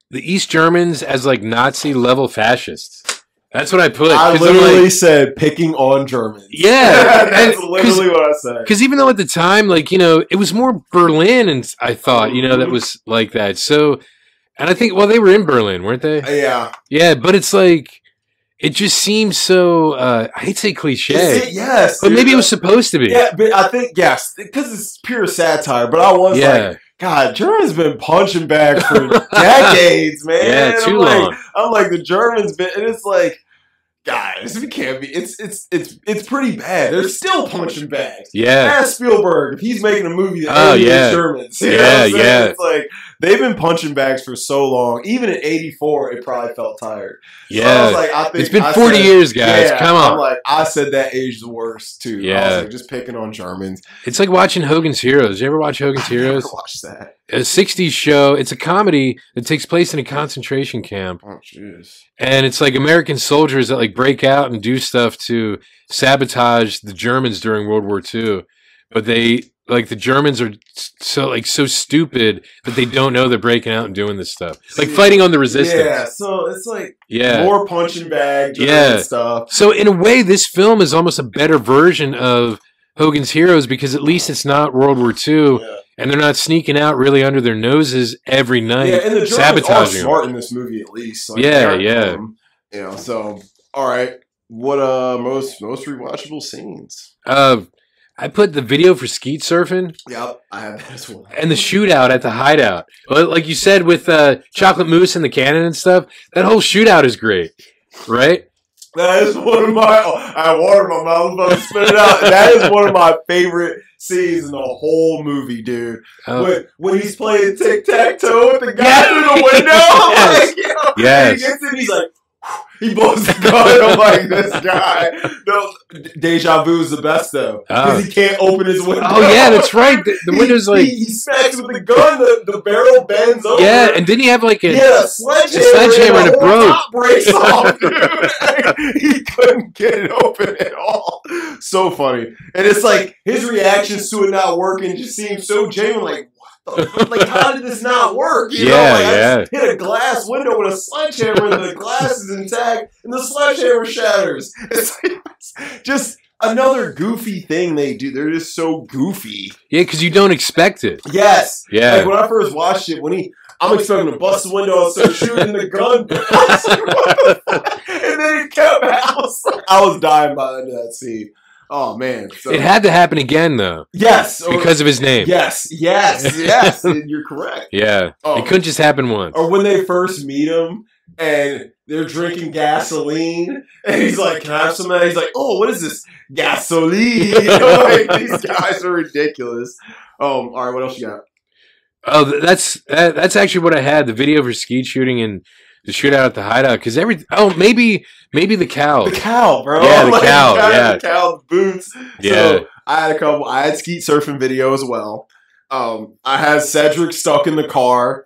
the East Germans as like Nazi level fascists. That's what I put. 'Cause I'm like- said picking on Germans. yeah, that's And- 'cause- literally what I said. Because even though at the time, like you know, it was more Berlin, and I thought you know that was like that. So, and I think well, they were in Berlin, weren't they? Uh, Yeah, Yeah, but it's like it just seems so. Uh, I hate to say Is cliche, it? yes, but dude. maybe it was supposed to be. Yeah, but I think yes, because it's pure satire. But I was yeah, like, God, Germans been punching back for decades, man. yeah, I'm too like, long. I'm like the Germans been, and it's like, guys, we can't be. It's it's it's it's pretty bad. They're still punching bags. Yeah, Ask Spielberg if he's making a movie that Oh, oh, yeah. Germans. Yeah, what I'm saying? yeah. It's like they've been punching bags for so long. Even in '84, it probably felt tired. So I was yeah. like, I think it's been I forty said- years, guys. yeah, Come I'm on, like, I said that age the worst too. I Yeah. was like, just picking on Germans. it's like watching Hogan's Heroes. You ever watch Hogan's I never Heroes? watched that. A '60s show. It's a comedy that takes place in a concentration camp. Oh jeez. and it's like American soldiers that like break out and do stuff to sabotage the Germans during World War II, but they like the Germans are s- so like so stupid that they don't know they're breaking out and doing this stuff, like See, fighting on the resistance. Yeah. So it's like Yeah. more punching bag. German Yeah. Stuff. So in a way, this film is almost a better version of Hogan's Heroes because at least it's not World War II Yeah. and they're not sneaking out really under their noses every night, yeah, and the Germans are sabotaging. 'em. smart in this movie at least. Like, Yeah, they're- yeah. um, you know, so all right. What uh most most rewatchable scenes? Uh, I put the video for skeet surfing. Yep, I have that as well. and the shootout at the hideout. But like you said, with uh, chocolate mousse and the cannon and stuff, that whole shootout is great, right? That is one of my. I had water in my mouth, but I spit it out. That is one of my favorite scenes in the whole movie, dude. Uh, when, when he's playing tic tac toe with the guy Yes. through the window, Yes. I'm like, yo, Yes. he gets in, he's like. He blows the gun. I'm like, this guy. No, deja vu is the best though, because Oh. he can't open his window. oh yeah, that's right. The, the He- window's like he, he smacks with the gun. The, the barrel bends over. yeah, and didn't he have like a he had a sledgehammer, sledgehammer and and it the whole broke. top breaks off. dude. he couldn't get it open at all. So funny, and it's like his reactions to it not working just seem so genuine. Like what? The, like how did this not work? You Yeah, know, like, I just hit a glass window with a sledgehammer, and the glass is intact, and the sledgehammer shatters. It's like, just. Another goofy thing they do. They're just so goofy. yeah, because you don't expect it. Yes. Like Yeah, when I first watched it, when he, I'm expecting him to bust the window and start shooting the gun. I was like, what the fuck? and then he kept. I was, I was dying by the end of that scene. Oh man! So, it had to happen again though yes, or- because of his name. Yeah, yes, yes, yes. and you're correct. Oh, it couldn't just happen once. or when they first meet him and they're drinking gasoline, and he's like, "Can I have some of that?" He's like, "Oh, what is this gasoline?" You know, like, these guys are ridiculous. Um, all right, what else you got? Oh, th- that's that, that's actually what I had. The video for skeet shooting and the shootout at the hideout. Because every oh maybe maybe the cow. The cow, bro. Yeah, the cow, I had yeah. the cow, the boots. Yeah. So I had a couple. I had skeet surfing video as well. Um, I had Cedric stuck in the car.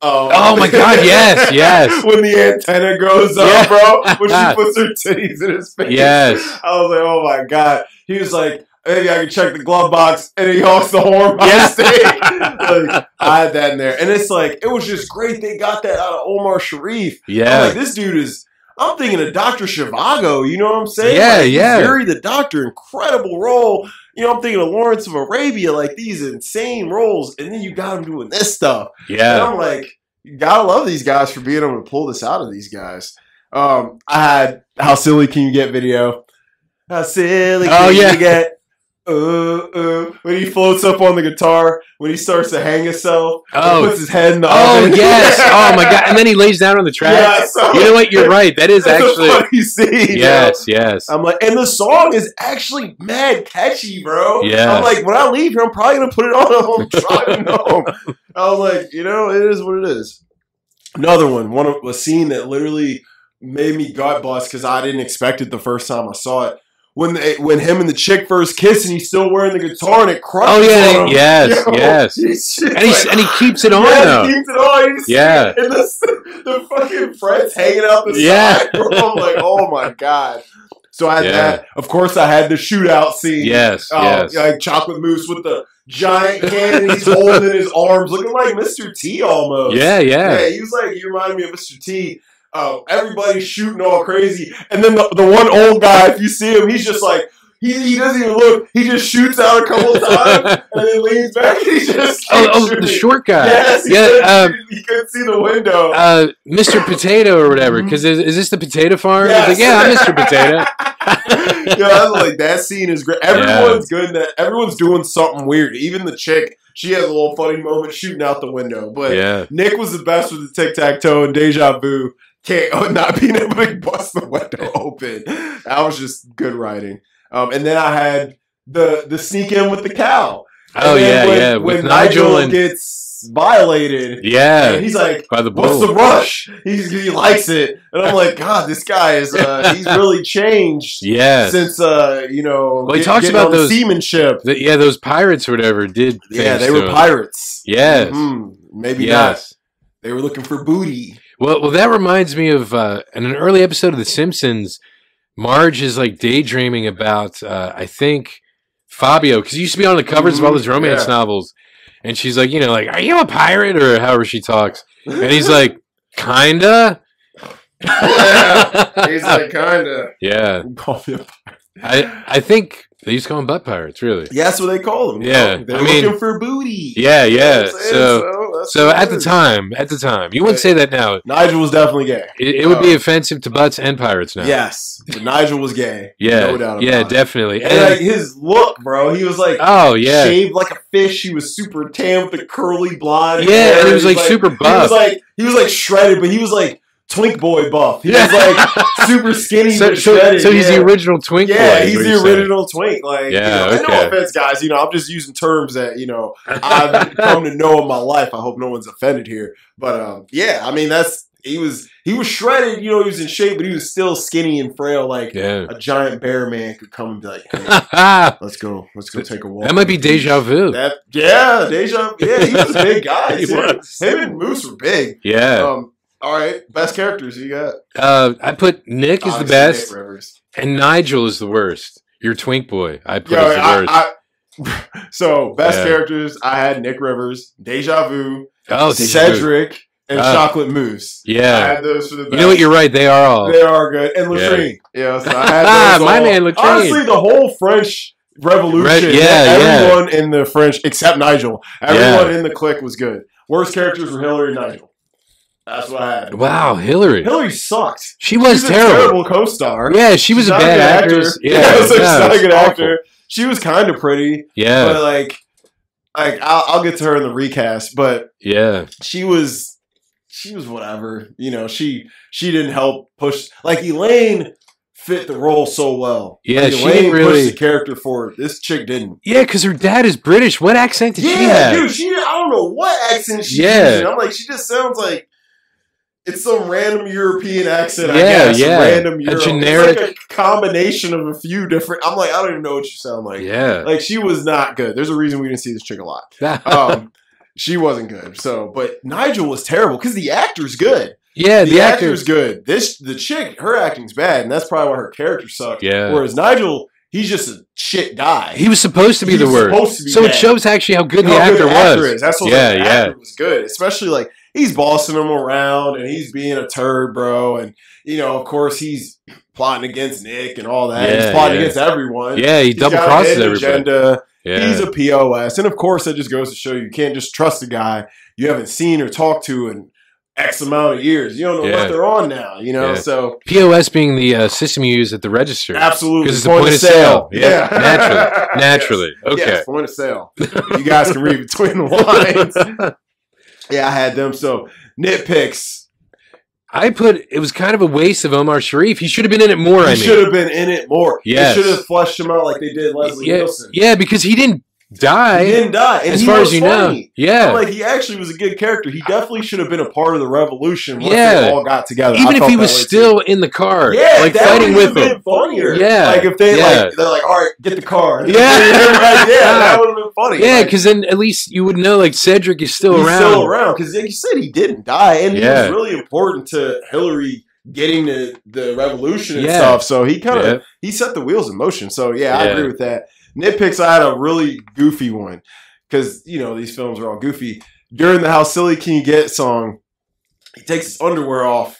Um, Oh my God, yes, yes. when the antenna goes Yeah. up, bro, when she puts her titties in his face. Yes. I was like, oh my god. He was like, maybe I can check the glove box, and he honks the horn by Yeah. mistake. like, I had that in there, and it's like it was just great. They got that out of Omar Sharif. I'm like, Yeah. this dude is. I'm thinking of Doctor Shivago. You know what I'm saying? Yeah, Like, yeah. Fury the Doctor, incredible role. You know, I'm thinking of Lawrence of Arabia, like these insane roles, and then you got him doing this stuff. And Yeah. I'm like, you gotta love these guys for being able to pull this out of these guys. Um, I had how silly can you get video? How silly can Oh, yeah. you get? Uh, uh, when he floats up on the guitar, when he starts to hang himself, Oh. and puts his head in the Oh oven. yes. Oh my god. And then he lays down on the track. yeah, so You know what? You're right. That is that's a actually funny scene, yo. Yes, yes. I'm like, and the song is actually mad catchy, bro. Yeah. I'm like, when I leave here, I'm probably gonna put it on. I'm driving home. I was like, you know, it is what it is. Another one, one of a scene that literally made me gut bust because I didn't expect it the first time I saw it. When they, when him and the chick first kiss, and he's still wearing the guitar, and it crushes. Oh yeah. on him. Yes, Yo, yes. he's just And he like- and he keeps it on yeah, though. Keeps it on. He's Yeah. and the, the fucking Fred's hanging out the Yeah. side. Bro. I'm like, oh my god. So I had Yeah. that. Of course, I had the shootout scene. Yes, Um, yes. Like Chocolate Moose with the giant cannon he's holding in his arms, looking like Mr. T almost. Yeah, yeah. Yeah, he was like, you remind me of Mr. T. Um, everybody's shooting all crazy. And then the, the one old guy, if you see him, he's just like, he, he doesn't even look. He just shoots out a couple times oh, and then leans back and he just. oh, keeps the shooting. short guy. Yes, he, couldn't, yeah, um, see, he couldn't see the window. uh, Mr. Potato or whatever. Because is, is this the potato farm? He's like, Mm-hmm. Yes. yeah, I'm Mr. Potato. yeah, I was like that scene is great. Everyone's good. in That everyone's doing something weird. Even the chick, she has a little funny moment shooting out the window. But Yeah, Nick was the best with the tic tac toe and deja vu. Can't not being able to bust the window open. That was just good writing. Um, and then I had the the sneak in with the cow. And Oh, then yeah, when, yeah, When with Nigel Nigel and- gets violated, yeah. and he's like. By the What's the bull. rush? He's, he likes it, and I'm like, God, this guy is uh, he's really changed Yeah, since uh, you know. Well, he get- talks getting about on the those- seamanship. The- yeah. Those pirates or whatever did. Yeah, things they to were him. pirates. Yes. Mhm. maybe not. Yes. They were looking for booty. Well, well, that reminds me of uh, in an early episode of The Simpsons. Marge is like daydreaming about, uh, I think, Fabio, because he used to be on the covers of all those Mhm, romance yeah. novels. And she's like, you know, like, are you a pirate or however she talks? And he's like, kinda. kinda. yeah, Call me a- I I think they used to call them butt pirates, really. Yeah, that's what they call them. Yeah, they're I mean- looking for booty. Yeah, yeah. You know what I'm saying? So that's so what at it the is. time, at the time, you wouldn't say that now. Nigel was definitely gay. It, it would be Oh. offensive to butts and pirates now. Yes, but Nigel was gay. yeah, no doubt about yeah, it. definitely. And And- like his look, bro, he was like oh yeah, shaved like a fish. He was super tan with the curly blonde. hair. yeah, and he was like super He was buff. like he was like shredded, but he was like twink boy buff. He was like super skinny. so, but so, shredded, so he's yeah. the original twink. boy, Yeah, is he's what the you're saying. original twink. Yeah, Like, you know, and okay. no offense, guys. You know, I'm just using terms that you know I've come to know in my life. I hope no one's offended here, but um, yeah, I mean that's he was he was shredded. You know, he was in shape, but he was still skinny and frail. Like Yeah. a giant bear man could come and be like, hey, that let's go, let's go take a walk. might be deja vu. That, yeah, Deja. Yeah, he was a big guy. He too. was. Him and Moose were big. yeah. Um, all right, best characters you got. Uh, I put Nick is the Obviously, best Nick Rivers. and Nigel is the worst. Your twink boy, I put Yo, as the I, worst. I- so best Yeah. characters I had Nick Rivers, Deja Vu, oh, deja vu. Cedric, and Ah. Chocolate Moose. I Yeah. had those for the best. You know what? You're right. They are all. They are good, and Oh. Yeah. Ah, Latrine. Yeah, so I had those My all. man Latrine. Honestly, the whole French Revolution. Re- yeah, yeah. everyone in the French except Nigel. Everyone in the clique was good. Worst characters were Hillary and Nigel. That's what I had. Wow, Hillary. Hillary sucked. She was She's terrible. a terrible co-star. Yeah, she was She's a not bad good actress. Yeah, I was like, no, she's not a good awful. actor. She was kind of pretty, Yeah, but like, like I'll, I'll get to her in the recast. But yeah, she was she was whatever you know she she didn't help push like elaine fit the role so well Yeah, Like, she elaine didn't really- pushed the character forward this chick didn't yeah. Because her dad is British. What accent did she yeah have? dude she i don't know what accent she Yeah. used. i'm like she just sounds like it's some random European accent, I Yeah, guess. yeah. Random A Euro. It's generic- like a combination of a few different. I'm like, I don't even know what you sound like. yeah. Like she was not good. There's a reason we didn't see this chick a lot. Um, She wasn't good. So, but Nigel was terrible because the actor's good. Yeah, the, actor's, good. This the chick, her acting's bad, and that's probably why her character sucked. Yeah. Whereas Nigel, he's just a shit guy. He was supposed to be He the was word. supposed to be so it that. shows actually how good the You know how actor good was. is. That's what Yeah, the yeah. actor was good, especially like he's bossing him around and he's being a turd, bro. And you know, of course, he's plotting against Nick and all that. Yeah, he's plotting yeah. against everyone. Yeah, he He's double got a crosses hidden everybody. Agenda. Yeah. He's a POS. And of course, that just goes to show you can't just trust a guy you haven't seen or talked to in X amount of years. You don't know Yeah. what they're on now, you know? Yeah. So, POS being the uh, system you use at the register. absolutely. 'Cause it's a point of sale. Yeah, naturally. Yes. Naturally. Okay. Yes, point of sale. You guys can read between the lines. yeah, I had them. So, nitpicks. I put it was kind of a waste of Omar Sharif. He should have been in it more, He I mean. should have been in it more. Yes. They should have fleshed him out like they did Leslie yeah, Nielsen. yeah, because he didn't die He didn't die. And as he far was as you funny. know. Yeah. Like he actually was a good character. He definitely should have been a part of the revolution once Yeah. they all got together. I Even if felt he that was way, too. still in the car, yeah, like that fighting would've with him. been funnier. Yeah. like if they Yeah. like they're like, all right, get the car. Yeah. yeah, that would have been funny. Yeah, Like, because then at least you would know like Cedric is still he's around. still around because like you said, he didn't die, and Yeah. he was really important to Hillary getting the the revolution and Yeah. stuff. So he kind of Yeah. he set the wheels in motion. So yeah, I Yeah. agree with that. Nitpicks, I had a really goofy one because you know these films are all goofy. During the "How Silly Can You Get" song, he takes his underwear off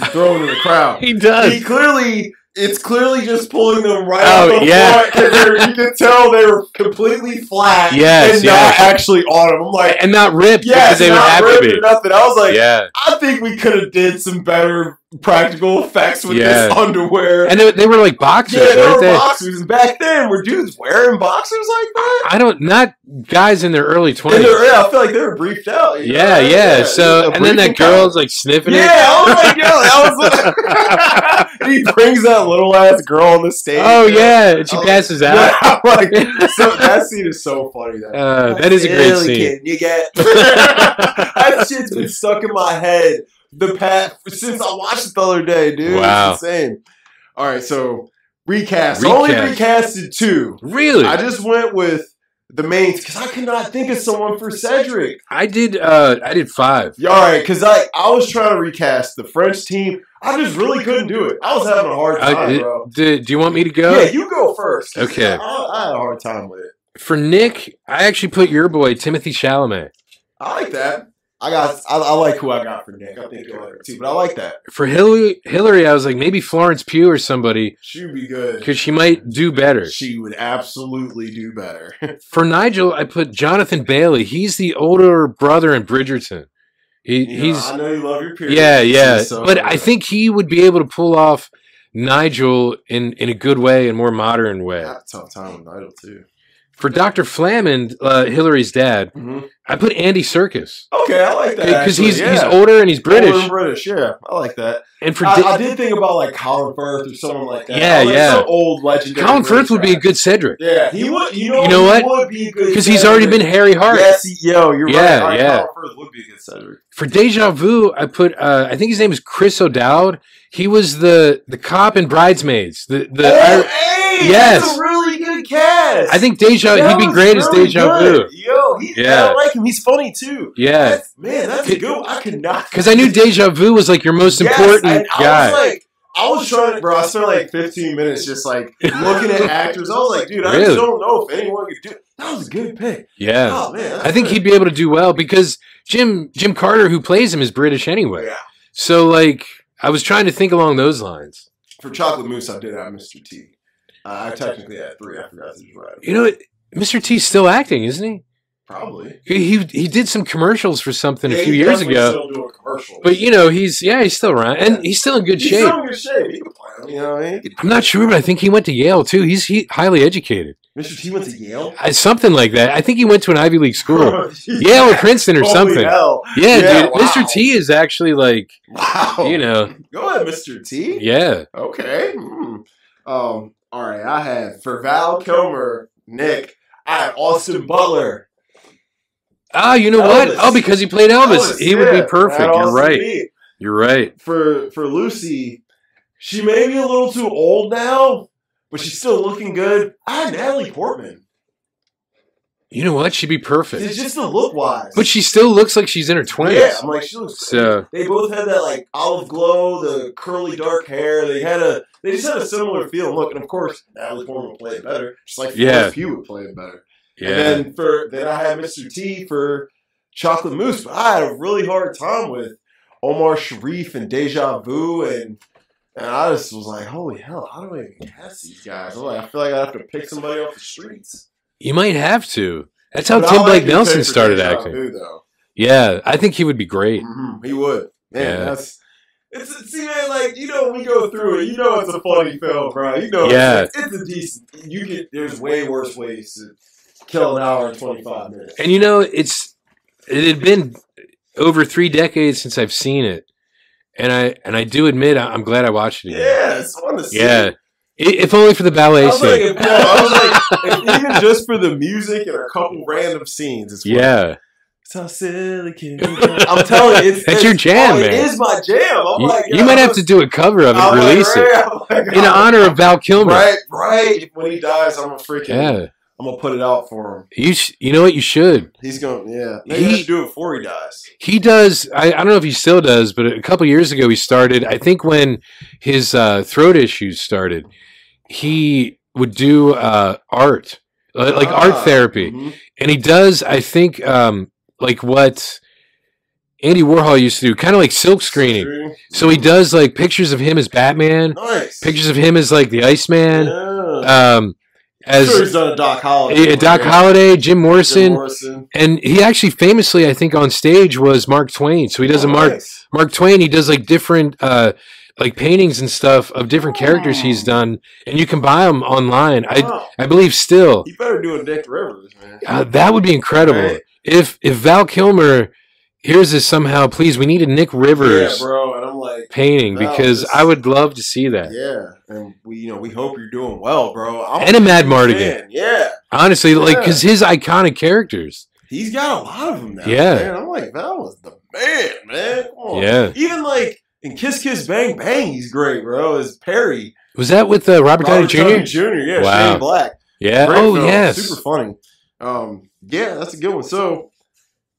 to throw into the crowd. He does. He clearly, it's clearly just pulling them right Oh, out the yeah. front 'cause they're- you can tell they were completely flat Yes, and yes. not actually on them. I'm like, and not ripped yeah, because they would not have ripped to or be. nothing. I was like, yeah. I think we could have did some better practical effects with Yeah. this underwear. And they, they were like boxers, yeah, there weren't were they? boxers and back then. Were dudes wearing boxers like that? I don't, not guys in their early And 20s. they're- yeah, I feel like they were briefed out. you know? Yeah, yeah. it So, was a and then that briefing time. girl's like sniffing Yeah, it. I was like, yo, that was. he brings that little ass girl on the stage. Oh, you know? yeah. And she Oh, passes out. Yeah, I'm like, so that scene is so funny. Though. Uh, that is a great Really, scene. kid, You get that shit's been stuck in my head the past since I watched it the other day, dude. Wow. It's insane. All right, so recast. Recast. Only recasted two. Really? I I, just went with the mains because I could not think of someone for Cedric. did, uh, I did five. Yeah, all right, because I I was trying to recast the French team. I just really couldn't do it. I was having a hard I- time, it- bro. Uh, Do, do you want me to go? Yeah, you go first. 'cause Okay. I, I had a hard time with it. For Nick, I actually put your boy, Timothy Chalamet. I like that. I got. I, I like who I got for Nick. I think you'll like her too, but I like that. For Hillary, Hillary, I was like, maybe Florence Pugh or somebody, She would be good. because she might do better. She would absolutely do better. For Nigel, I put Jonathan Bailey. He's the older brother in Bridgerton. He, You know, he's I know you love your period. yeah, yeah. She's so but good. I think he would be able to pull off Nigel in in a good way and more modern I way. had a tough time with Nigel too. For Doctor Flamand, uh, Hillary's dad, I put Andy Circus Mm-hmm. Okay, I like that because he's actually, he's yeah. older and he's British. Older and British, yeah, I like that. and for I, Di- I did think about like Colin Firth or someone like that. Yeah, I like yeah. Some old legendary. Colin Firth British would be a guy. good Cedric Yeah, he would. You know, You know he what? Would be a good because he's already been Cedric. Harry Hart. Yes, he, yo, you're Yeah, right. All right. yeah. Colin Firth would be a good Cedric. For Deja Vu, I put uh, I think his name is Chris O'Dowd. He was the the cop in Bridesmaids. The the I, oh, hey, Yes. that's a really good cast. I think Deja That he'd be was great really as Deja good. Vu. Yo, he, Yeah. I like him. He's funny too. Yeah, That's- man, that's a good. One. I could not because I knew Deja Vu was like your most Yes, important and I guy. Was like, I was trying to, bro. I spent like 15 minutes just like looking at actors. I was like, dude, I Really? just don't know if anyone could do. it. That was a good pick. yeah. Oh man, that's I think good. he'd be able to do well because Jim Jim Carter, who plays him, is British anyway. Yeah. So like, I was trying to think along those lines. for chocolate mousse. I did have Mr. T. Uh, I technically had three. I forgot to write. You know, Mr. T's still acting, isn't probably he? He he, he did some commercials for something Yeah, a few he years definitely ago. Still doing commercials. but you know, he's yeah, he's still around and Yeah. he's still in good he's shape. still in good shape. He can play. You know, what I mean? I'm not sure, but I think he went to Yale too. He's he, highly educated, Mr. T went to Yale. I, something like that. I think he went to an Ivy League school, Yale or Princeton or Holy something. hell. Yeah, Yeah, dude. wow. Oh. Mr. T is actually like Wow. you know, Go ahead, Mr. T. yeah. Okay. hmm. Um, all right. I had for Val Kilmer, Nick. I had Austin Butler. Ah, you know what? Elvis. Oh, because he played Elvis, Elvis, he would yeah, be perfect. I had You're Austin right. Peay. You're right. For for Lucy, she may be a little too old now, but she's still looking good. I had Natalie Portman. You know what? She'd be perfect. It's just the look wise. But she still looks like she's in her 20s. yeah, I'm like, she looks. So, They both had that like olive glow, the curly dark hair. They had a, they just had a similar feel and look. And of course, Natalie Portman would play it better. Just like Yeah. Florence Pugh would play it better. And yeah. then for then I had Mr. T for Chocolate Mousse, but I had a really hard time with Omar Sharif and Deja Vu and and I just was like, holy hell, how do I even cast these guys? I'm like, I feel like I have to pick somebody off the streets. You might have to. That's how But I Tim like Blake to pick Nelson for started Deja acting. Vu, though. Yeah, I think he would be great. Mhm, he would. Man, Yeah. that's it's see man, like you know we go through it, you know it's a funny film, bro. You know Yeah. it's, it's a decent you get there's way worse ways to kill an hour and twenty five minutes. And you know, it's it had been over three decades since I've seen it, and I and I do admit I- I'm glad I watched it. Again. Yeah, it's fun to see. yeah. I- If only for the ballet I was like, scene. if, no, I was like, if even just for the music and a couple random scenes, it's worth it. Yeah, It's how silly can you be? I'm telling you, it's, That's it's- your jam, oh, It man. is my jam. I'm you, like, you might have to do a cover of it, release it in honor of Val Kilmer. "Oh, Right, right. When he dies, I'm gonna freaking. Yeah, I'm gonna put it out for him. you sh- you know what you should. He's gonna, yeah. Maybe he, He- should do it before he dies. He does. I, I don't know if he still does, but a couple years ago he started. I think when his uh, throat issues started, he would do uh, art, li- like Ah, art therapy. mhm. and he does i think um like what andy warhol used to do kind of like silk screening so he does like pictures of him as batman Nice. pictures of him as like the iceman Yeah. um I'm sure he's as done a Doc Holliday. eh, one, doc yeah. holliday jim Jim morrison Morrison. and he actually famously i think on stage was mark twain so he does a Oh, mark nice. mark twain he does like different uh like paintings and stuff of Oh. different characters he's done and you can buy them online i Wow. i believe still Oh. You better do a Dick Rivers, man. Uh, that would be incredible. Right. If if Val Kilmer hears this somehow, please, we need a Nick Rivers Yeah, bro. And I'm like, painting No, because this- I would love to see that. yeah. And we, you know, we hope you're doing well, bro. I'm And a Mad big Mardigan. fan. Yeah. Honestly, like because his iconic characters. He's got a lot of them now. Yeah. Man. I'm like, that was the man, man. Come on. Yeah, Even like in Kiss Kiss Bang Bang, he's great, bro. Is Perry. was that with uh, Robert Downey Robert Downey Jr.? Jr. Yeah. Wow. Shane Black. Yeah. Great Oh film. yes. Super funny. Um, yeah, that's a good one. So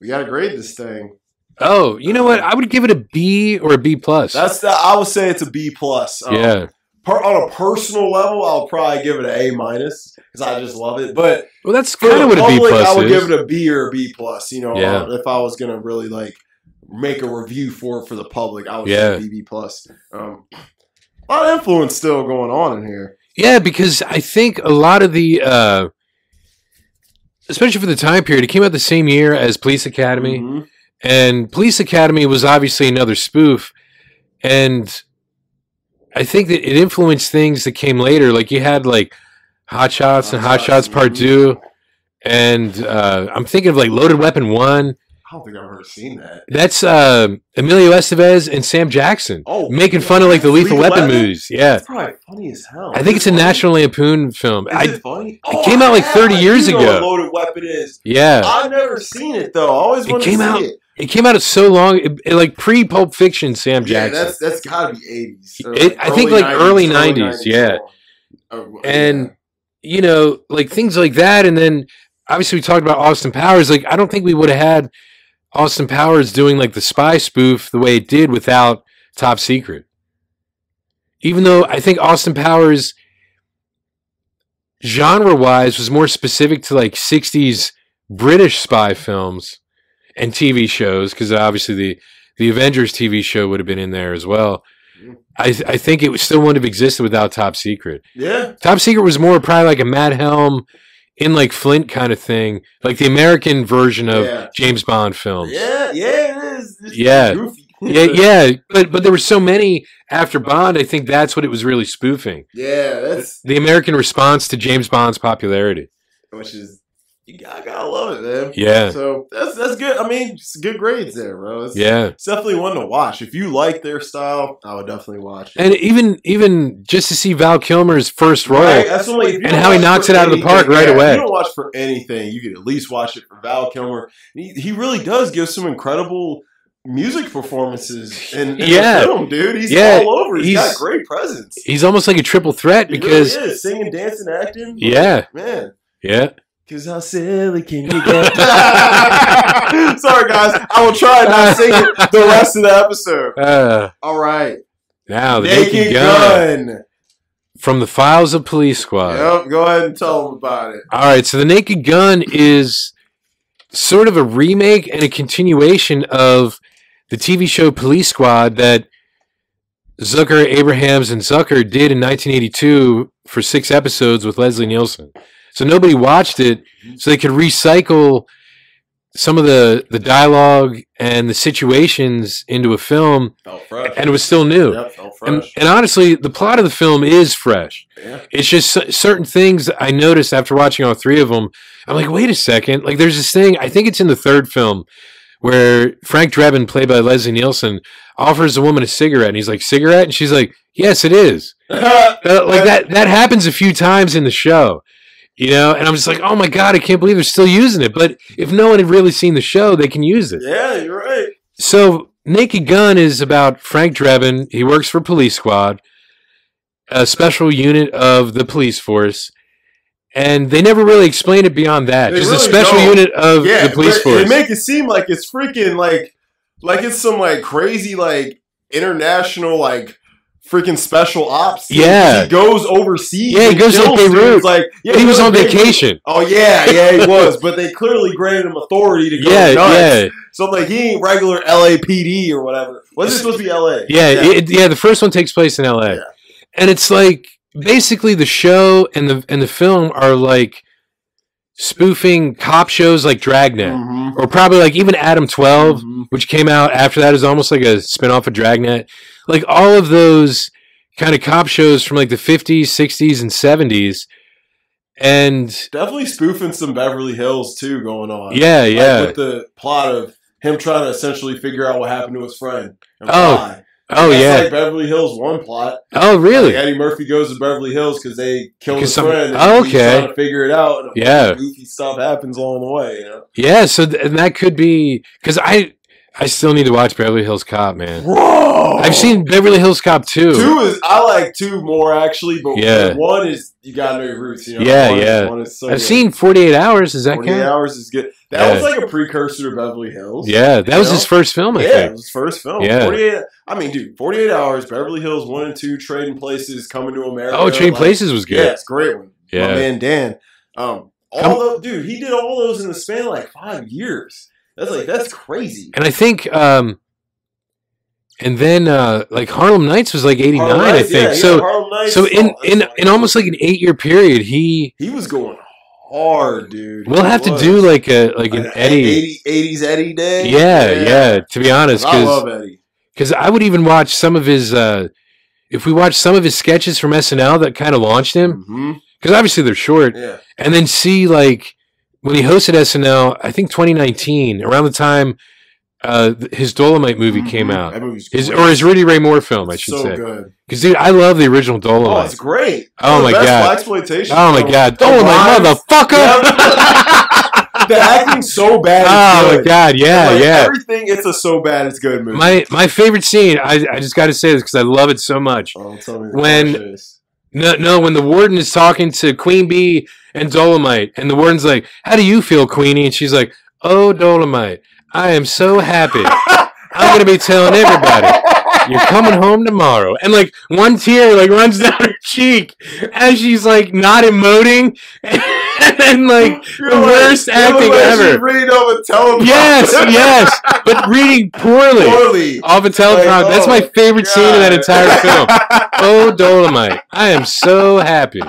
we got to grade this thing. Oh, you know what? I would give it a B or a B plus. That's the, I would say it's a B plus. Um, yeah. per, on a personal level, I'll probably give it an A minus because I just love it. But Well, that's for kind the of what a B public, plus I is. would give it a B or a B plus. You know, Yeah. uh, if I was gonna really like make a review for it for the public, I would Yeah. say B B plus. Um, a lot of influence still going on in here. Yeah, because I think a lot of the, uh, especially for the time period, it came out the same year as Police Academy. Mhm. and Police Academy was obviously another spoof, and I think that it influenced things that came later. Like you had like Hot Shots and Hot Shots Part Mm-hmm. Two, and uh, I'm thinking of like Loaded Weapon One. I don't think I've ever seen that. That's uh, Emilio Estevez and Sam Jackson Oh, making fun of like the Lethal, Weapon, movies. Yeah, That's probably funny as hell. I think it's a National Lampoon film. Is I it funny? Oh, came out like 30 I years do know what ago. Loaded Weapon is. yeah, I've never seen it though. I always It wanted came to see out it. it came out so long, it, it, like pre Pulp Fiction. Sam Jackson. Yeah, that's that's got to be eighties. It- I think, like, early 90s, yeah. Oh, And- you know, like things like that. And then obviously we talked about Austin Powers. Like, I don't think we would have had Austin Powers doing like the spy spoof the way it did without Top Secret. Even though I think Austin Powers, genre wise, was more specific to like 60s British spy films and TV shows, because obviously the, the Avengers TV show would have been in there as well. I, I think it still wouldn't have existed without Top Secret. yeah, Top Secret was more probably like a Mad Helm in like Flint kind of thing, like the American version of Yeah. James Bond films. yeah, yeah, it is. It's Yeah. goofy. yeah, yeah, but but there were so many after Bond. I think that's what it was really spoofing yeah. That's the American response to James Bond's popularity. which is you gotta, gotta love it, man. Yeah, So that's that's good. I mean, it's good grades there, bro. It's, yeah, it's definitely one to watch. If you like their style, I would definitely watch it. and even even just to see Val Kilmer's first role, Right, that's what I'm like, if you And don't how he watch knocks for it out of the park anything- right yeah, if away. You don't watch for anything. You could at least watch it for Val Kilmer. He, he really does give some incredible music performances in, in Yeah. the film, dude. He's Yeah, all over. he's got he's- great presence. he's almost like a triple threat He because really is. singing, dancing, acting. yeah, man, yeah, Cause how silly can you get? Sorry, guys. I will try and not sing it the rest of the episode. Uh, All right. now Oh, the naked, gun. from the files of Police Squad. Yep. Go ahead and tell them about it. All right, so the Naked Gun is sort of a remake and a continuation of the TV show Police Squad that Zucker, Abrahams, and Zucker did in 1982 for six episodes with Leslie Nielsen. So nobody watched it, so they could recycle some of the the dialogue and the situations into a film, Felt fresh. and it was still new. Yep, felt And, fresh. and honestly, the plot of the film is fresh. Yeah. It's just cer- certain things that I noticed after watching all three of them. I'm like, wait a second. Like, there's this thing, I think it's in the third film, where Frank Drebin, played by Leslie Nielsen, offers a woman a cigarette. And he's like, cigarette? And she's like, yes, it is. Uh, like, that, that happens a few times in the show. You know, and I'm just like, oh my god, I can't believe they're still using it. But if no one had really seen the show, they can use it. yeah, you're right. So Naked Gun is about Frank Drebin. He works for Police Squad, a special unit of the police force, and they never really explain it beyond that. They Just a really special don't. unit of yeah, the police but force. They make it seem like it's freaking like like it's some like crazy like international like freaking special ops. team. Yeah. he goes overseas. Yeah, he and goes to kills Beirut. dudes, Like yeah, he was on Beirut. vacation. Oh yeah, yeah, he was. but they clearly granted him authority to go Yeah, nuts. yeah, So I'm like, he ain't regular LAPD or whatever. Was it supposed to be LA? yeah, yeah. It, yeah the first one takes place in L.A. Yeah. and it's like basically the show and the and the film are like spoofing cop shows like Dragnet, Mhm. or probably like even Adam Twelve. Mhm. which came out after that is almost like a spin-off of Dragnet. Like all of those kind of cop shows from like the 50s, 60s and 70s. And Definitely spoofing some Beverly Hills too going on. yeah, Like, yeah. with the plot of him trying to essentially figure out what happened to his friend. and Oh, why. Oh That's yeah. like Beverly Hills one plot. Oh Like really? Eddie Murphy goes to Beverly Hills because they killed 'Cause his some- friend. and Oh, he's okay. trying to figure it out. And a bunch Yeah. of goofy stuff happens along the way. You know? Yeah, so th- and that could be cuz I I still need to watch Beverly Hills Cop, man. Bro, I've seen Beverly Hills Cop 2. two is I like two more actually, but Yeah. one is you gotta know your roots. You know, Yeah, One is- yeah. one is so I've good. seen 48 Hours, is that 48 count? hours is good. That Yeah. was like a precursor to Beverly Hills. Yeah, that was You know? his first film, I yeah, it think. was his first film. Yeah. 48, I mean, dude, 48 Hours, Beverly Hills 1 and 2, Trading Places, Coming to America. Oh, Train like, Places was Yeah, good. it's a great one. Yeah. My man Dan. Um, Come- all those, dude, he did all those in the span of like five years. That's like, that's crazy. And I think um and then uh like Harlem Nights was like 89, Harlem I Nights, think. yeah, so yeah, Harlem Nights, so oh, in that's in funny. in almost like an eight year period, he He was going hard, dude. we'll He have to was. do like a like an Like a Eddie. 80, 80s Eddie day. Yeah, yeah, To be honest, I love because Eddie. I would even watch some of his. uh If we watch some of his sketches from SNL that kind of launched him, hmm because obviously they're short, Yeah. and then see like when he hosted SNL, I think 2019, around the time uh th- his Dolomite movie came Mhm. out, That movie's his great. or his Rudy Ray Moore film, I should so say. good. Because dude, I love the original Oh, it's Dolomite. great. Oh, my god. Exploitation. Oh my god, Dolomite, motherfucker! The acting's so bad. it's Oh my good. god, yeah, Like, yeah. Everything it's a so bad it's good movie. My my favorite scene, I, I just gotta say this because I love it so much. oh, tell me when- the process. No no, when the warden is talking to Queen Bee and Dolomite, and the warden's like, How do you feel, Queenie? And she's like, Oh Dolomite, I am so happy. I'm gonna be telling everybody. You're coming home tomorrow. And like one tear like runs down her cheek as she's like not emoting and then like You're the worst you're acting like, ever. should Read over teleprompter. Yes, yes, but reading poorly. Poorly. Off a teleprompter. Like, That's my oh, favorite scene in that God. entire film. Oh Dolomite, I am so happy.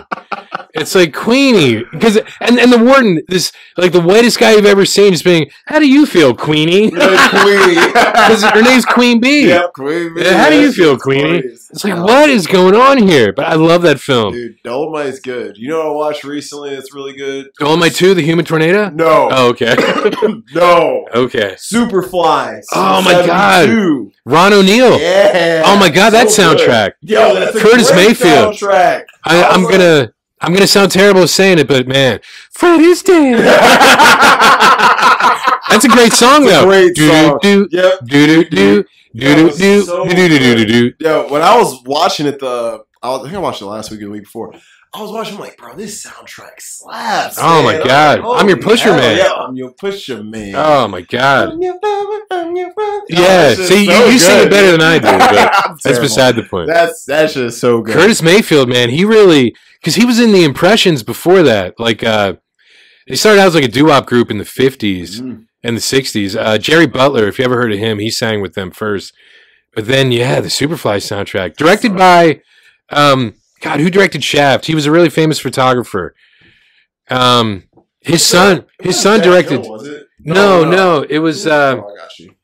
It's like Queenie, because and and the warden, this like the whitest guy you've ever seen, is being. How do you feel, Queenie? You're like, Because Queenie. her name's Queen Bee. Yep, Queen Bee. Yeah, how do you That's feel, Queenie? glorious. It's like Oh, what is going on here? But I love that film. Dude, Dolomite's good. You know what I watched recently that's really good? Dolomite two, the Human Tornado. No. Oh, okay, no. okay. Superfly. Oh, my God. 72. Ron O'Neill. Yeah. Oh my God, that So good. soundtrack. Yo, that's a Curtis Curtis great Mayfield. Mayfield soundtrack. I, I'm gonna I'm gonna sound terrible saying it, but man, Freddy's dead. That's a great song It's a though. great do, song. Do yep. do do do do That do was do so do do do do do. Yo, when I was watching it, the I, was, I think I watched it last week or the week before. I was watching, I'm like, bro, this soundtrack slaps. Oh my man. God. like, I'm your holy pusher hell, man. Yeah, I'm your pusher man. Oh my god. I'm your brother, I'm your brother. Oh, Yeah. that shit's See, so you, you sing good. it better than I do. But I'm that's terrible. beside the point. That's that shit is so good. Curtis Mayfield, man, he really because he was in the impressions before that. Like uh they started out as like a doo-wop group in the fifties Mm. and the sixties. Uh Jerry Butler, if you ever heard of him, he sang with them first. But then yeah, the Superfly soundtrack. Directed by um God, who directed Shaft? He was a really famous photographer. Um his son his son Jack Hill, directed was it? No, no, it was uh oh, I got you.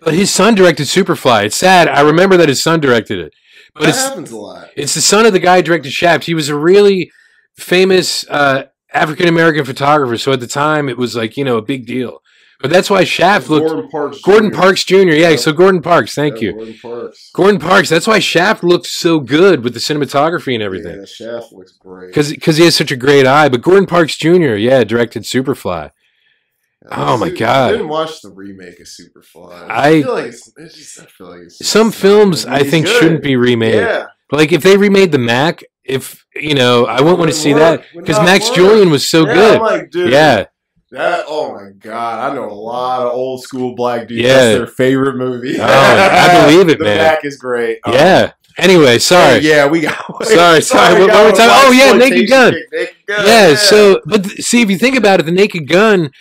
but his son directed Superfly. It's sad. I remember that his son directed it. But that it's happens a lot. it's the son of the guy who directed Shaft. He was a really famous uh, African American photographer. So at the time, it was like you know a big deal. But that's why Shaft looked Gordon Parks. Gordon Jr. Parks Jr. Yeah, Yep. so Gordon Parks. Thank Yeah, you, Gordon Parks. Gordon Parks. That's why Shaft looked so good with the cinematography and everything. Yeah, Shaft looks great. Because he has such a great eye, but Gordon Parks Jr. Yeah, directed Superfly. oh my Su- God. I didn't watch the remake of Superfly. I- feel like it's, it's just, I feel like it's just Some not films gonna I be think good. shouldn't be remade. Yeah, Like if they remade the Mac, if you know, I wouldn't want to Wouldn't see work. that Would because not Max work. Julian was so yeah, good. I'm like, dude, yeah, That oh my god, I know a lot of old school black dudes. Yeah. That's their favorite movie. Oh, I believe it, the man. back is great. Oh, Yeah. Anyway, oh, sorry. yeah. yeah, we got Sorry, sorry, what- got what were we a talking- oh, yeah, blaxploitation Naked Gun. kick, Naked Gun, yeah. So, but th- see, if you think about it, the Naked Gun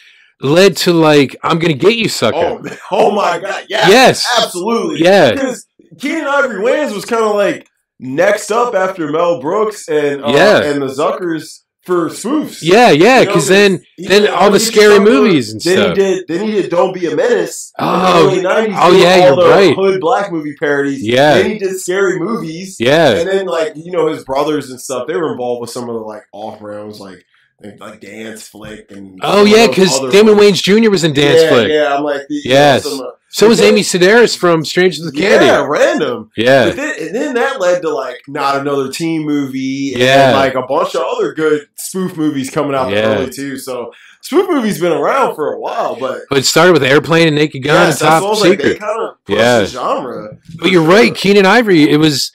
led to like, I'm gonna get you, sucker. oh, man. oh my god, yeah, yes. absolutely, Yeah. Because Keenan Ivory Wayans was kind of like next up after Mel Brooks and uh, Yeah. and the Zuckers for spoofs. Yeah. Yeah. You know, Because then, he then did- all the he did scary some of those- movies and then stuff. He did, then he did Don't Be a Menace. in the Oh, early 90s, oh, doing yeah, all you're the right. Hood black movie parodies. Yeah. Then he did scary movies. yeah. And then like you know his brothers and stuff, they were involved with some of the like off rounds like like dance flick and Oh yeah, because other Damon ones. Wayans Jr. was in Dance yeah, Flick. Yeah, I'm like the, Yes. some, uh, So was Yeah. Amy Sedaris from Strangers with Candy. yeah, random. Yeah. But then, and then that led to like not another teen movie, and Yeah. like a bunch of other good spoof movies coming out Yeah. early too. So spoof movies been around for a while, but But it started with Airplane and Naked Gun yes, and Top that's what I was like, they Secret. kind of Yeah. the genre. but you're right, Keenan Ivory. It was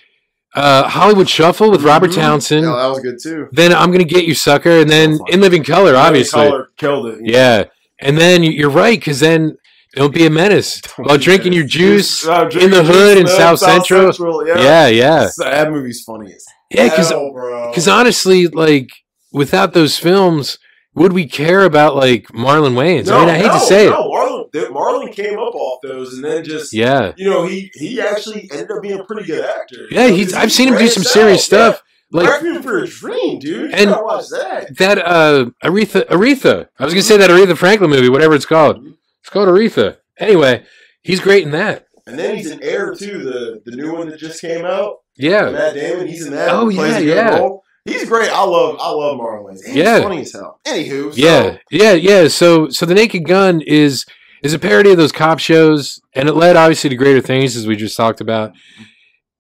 uh, Hollywood Shuffle with Robert Mhm. Townsend. Yeah, that was good too. Then I'm gonna get you, sucker. And then So funny. In Living Color, obviously. Color killed it. Yeah, and then y- you're right because then don't be a menace while drinking your juice. Uh, drinking the your hood juice in South Central. yeah, Yeah, yeah, So that movie's funny as yeah. Because hell, bro. honestly, like without those films, would we care about like Marlon Wayans? I mean, I hate to say it. No, Marlon, th- Marlon came up off those, and then just Yeah, you know he he actually ended up being a pretty good actor. yeah. You know, He's 'cause I've seen him do branched some out. serious Yeah. stuff. Like Requiem for a Dream, dude. You And- gotta watch that. that uh Aretha Aretha. I was gonna say that Aretha Franklin movie, whatever it's called. It's called Aretha. Anyway, he's great in that. And then he's in Air too, the the new one that just came out. Yeah. Matt Damon, he's in that. Oh, He plays yeah, a good yeah. role. He's great. I love I love Marlon Wayans. And Yeah. he's funny as hell. Anywho, so, Yeah, yeah, yeah. So, so the Naked Gun is is a parody of those cop shows, and it led obviously to greater things, as we just talked about,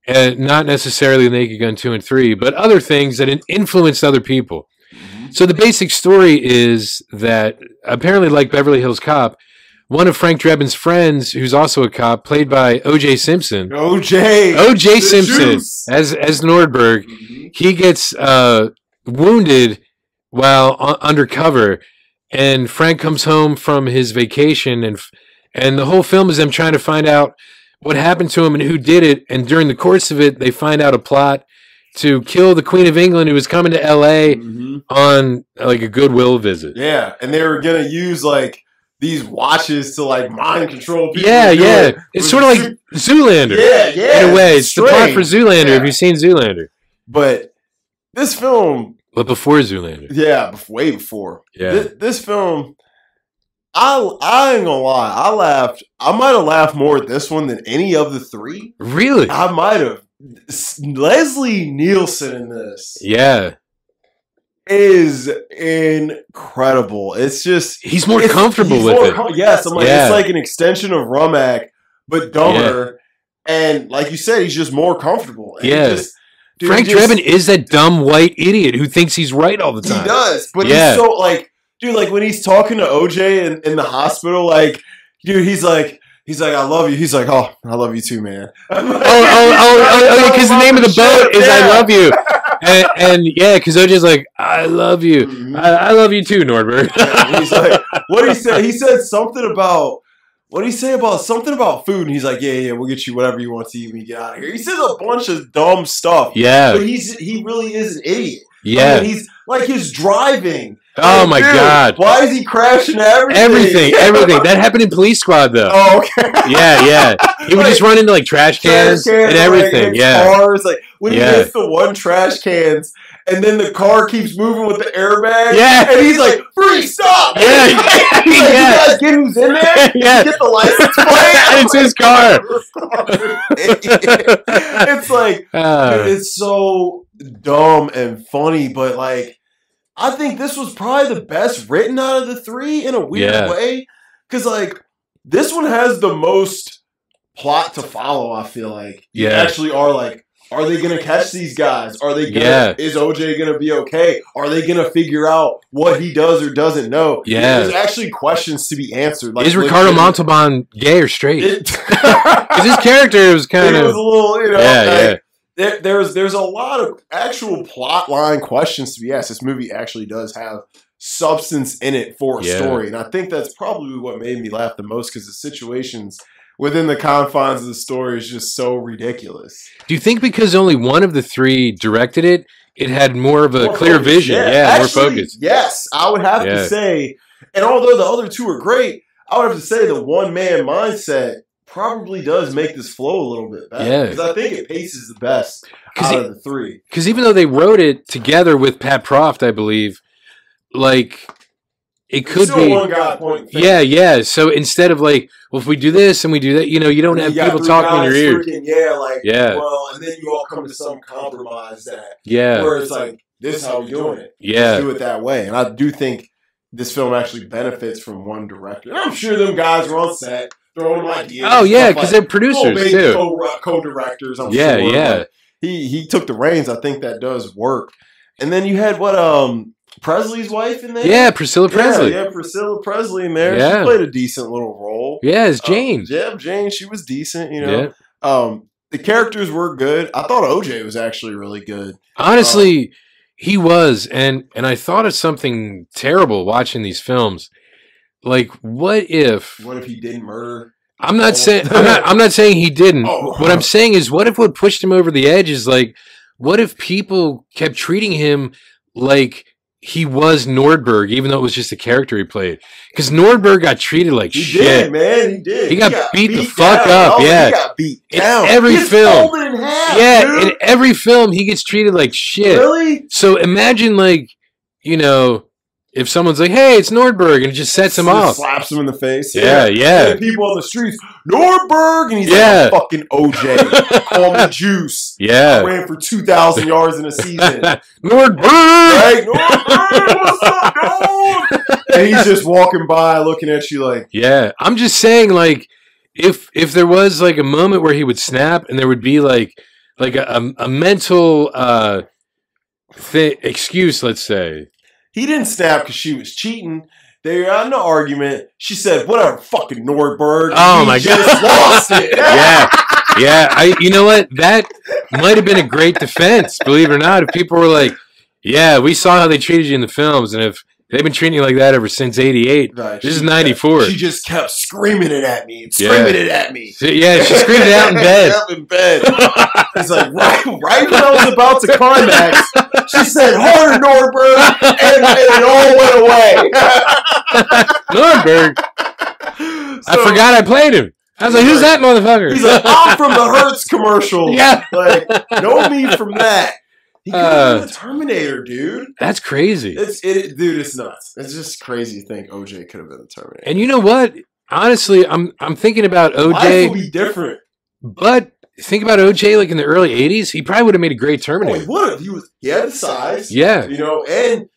and not necessarily the Naked Gun two and three, but other things that in- influenced other people. So the basic story is that apparently, like Beverly Hills Cop, one of Frank Drebin's friends, who's also a cop, played by O.J. Simpson, OJ. O.J. the Simpson juice. as as Nordberg, Mhm. he gets uh, wounded while u- undercover, and Frank comes home from his vacation, and f- and the whole film is them trying to find out what happened to him and who did it. And during the course of it, they find out a plot to kill the Queen of England, who was coming to L.A. Mhm. on uh, like a goodwill visit. Yeah, and they were gonna use like these watches to like mind control people. Yeah, to do yeah, it. it's Was sort of like super- Zoolander. yeah, yeah. In a way, it's the plot strange. for Zoolander. If Yeah. you've seen Zoolander, But this film, but before Zoolander, yeah, bef- way before yeah, This, this film, I I ain't gonna lie, I laughed. I might have laughed more at this one than any of the three. really, I might have. S- Leslie Nielsen in this yeah, is incredible. It's just he's more it's- comfortable he's with more it. com- yes, I'm like Yeah. it's like an extension of Rumack, but dumber. And like you said, he's just more comfortable. And he Yeah. just- dude, Frank he just- Drebin is that dumb white idiot who thinks he's right all the He time. does, but Yeah. he's so like, dude, like when he's talking to OJ in, in the hospital, like, dude, he's like, he's like, I love you. He's like, oh, I love you too, man. Oh, oh, oh, oh, because the name of the boat is I love you. and, and yeah, because they're just like, I love you. Mm-hmm. I, I love you too, Nordberg. And he's like, what did he say? He said something about what did he say about something about food? And he's like, yeah, yeah, we'll get you whatever you want to eat when you get out of here. He says a bunch of dumb stuff, yeah, but he's he really is an idiot. I mean, yeah. he's like his driving. Oh Like, my Oh, dude, god, Why is he crashing everything? everything, everything that happened in Police Squad though. Oh, okay. Yeah, yeah. He would just run into like trash cans and everything. Yeah, Cars like when Yeah. he hits the one trash cans, and then the car keeps moving with the airbag. Yeah. and he's like, "Freeze! Stop!" Yeah. Like, you Yeah. guys get who's in there. yeah. Get the license plate. It's his car. it's like Dude, Uh, it's so dumb and funny, but like, I think this was probably the best written out of the three in a weird Yeah. way. Because, like, this one has the most plot to follow, I feel like. You Yeah. actually are like, are they going to catch these guys? Are they going to, Yeah. is OJ going to be okay? Are they going to figure out what he does or doesn't know? Yeah. There's actually questions to be answered. is Ricardo legit- Montalban gay or straight? It- Because his character was kind it was of a little, you know, yeah, like, yeah, there, there's there's a lot of actual plot line questions to be asked. This movie actually does have substance in it for a Yeah. story, and I think that's probably what made me laugh the most because the situations within the confines of the story is just so ridiculous. Do you think because only one of the three directed it, it had more of a More clear focus, vision? Yeah, more Actually, focused. Yes, I would have Yeah. to say, and although the other two are great, I would have to say the one man mindset probably does make this flow a little bit better. Yeah. because I think it paces the best 'Cause out it- of the three. Because even though they wrote it together with Pat Proft, I believe, like it It's could still be. one guy point. Yeah, yeah. So instead of like, well, if we do this and we do that, you know, you don't have You got people three talking in your guys ear. freaking, yeah, like Yeah. Well, and then you all come to some compromise that Yeah, where it's like this is how we're doing it. Let's yeah, do it that way. And I do think this film actually benefits from one director. And I'm sure them guys were on set throwing them ideas. Oh and yeah, stuff because like, they're producers too. co uh, co-directors. I'm Yeah, sure, yeah. but He he took the reins. I think that does work. And then you had what um Presley's wife in there. Yeah, Priscilla Yeah, Presley. Yeah, Priscilla Presley in there. Yeah. She played a decent little role. Yeah, it's Um, Jane. yeah, Jane. She was decent. You know, Yeah. um, the characters were good. I thought OJ was actually really good. Um, Honestly, he was, and and I thought of something terrible watching these films. Like, what if? What if he didn't murder? I'm not saying I'm not, I'm not saying he didn't. Oh. Mm, What I'm saying is, what if what pushed him over the edge is like, what if people kept treating him like he was Nordberg, even though it was just a character he played? Because Nordberg got treated like He shit. did, man. He did. He got beat the fuck down. Oh, up, yeah. he got beat In down. every He gets film. folded in half, Yeah, dude. in every film he gets treated like shit. really. So imagine like, you know, if someone's like, "Hey, it's Nordberg," and it just sets him Just off. slaps him in the face. Yeah, yeah. And people on the streets, Norberg, and he's Yeah. like fucking OJ. Call me Juice. Yeah. Ran for two thousand yards in a season. Nordberg. Right? Norberg, what's up, dog? And he's just walking by, looking at you like. Yeah. I'm just saying like if if there was like a moment where he would snap and there would be like like a, a, a mental uh thi- excuse, let's say. He didn't snap because she was cheating. They were out in an argument. She said, "Whatever, fucking Nordberg." Oh He my God. just lost it. Yeah. Yeah, I you know what? That might have been a great defense, believe it or not, if people were like, "Yeah, we saw how they treated you in the films and if they've been treating you like that ever since 88." Right, This she is kept- 94. She just kept screaming it at me and Yeah. screaming it at me. So, yeah, she screamed it out in bed. Out in bed. He's like, right, right when I was about to climax, she said, "Harder, Nordberg," and, and it all went away. Nordberg. I So, forgot I played him. I was like, who's that motherfucker? He's like, "Oh." "I'm from the Hertz commercial." yeah. Like, know me from that. He could Uh. have been a Terminator, dude. That's crazy. It's it, dude. It's nuts. It's just crazy to think OJ could have been the Terminator. And you know what? Honestly, I'm I'm thinking about Life would OJ, be different. Oh, but think about OJ like in the early 80s, he probably would have made a great Oh, he Terminator. would have. He was. He had the size. Yeah. You know, and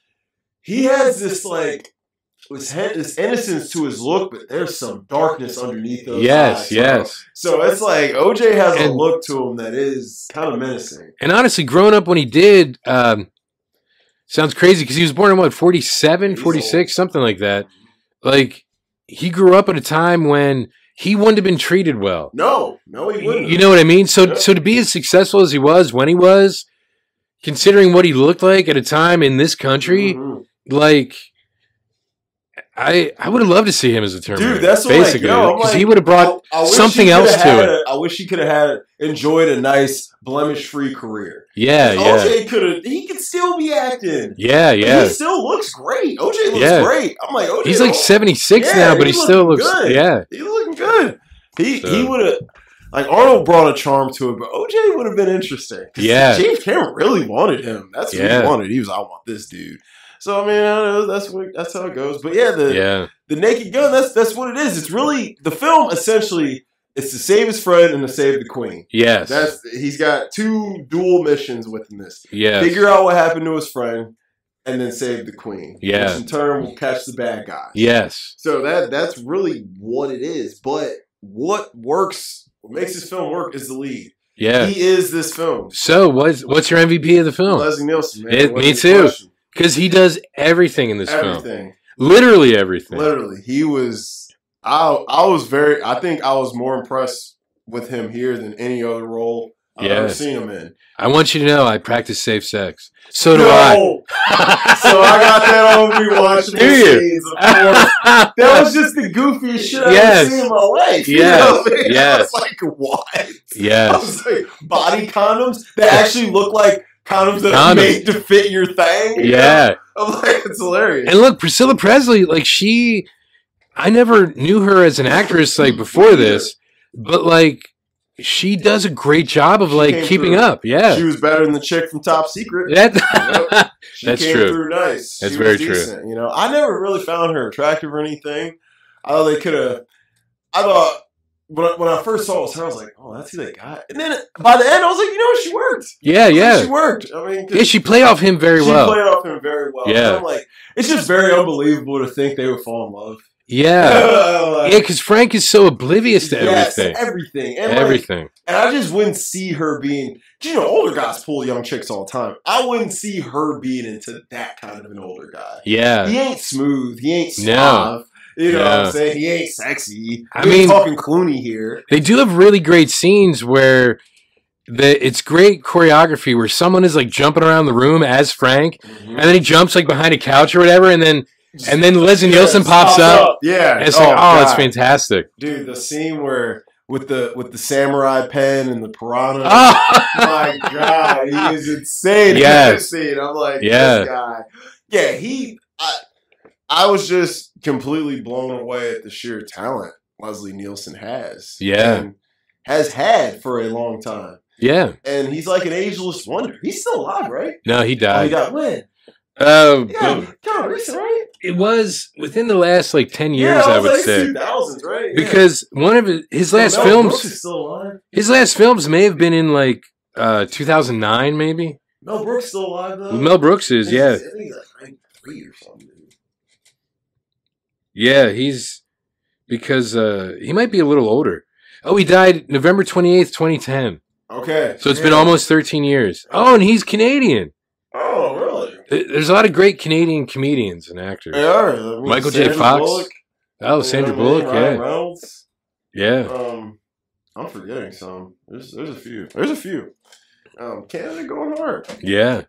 he has this like was this innocence to his look, but there's some darkness underneath those eyes. Yes, bro. yes. So it's like OJ has a And- look to him that is kind of menacing. And honestly, growing up when he did um sounds crazy cuz he was born in what 47, He's old. 46, something like that. Like he grew up at a time when he wouldn't have been treated well. No, no, he wouldn't. You know what I mean? So Yeah. so to be as successful as he was when he was, considering what he looked like at a time in this country, Mhm. like I I would have loved to see him as a Terminator. Dude, that's what, like, basically yo, I'm because he like, oh, would have brought I- I wish something he coulda else to had it. a- I wish he could have had enjoyed a nice blemish-free career. yeah yeah OJ could have. He could still be acting. yeah He yeah. still looks great. OJ looks Yeah. great. I'm like OJ. He's like don't- seventy six Yeah, now, but he he still looking looks good. yeah He's looking good. He So- he would have like Arnold brought a charm to it, but OJ would have been interesting. 'Cause Yeah. James Cameron really wanted him. That's what Yeah. he wanted. He was, I want this dude. So I mean, I don't know, that's what that's how it goes. But yeah, the yeah the Naked Gun. That's that's what it is. It's really the film essentially. It's to save his friend and to save the queen. yes That's he's got two dual missions within this. yes Figure out what happened to his friend, and then save the queen. Yeah. which in turn will catch the bad guy. yes So that that's really what it is. But what works, what makes this film work, is the lead. yeah. He is this film. so what's what's your MVP of the film? Leslie Nielsen, man. It- What's me the too. question? Because he does everything in this film, Everything, literally everything. literally, he was. I I was very. I think I was more impressed with him here than any other role I've ever Yes. seen him in. I want you to know I practice safe sex. So do No! I. so I got that on rewatch. Do you? That was just the goofiest shit I've Yes. ever seen in my life. you Yes. know what I mean? I Yes. was like, what? I yes. was like, body condoms that actually look like condoms that Condoms. are made to fit your thing. you know? Yeah. I'm like, it's hilarious. And look, Priscilla Presley, like she I never knew her as an actress like before this, but like she does a great job of like came keeping through. up. Yeah. She was better than the chick from Top Secret. That She That's came true. through nice. That's she very was true. decent, You know, I never really found her attractive or anything. I thought they could have. I thought when I, when I first saw this, I was like, oh, that's who they got. And then by the end, I was like, you know, what? she worked. Yeah, I was like, yeah. she worked. I mean, 'cause Yeah, she played off him very she well. played off him very well. Yeah. I'm like, it's just very unbelievable to think they would fall in love. Yeah. Like, Yeah, because Frank is so oblivious to Yes, everything. everything, and like- Everything. and I just wouldn't see her being. You know, older guys pull young chicks all the time. I wouldn't see her being into that kind of an older guy. Yeah. He ain't smooth. He ain't No. suave. You know what No. I'm saying? He ain't sexy. I We ain't mean- talking Clooney here. They do have really great scenes where the it's great choreography where someone is like jumping around the room as Frank and then he jumps like behind a couch or whatever, and then and then Leslie Nielsen Yes, pops up. Yeah, And it's like, oh, God. it's fantastic. dude. The scene where with the with the samurai pen and the piranha. Oh, my god, he is insane. Yes. Yeah, scene. I'm like, Yeah. this guy. Yeah, he. I, I was just completely blown away at the sheer talent Leslie Nielsen has. Yeah. and has had for a long time, yeah. and he's like an ageless wonder. He's still alive, right? No, he oh, he died. got when? Oh, Yeah, kind of recent, right? it was within the last like ten years, yeah, I was would like say, 2000s, right? Yeah. because one of his, his last Mel Brooks films, is still alive. his last films may have been in like uh 2009, maybe. Mel Brooks still alive though. Mel Brooks I is, think yeah, he's- I think he's like 93 or something. dude. yeah, he's because uh he might be a little older. Oh, he died November twenty eighth, twenty ten. Okay, So it's it's been almost thirteen years. Oh, and he's Canadian. Oh, really? Th- There's a lot of great Canadian comedians and actors. They are. I mean, Michael J. Fox, Oh, you Sandra know what Bullock, I mean? Ryan yeah, Reynolds. yeah, Um, I'm forgetting some. There's there's a few. There's a few. Um, Canada going hard. yeah.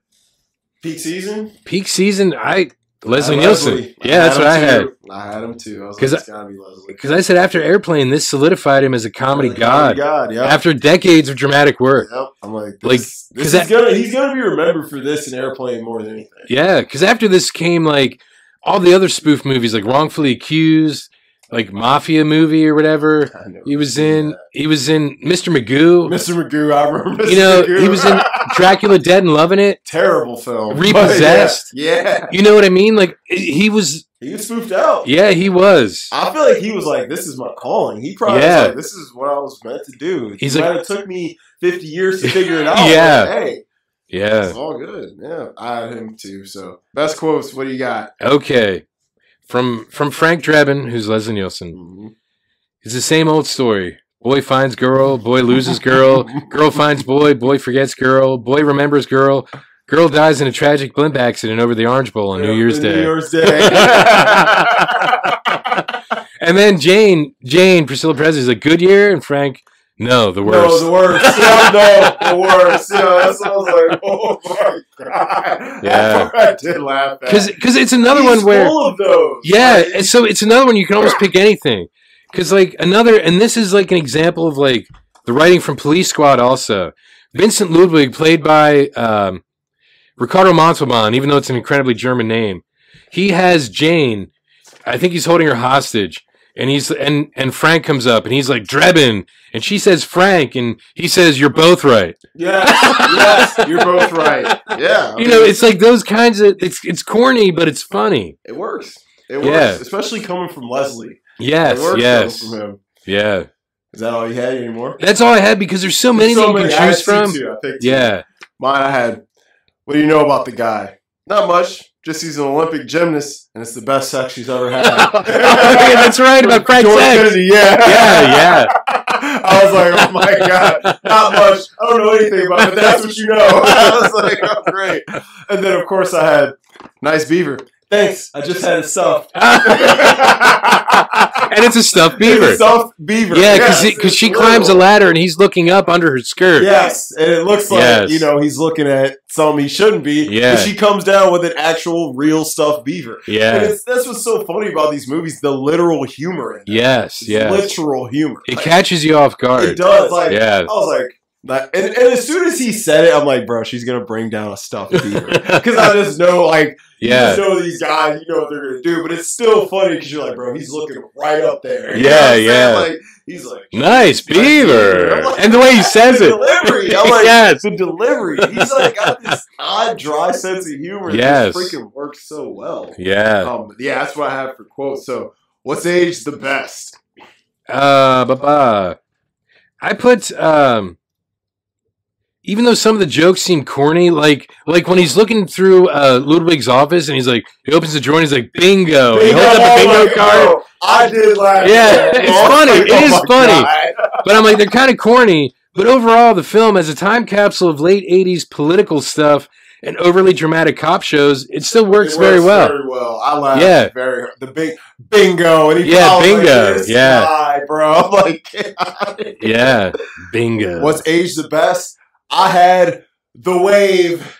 Peak season. Peak season, I Leslie I had Nielsen. Leslie. Yeah, that's what I had. him too. I had him too. I was 'Cause like, it's gotta be Leslie. Because I said after Airplane, this solidified him as a comedy Like, god God. Yeah. after decades of dramatic work. Yep. I'm like, Like, this, 'cause this is that- gonna he's gonna be remembered for this in airplane more than anything. Yeah, because after this came like all the other spoof movies, like Wrongfully Accused, like mafia movie or whatever. I never He was seen in. that. He was in Mr. Magoo. Mr. Magoo. I remember. Mr. You know, Magoo. he was in Dracula Dead and Loving It. terrible film. but yeah, Repossessed. Yeah, You know what I mean? Like he was. he was spoofed out. Yeah, he was. I feel like he was like, "This is my calling." He probably was Yeah. like, "This is what I was meant to do." He's He's it like- might have took me fifty years to figure it out. Yeah. but hey, Yeah. it's all good. Yeah, I had him too. So best quotes. What do you got? Okay. From from Frank Drebin, who's Leslie Nielsen. It's the same old story. Boy finds girl, boy loses girl, girl finds boy, boy forgets girl, boy remembers girl, girl dies in a tragic blimp accident over the Orange Bowl on New Yeah, Year's New Day. Year's Day. and then Jane, Jane, Priscilla Presley's like, good year, and Frank, No, the No, worst. the worst. Yeah, no, the worst. Yeah, that's what I was like, oh my god. Yeah. I did laugh at. Because it's another He's one where full of those. yeah. Like, and So it's another one you can almost pick anything. Because like another, and this is like an example of like the writing from Police Squad. Also, Vincent Ludwig, played by um, Ricardo Montalban, even though it's an incredibly German name, he has Jane. I think he's holding her hostage. And he's and and Frank comes up and he's like Drebin and she says Frank and he says you're both right. yes, yes, you're both right. Yeah, I You mean, know, it's like those kinds of it's it's corny but it's funny. it works. It works, Yeah. especially coming from Leslie. Yes, it works yes. Coming from him. Yeah. Is that all you had anymore? That's all I had because there's so many So that you many. can I choose had from. two, I picked two. Yeah, Mine I had, what do you know about the guy? Not much. Just he's an Olympic gymnast, and it's the best sex she's ever had. Yeah, that's right about Frank George Sex. Kennedy, yeah. Yeah, yeah. I was like, oh my god, not much. I don't know anything about it, but that's what you know. I was like, oh great. And then of course I had nice beaver. Thanks. I just had a self. and it's a stuffed beaver. Self beaver. Yeah, because Yes, it's she climbs a little. ladder and he's looking up under her skirt. Yes, and it looks like Yes. you know he's looking at some he shouldn't be. Yeah. but she comes down with an actual real stuffed beaver. And Yeah. it's, that's what's so funny about these movies: the literal humor in it. Yes. It's Yeah. literal humor. It Like, catches you off it guard. does. Like Yeah. I was like, like- and, and as soon as he said it, I'm like, bro, she's gonna bring down a stuffed beaver because oh, I just know, like, Yeah. you just know these guys, you know what they're gonna do. But it's still funny because you're like, bro, he's looking right up there. You know Yeah, what I'm saying? yeah. Like he's like. Nice beaver. I'm like, And the way he says the it. delivery. I'm like, Yes. the delivery. He's like got this odd, dry sense of humor. that Yes. just freaking works so well. Yeah. Um, yeah, that's what I have for quotes. So, what's age the best? Uh, but uh, I put um, even though some of the jokes seem corny, like like when he's looking through uh, Ludwig's office and he's like, he opens the drawer and he's like, bingo. He holds up a Oh bingo my- card. oh, I did laugh. Yeah, it's Oh, funny. my- It is my funny. God. But I'm like, they're kind of corny. But overall, the film as a time capsule of late '80s political stuff and overly dramatic cop shows, it still works, It very well. Very well. I laughed. Yeah. Very the big bingo. And he Yeah, follows like bingo. this Yeah. guy, bro. I'm like, get outta here. yeah, bingo. What's age the best? I had the wave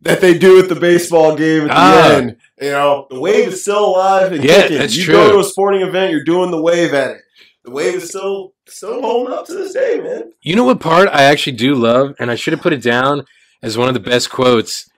that they do at the baseball game at the Ah. end. You know, the wave is still alive and Yeah, kicking. that's you true. go to a sporting event, you're doing the wave at it. The wave is still still holding up to this day, man. You know what part I actually do love, and I should have put it down as one of the best quotes.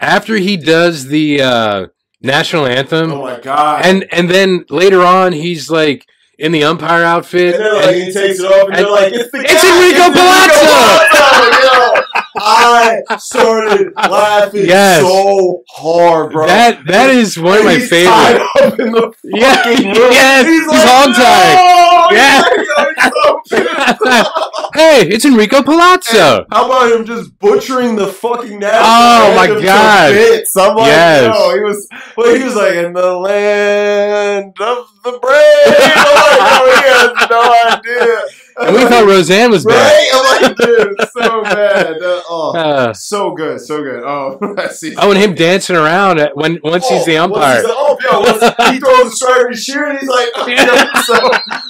After he does the uh, national anthem, Oh my god! and and then later on he's like in the umpire outfit. And then like, and- he takes it off, and, and- they're like, "It's the It's guy, Enrico Palazzo!" Palazzo, yo. I started laughing Yes. so hard, bro. that that is one of my He's tied favorites. up in the Yeah, fucking room. yes, he's, like, hog tied. "No!" Yeah. He's like, "I'm so pissed." hey, it's Enrico Palazzo. How about him just butchering the fucking national Oh, anthem my to God. Bits? I'm like, Yes. no, he was. Well, he was like in the land of the brave. I'm like, oh, he has no idea. And we thought Roseanne was bad. right? I'm like, dude, it's so bad. Uh, oh, Uh, so good, so good. Oh, I see. oh, and him dancing around at- when once he's the Oh, umpire. once he's the- oh, yeah, once he throws a strike and he's shooting. He's like, oh, Yeah. yeah, so,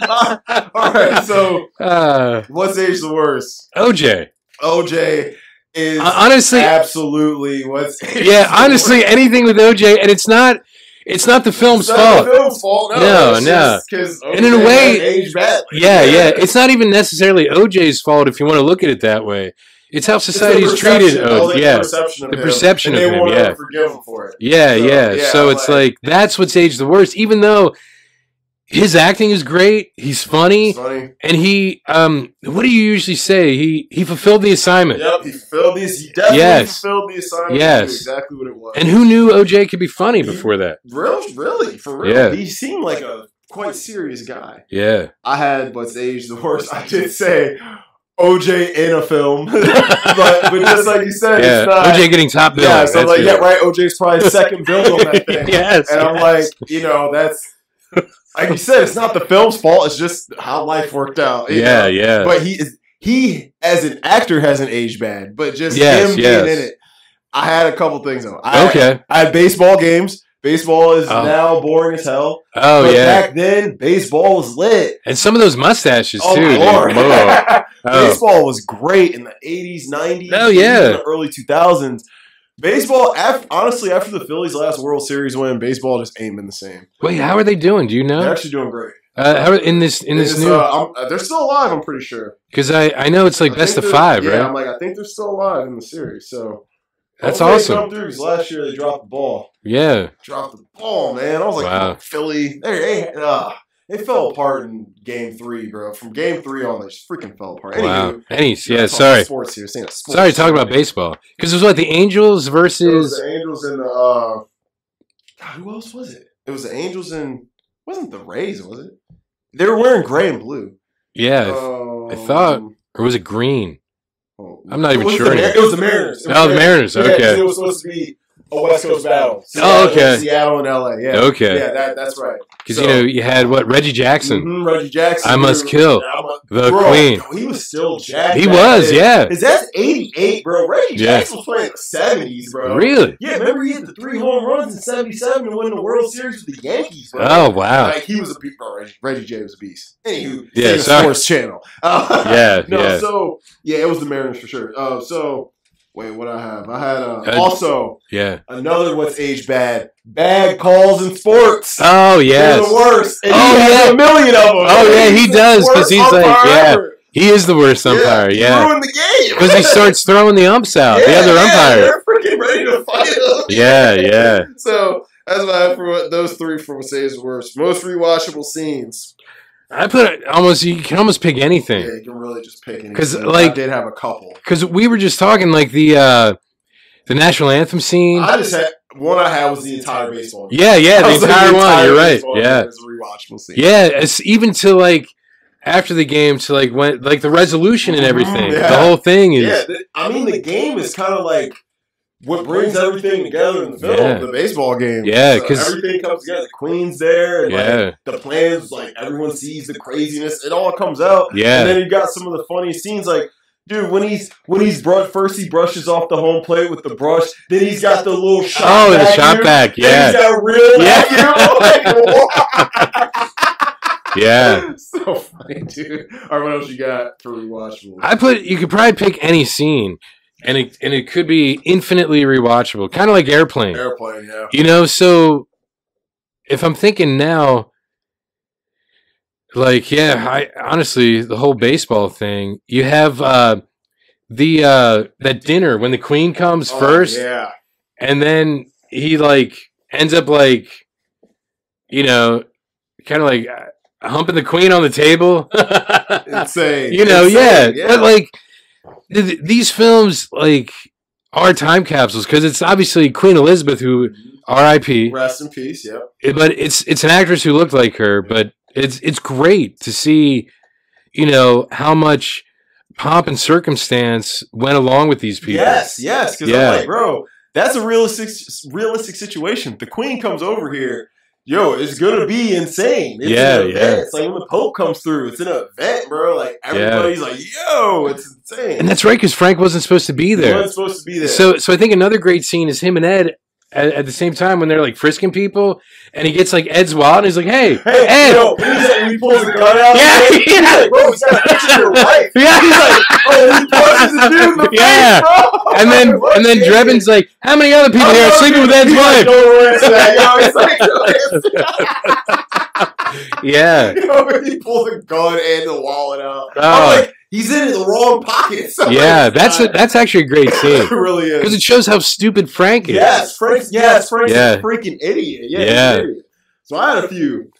uh, all right. So, Uh, what's age the worst? OJ. OJ is Uh, honestly, absolutely what's age yeah, the honestly, worst. anything with OJ, and it's not, it's not the film's It's not fault. the film's fault. No, it's no. just 'cause And in a OJ way- aged badly. Yeah, yeah, it's not even necessarily OJ's fault if you want to look at it that way. It's how It's the society's perception. treated. That was, OJ. like, yeah, the perception of The him. perception And of they him, wanted yeah. to forgive him for it. yeah, So, yeah. yeah, So it's like- like that's what's aged the worst. Even though his acting is great, he's funny, It's funny. and he, um, what do you usually say? He he fulfilled the assignment. Yep, he filled these. He definitely Yes. fulfilled the assignment. He Yes. knew exactly what it was. And who knew OJ could be funny before that? Real, really, for real. Yeah. He seemed like a quite serious guy. Yeah, I had what's age the worst. I did say OJ in a film, but, but just like you said, yeah. it's not. OJ getting top billing. yeah, so I'm that's like, it. yeah, right. OJ's probably second build on that thing, yes. and I'm yes. like, you know, that's like you said, it's not the film's fault. It's just how life worked out. you yeah, know? yeah. But he is he as an actor hasn't aged bad, but just Yes, him yes. being in it. I had a couple things though. I, okay. I had baseball games. Baseball is Oh. now boring as hell. Oh but yeah, back then, baseball was lit. and some of those mustaches Oh too. my dude. lord! Whoa. Oh. Baseball was great in the eighties, nineties. Oh, yeah. the early two thousands. Baseball, af honestly, after the Phillies' last World Series win, baseball just ain't been the same. Wait, how are they doing? Do you They're know? actually doing great. Uh, how, in this in this It's, new uh, I'm- uh, they're still alive. I'm pretty sure. because I I know it's like I best think of they're- five, yeah, right? I'm like, I think they're still alive in the series. So That's Hopefully they awesome. Come through 'cause last year they dropped the ball. Yeah, Dropped the ball, man. I was like, Wow. come on, Philly. They, they, uh, they fell apart in game three, bro. From game three on, they just freaking fell apart. Anywho, wow. Any's, we're yeah. talking Sorry, Sports here. Saying sports. sorry. Talking about baseball because it was what the Angels It was versus the Angels and the. Uh, God, who else was it? It was the Angels and wasn't the Rays, was it? They were wearing gray and blue. yeah, Um, I thought- or was it Green? oh, I'm not it even was sure the Mar- anymore. it was the Mariners. It was Oh, the Mariners. Yeah, 'cause Okay, it was supposed to be a West Coast battle. Oh, okay. Seattle and LA. Yeah. okay. Yeah, that, that's right. Because So- you know you had what Reggie Jackson, Mhm, Reggie Jackson. I must dude. kill I must- the Mm-hmm. Bro, Queen. He was still jacked. He back was, then. yeah. Is that 88, bro? Reggie Yeah. Jackson was playing in the 70s, bro. Really? Yeah, remember he hit the three home runs in 77 and won the World Series with the Yankees, bro. Oh wow. Like, he was a beast. Bro, Reggie, Reggie J was a beast. Anywho, Yeah, same sorry. Sports Channel. Uh, Yeah, No, yeah. so, yeah, it was the Mariners for sure. Uh, so, wait, what I have? I had uh, Uh, also Yeah. another what's age bad. Bad calls in sports. Oh yes. They're the worst. And Oh, he has yeah. a million of them. Oh, yeah, he the does, 'cause worst he's like, umpire yeah, ever. He is the worst umpire. he Yeah. ruined the game. Because he starts throwing the umps out, the Yeah, other yeah, umpire. They're freaking ready to fight him. Yeah, yeah. So that's what I have for what those three from Saves worst. Most rewatchable scenes. I put almost you can almost pick Yeah, anything you can really just pick any. 'Cause, I like- did have a couple. because we were just talking like the uh the national anthem scene. I just had one. I had was the entire baseball. game. Yeah, yeah, That the was like entire one. You're right. baseball game Yeah, was a rewatchable scene. yeah. It's even to like after the game to like when like the resolution and Mhm, everything. yeah. The whole thing is yeah. th- I mean, the game is kind of like what brings everything together in the film. Yeah. The baseball game. Yeah, So 'cause- everything comes together. The Queen's there. And Like, yeah, the plans, like everyone sees the craziness. It all comes out. yeah. And then you got some of the funniest scenes, like dude when he's when he's bru first he brushes off the home plate with the brush, then he's got the little shot. oh, the vacuum, shot back. Then Yeah, he's got real Yeah. vacuum. Like, yeah. wow. so funny, dude. All right, what else you got for rewatchable? I put you could probably pick any scene, and it and it could be infinitely rewatchable, kind of like Airplane. Airplane, yeah. You know, so if I'm thinking now, like, yeah, I honestly the whole baseball thing. You have uh, the uh, that dinner when the queen comes Oh, first, yeah. and then he like ends up like, you know, kind of like uh, humping the queen on the table. Insane. you know, yeah, Insane, But like th- th- these films, like are time capsules because it's obviously Queen Elizabeth who R.I.P. Rest in peace, yeah. it- But it's it's an actress who looked like her. But it's it's great to see, you know, how much pomp and circumstance went along with these people. Yes, yes. Because Yeah. I'm like, bro, that's a realistic realistic situation. The queen comes over here. Yo, it's gonna be insane. It's Yeah, an event. yeah. It's like when the Pope comes through. It's an event, bro. Like everybody's like, yo, it's insane. and that's right because Frank wasn't supposed to be He there. wasn't supposed to be there. So so I think another great scene is him and Ed. At, at the same time, when they're like frisking people, and he gets like Ed's wild, and he's like, "Hey, hey, Ed, yo, he's like, he pulls the gun out. Yeah, he's yeah. like, bro, he's got a picture of your wife. yeah." Oh, he punches the dude in the Yeah. face, bro. And then and then Drebin's like, how many other people here are Oh, sleeping with Ed's He's like, wife? Don't answer that, yo. He's like, don't answer Yeah. You know, when oh, he pulled the gun and the wallet out. Oh. I'm like, he's in the wrong pocket. So Yeah, it's that's a, not- that's actually a great scene it really because is. it shows how stupid Frank is. Yes, Frank's yes, Frank's Yeah. a freaking idiot. Yeah, he's Yeah. an idiot. So I had a few.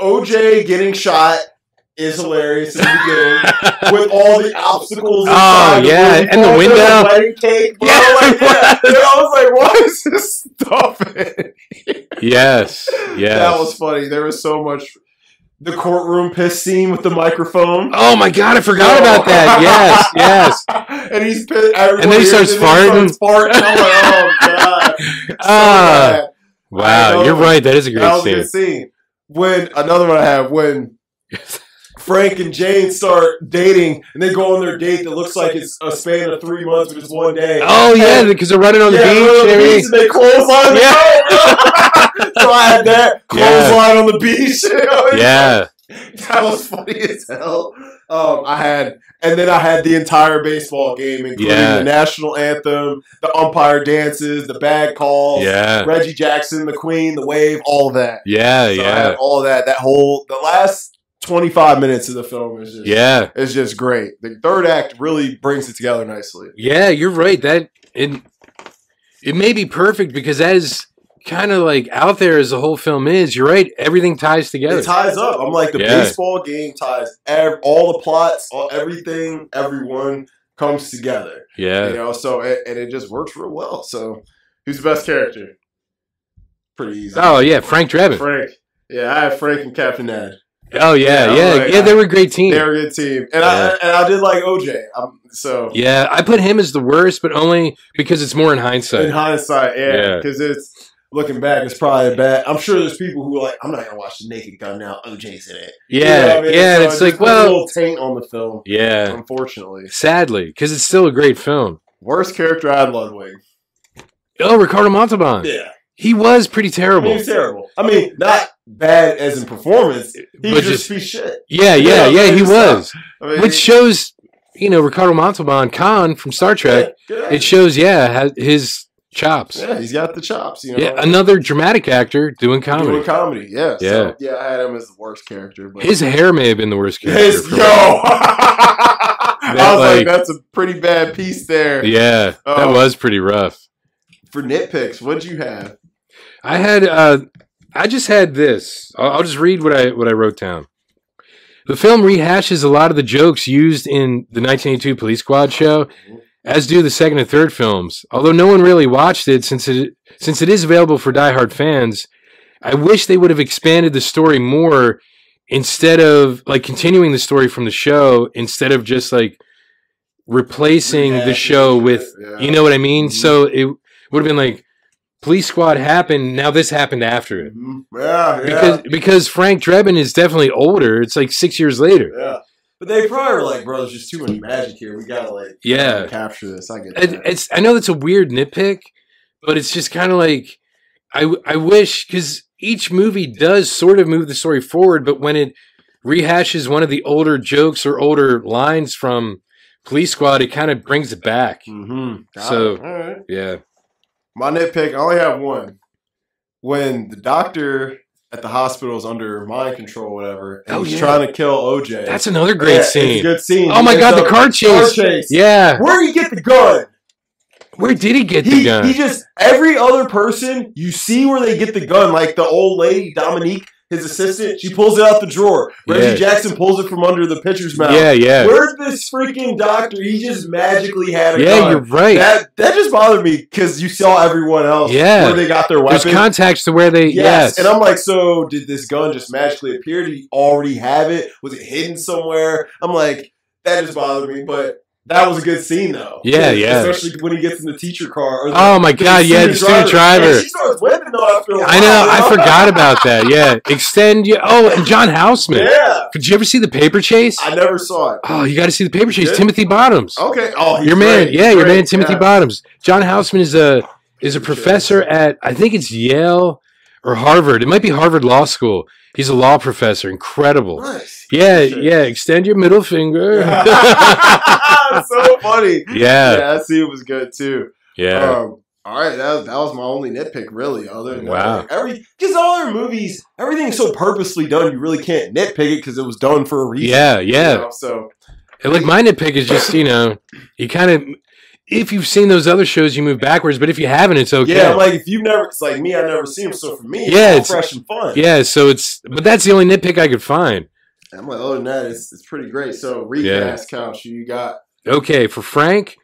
OJ getting shot is hilarious in the beginning with all the obstacles. Oh, inside yeah, room. and the Oh, there's window. a wedding cake. Bro. Yeah, like, it yeah. And I was like, why is this stuff? Yes. That was Yes. funny. There was so much. The courtroom piss scene with the microphone. Oh my god, I forgot No. about that. Yes. Yes. and he's pissed. everyone And then he hears starts it, and he starts farting. I'm like, oh god. So Ah. bad. I Wow, know. you're right. That is a that great was a scene. good scene. When another one I have when Frank and Jane start dating, and they go on their date that looks like it's a span of three months, which is one day. Oh yeah, because they're running on the Yeah, beach. they're on and the everything. beach and they clothesline the Yeah. boat. so I had that Yeah. clothesline on the beach. you know? Yeah, that was funny as hell. Um, I had, and then I had the entire baseball game, including Yeah. the national anthem, the umpire dances, the bad calls, yeah, Reggie Jackson, the Queen, the wave, all that. yeah, So I had yeah, all that. That whole the last twenty five minutes of the film is just yeah. is just great. The third act really brings it together nicely. Yeah, you're right. That it it may be perfect because that is kind of like out there as the whole film is. You're right. Everything ties together. It ties up. I'm like the Yeah. baseball game ties ev- all the plots, all, everything, everyone comes together. You yeah, know, so it, and it just works real well. So who's the best character? Pretty easy. Oh yeah, Frank Drebin. Frank. Yeah, I have Frank and Captain Ned. Oh yeah, Yeah, yeah, like, yeah. They were a great team. They're a good team, and I and I did like OJ. Um, so Yeah, I put him as the worst, but only because it's more in in hindsight. hindsight, yeah, Yeah. because it's looking back, it's probably bad. I'm sure there's people who are like, I'm not gonna watch the Naked Gun now. OJ's in it. You know what Yeah, I mean? yeah. So and it's it just like, put a well, little taint on the film. yeah. Unfortunately, Sadly, because it's still a great film. worst character I had Ludwig. Oh, Ricardo Montalban. Yeah, He was pretty I mean, terrible. he's terrible. I mean, not bad as in performance. He But just- just be shit. Yeah, yeah, Yeah, yeah. He he's not. was, I mean, which shows you know Ricardo Montalban, Khan from Star Trek. yeah, It shows, yeah, ha- his chops. Yeah, yeah, he's got the chops. You know, another dramatic actor doing comedy. doing comedy. Yeah, yeah, Yeah. so, yeah. I had him as the worst character, but His hair may have been the worst character. His- for yo. me. I was like, like- that's a pretty bad piece there. Yeah, that Oh. was pretty rough. For nitpicks, what'd you have? I had, uh, I just had this. I'll, I'll just read what I what I wrote down. The film rehashes a lot of the jokes used in the 1982 Police Squad show, as do the second and third films. Although no one really watched it since it since it is available for diehard fans, I wish they would have expanded the story more instead of like continuing the story from the show instead of just like replacing the show with Yeah. you know what I mean? Mhm. So it would have been like police squad happened, now this happened after it. Mhm. Yeah, yeah. Because because Frank Drebin is definitely older. It's like six years later. yeah. But they probably were like, bro, there's just too much magic here. We gotta like Yeah. capture this. I get It, that. it's I know that's a weird nitpick, but it's just kind of like I w- I wish because each movie does sort of move the story forward, but when it rehashes one of the older jokes or older lines from Police Squad, it kind of brings it back. Mhm. Got So- it. All right. Yeah. My nitpick, I only have one. When the doctor at the hospital is under mind control, or whatever, and Oh, he's yeah. trying to kill OJ. That's another Yeah, great it's a scene. good scene. Oh my He god, ends the up- car chase. Car chase. Yeah. Where do you get the gun? Where did he get the He, gun? he just every other person you see where they get the gun, like the old lady Dominique, his assistant, she pulls it out the drawer. Reggie Yeah. Jackson pulls it from under the pitcher's mouth. yeah, yeah. Where'd this freaking doctor? He just magically had a yeah, gun. you're right. That that just bothered me because you saw everyone else Yeah. where they got their There's weapon. contacts to where they yes. And I'm like, so did this gun just magically appear? Did he already have it? Was it hidden somewhere? I'm like, that just bothered me, but that was a good scene though. Yeah, yeah. Especially when he gets in the teacher car. Or the, oh my god, yeah, the student driver. And she starts whipping on after a while, I know, you I forgot about that. Yeah. Extend you oh, and John Houseman. Yeah, Did you ever see the paper chase? I never saw it. Oh, you gotta see the paper chase. Did? Timothy Bottoms. Okay. Oh, he's your man, great. yeah, He's your man great. Timothy Yeah. Oh, Bottoms. John Houseman is a is a professor at I think it's Yale or Harvard. It might be Harvard Law School. He's a law professor. Incredible. Nice. Yeah, Shit. yeah. Extend your middle finger. so funny. Yeah. yeah, that scene was good too. yeah. Um, all right, that was, that was my only nitpick, really. Other than Wow. that, like, every because all their movies, everything's so purposely done, you really can't nitpick it because it was done for a reason. Yeah, yeah. you know, So And, Like my nitpick is just you know you kind of if you've seen those other shows you move backwards, but if you haven't, it's okay. yeah, Oh, Yeah, I'm like if you've never, it's like me, I've never seen them. So for me, Yeah, it's it's- all fresh and fun. so it's but that's the only nitpick I could find. I'm like, other than that, it's, it's pretty great. So recast couch, you got Okay, for Frank,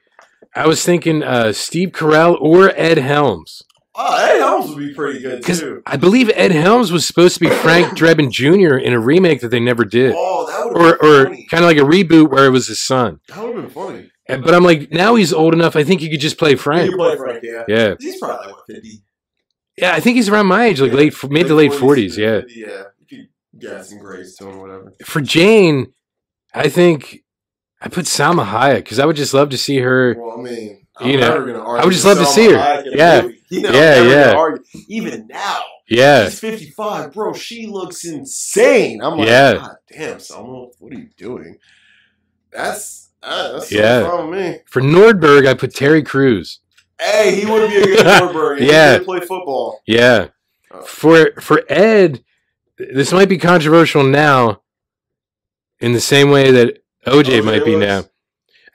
I was thinking uh, Steve Carell or Ed Helms oh, Ed Helms would be pretty good because too. I believe Ed Helms was supposed to be Frank Drebin Jr. in a remake that they never did, Oh, that would or have been or funny. kind of like a reboot where it was his son. That would have been funny. And- But I'm like now he's old enough. I think he could just play You Frank. could play Frank, yeah. Yeah, He's probably like what, 50. yeah. I think he's around my age, like late, mid to late forties. Yeah. Yeah. You could yeah, some grace to him, whatever. For Jane, I think I put Salma Hayek because I would just love to see her. Well, I mean, You know, never gonna argue would just with love to Salma see her. Hayek in a Yeah. movie. You know, Yeah, I'm never yeah. gonna argue. Even now, Yeah, she's 55, bro. She looks insane. I'm like, Yeah. God damn, Selma, what are you doing? That's uh, that's Yeah. yeah. wrong with me. for Nordberg, I put Terry Crews. Hey, he would be a good Norberg. Yeah. he could play football. Yeah, Oh. for for Ed, this might be controversial now, in the same way that OJ, OJ might be Oh, was- now.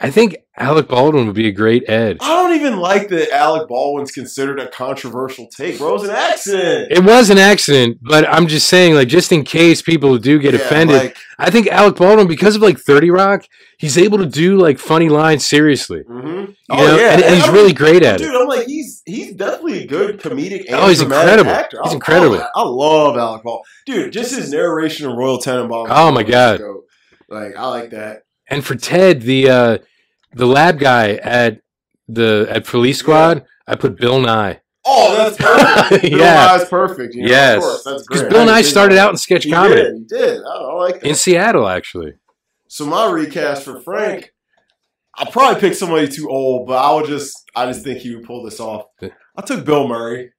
I think Alec Baldwin would be a great Ed. I don't even like that Alec Baldwin's considered a controversial take, bro. It's an accident. It was an accident, but I'm just saying, like, just in case people do get Yeah, offended, like, I think Alec Baldwin, because of like 30 Rock, he's able to do like funny lines seriously. You mhm. know? and, and he's I'm- really great at it. Dude, I'm like he's he's definitely a good comedic. And Oh, he's dramatic incredible. Actor. He's I- incredible. I, I love Alec Baldwin, dude. Just his narration of Royal Tenenbaum. Oh, my God. Dope. Like I like that. And for Ted, the uh, the lab guy at the at Police Squad, I put Bill Nye Oh, that's perfect. Bill Yeah. Nye's perfect. You know, Yes. of course, that's because great. Bill I Nye didn't started know. out in sketch He comedy did. He did. I, I like that. in Seattle, actually. So my recast for Frank, I'll probably pick somebody too old, but I would just I just think he would pull this off. I took Bill Murray.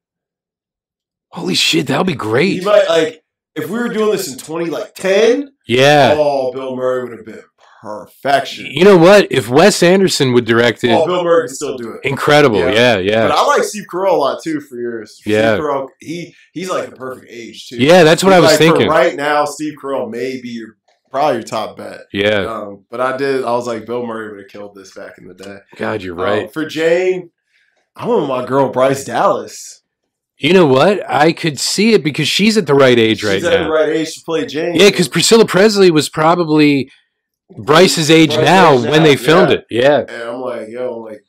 Holy shit, that would be He great. might like if we were doing this in twenty like ten, Yeah. oh Bill Murray would have been perfection. You know what? If Wes Anderson would direct it, Oh, Bill Murray can still do it. incredible. Yeah, Yeah. yeah. But I like Steve Carell a lot too for years. Yeah. Steve Carell, he he's like the perfect age too. Yeah, that's what I was Like, for thinking. Right now, Steve Carell may be your probably your top bet. Yeah. Um, but I did. I was like, Bill Murray would have killed this back in the day. God, you're right. Um, for Jane, I'm with my girl Bryce Dallas. You know what? I could see it because she's at the right age She's right at now. the right age to play Jane. Yeah, because Priscilla Presley was probably Bryce's age Bryce's now age when now, they filmed yeah. it. Yeah. and I'm like, yo, I'm like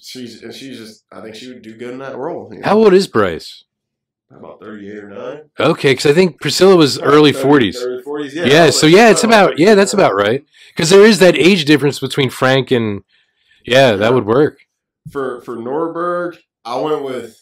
she's and she's just. I think she would do good in that role. you know? How old is Bryce? About 38 or nine. Okay, because I think Priscilla was early 30, 40s. Early 40s. Yeah. Yeah, so yeah, it's about yeah, that's about right. Because there is that age difference between Frank and yeah, that would work. For for Norberg, I went with.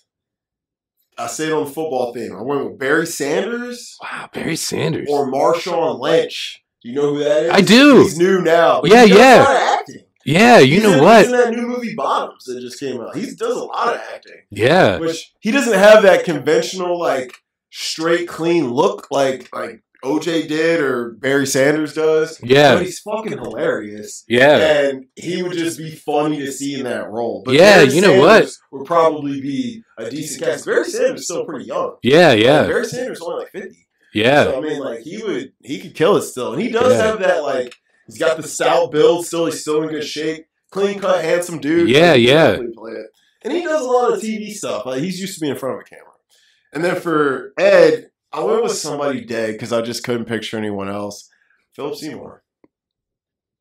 I stayed on the football theme. I went with Barry Sanders Wow, Barry Sanders. or Marshawn Lynch. Do you know who that is? I do. He's new now. but Yeah, he does a yeah. lot of acting. Yeah, you He's know in- He's what? in that new movie Bottoms that just came out. He does a lot of acting, Yeah, which he doesn't have that conventional like straight clean look like like OJ did or Barry Sanders does. But yeah, he's fucking hilarious. yeah. And he would just be funny to see in that role. But Yeah, Barry you know what? Sanders Would probably be a decent cast. Barry Sanders is still pretty young. Yeah, yeah, Barry Sanders is only like fifty. yeah, So I mean, like he would, he could kill it still, and he does Yeah. have that like he's got the stout build still. He's still in good shape, clean cut, handsome dude. Yeah, He can yeah. definitely play it. And he does a lot of TV stuff. Like he's used to being in front of a camera. And then for Ed, I went with somebody dead because I just couldn't picture anyone else. Philip Seymour.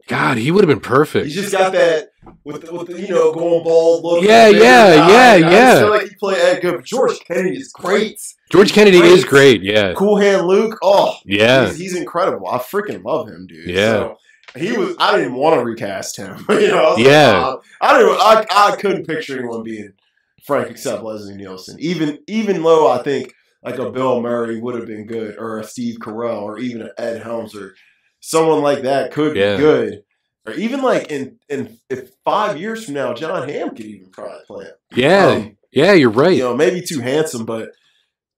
God, he would have been He's perfect. just got that with the, with the you know going bald look. Yeah, yeah, big eye. yeah, yeah. I just feel like he played Ed good. But George Kennedy is great. George Kennedy is great. Yeah, Cool hand Luke. Oh, yeah. He's, he's incredible. I freaking love him, dude. Yeah. So, he was. I didn't want to recast him. you know, I was like, Yeah. "Nah." I didn't. I, I couldn't picture anyone being Frank except Leslie Nielsen. Even even though I think like a Bill Murray would have been good, or a Steve Carell, or even an Ed Helms, or someone like that could Yeah. be good. Or even like in in if five years from now, John Hamm could even probably play him. Yeah, Um, yeah, you're right. you know, maybe too handsome, but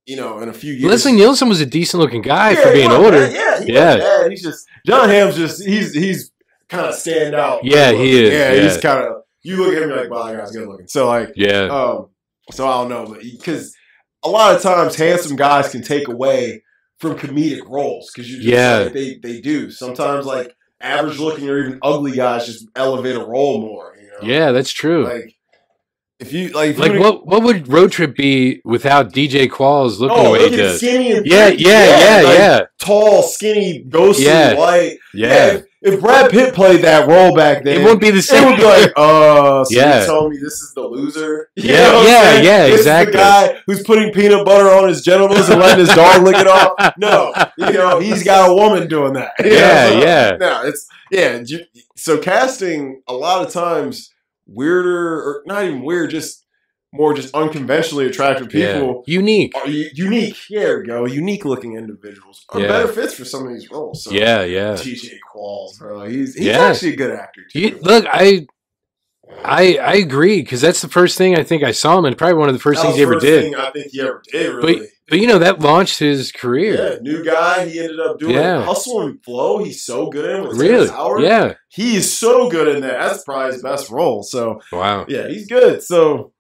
you know, in a few years, Leslie Nielsen was a decent looking guy yeah, for he being wasn't older. bad. Yeah, he Yeah. yeah. He's just John Hamm's just he's he's kind of stand out. Yeah, he is, Yeah, yeah. he's kind of you look at him you're like, wow, that guy's good looking. So like, Yeah. um, so I don't know, but because a lot of times handsome guys can take away from comedic roles because you just, Yeah. like, they they do sometimes like average looking or even ugly guys just elevate a role more. You know? Yeah, that's true. Like, like if you like if you would've- what what would road trip be without DJ Qualls looking the Oh, way he look at does? skinny and Yeah, pretty. yeah, yeah, like, yeah, Tall, skinny, ghostly, Yeah. white. yeah. if, if Brad Pitt played that role back then, It won't be the it same. would be like, uh, so Yeah. you telling me this is the loser? You Yeah, know what I'm yeah, saying? yeah, This is exactly. the guy who's putting peanut butter on his genitals and letting his dog lick it off. No, you know he's got a woman doing that. You know, yeah, so- yeah, No, it's yeah. you- so casting a lot of times weirder, or not even weird, just more just unconventionally attractive people Yeah. Unique. are u- unique. Yeah, there we go. Unique looking individuals are Yeah. better fits for some of these roles. So. Yeah, yeah. TJ Qualls, bro. He's he's Yeah. actually a good actor too. You, look, I I I agree because that's the first thing I think I saw him and probably one of the first That was things he ever first did. thing I think he ever did. Really. But you know that launched his career. Yeah, new guy. He ended up doing Yeah. Hustle and Flow. He's so good in it. with really? Terrence Howard. Yeah. He is so good in that. That's probably his best role. So, Wow. yeah, he's good. So,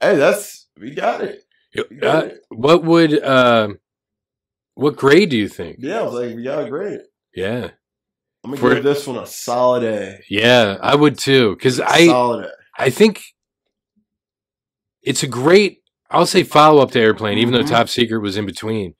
hey, that's, we got it. We got Uh, it. what would uh, what grade do you think? Yeah, I was like, we got it. Great. Yeah. I'm going For- to give this one a solid A. Yeah, I would too because I solid A. I think it's a great I'll say follow up to Airplane even Mhm. though Top Secret was in between.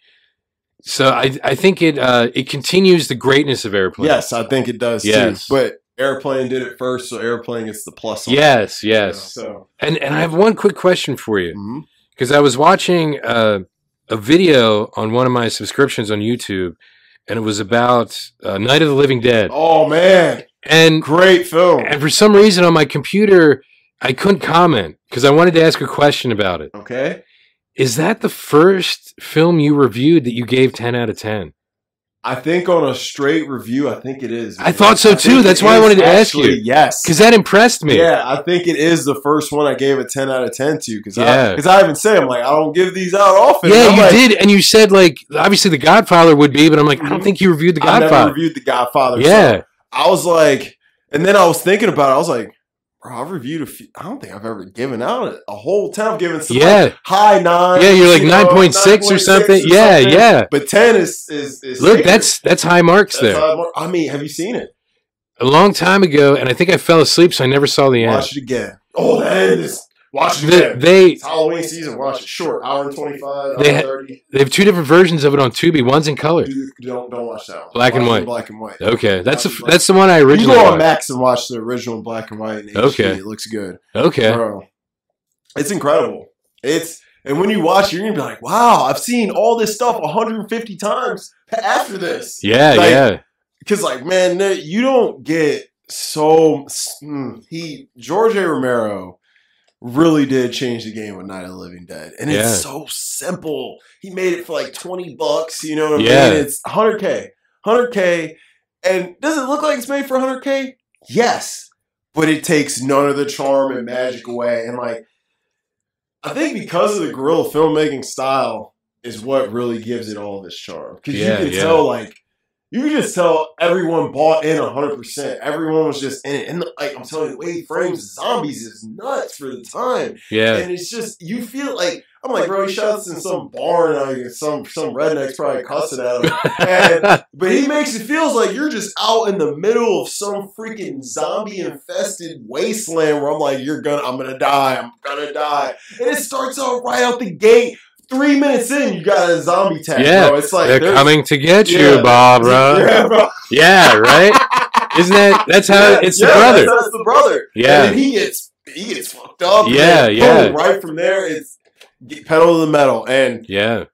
So I I think it uh, it continues the greatness of Airplane. Yes, I think it does Yes. too. But Airplane did it first, so Airplane gets the plus on it. Yes, You know, yes. So, And and I have one quick question for you mhm. because I was watching uh, a video on one of my subscriptions on YouTube, and it was about uh, Night of the Living Dead, oh, man. and Great film. and for some reason on my computer I couldn't comment because I wanted to ask a question about it. Okay. Is that the first film you reviewed that you gave ten out of ten? I think on a straight review, I think it is. I thought so, too. think That's it why I is wanted to ask you. actually, Yes. Because that impressed me. Yeah, I think it is the first one I gave a ten out of ten to because I Yeah. because I even say I'm like I don't give these out often. Yeah, I'm you like, did, and you said like obviously the Godfather would be, but I'm like I don't think you reviewed the I Mm-hmm. never Godfather. reviewed the Godfather. so yeah, I was like, and then I was thinking about it. I was like, bro, I've reviewed a few. I don't think I've ever given out a, a whole ten. I've given some Yeah. like, high nine. yeah, you're like you know, nine point six or 9.6 something. Yeah, something. yeah. But ten is is, is Look, sacred. that's that's high marks That's there. how I'm- I mean, have you seen it? a long time ago, and I think I fell asleep, so I never saw the end. Watch it again. Oh, that is. Watch it They, again. they it's Halloween season. Watch it short, hour and twenty five, hour They and ha- thirty. they have two different versions of it on Tubi. One's in color. Do, don't don't watch that one. Black and Watch white. the Black and white. Okay, that's the f- that's the one I You originally. go on Watched. Max and watch the original Black and White. In HD. Okay. it looks good, Okay, bro. It's incredible. It's and when you watch, it, you're gonna be like, wow, I've seen all this stuff 150 times after this. yeah, Like, yeah, Because like, man, there- you don't get so mm, he George A. Romero really did change the game with Night of the Living Dead, and Yeah. it's so simple. He made it for like twenty bucks. You know what I Yeah. mean? It's hundred k, hundred k, and does it look like it's made for hundred k? Yes, but it takes none of the charm and magic away, and like. I think because of the guerrilla filmmaking style is what really gives it all of its charm. Because Yeah, you can yeah. tell, like, you can just tell everyone bought in 100%. Everyone was just in it. And, like, I'm telling you, the way he frames zombies is nuts for the time. yeah, And it's just, you feel like, I'm like, bro, he shot this in some barn. Like, some, some redneck's probably cussing at him. And but he makes it feels like you're just out in the middle of some freaking zombie infested wasteland where I'm like, you're gonna, I'm gonna die, I'm gonna die, and it starts out right out the gate. Three minutes in, you got a zombie tag. Yeah, bro. it's like they're there's- coming to get you, Yeah. Barbara. Yeah, bro. Yeah, right. Isn't that that's how Yeah, it's yeah, the brother? That's, that's the brother. Yeah. and then he gets he gets fucked up. Yeah, and yeah. boom, right from there, it's get pedal to the metal, and yeah,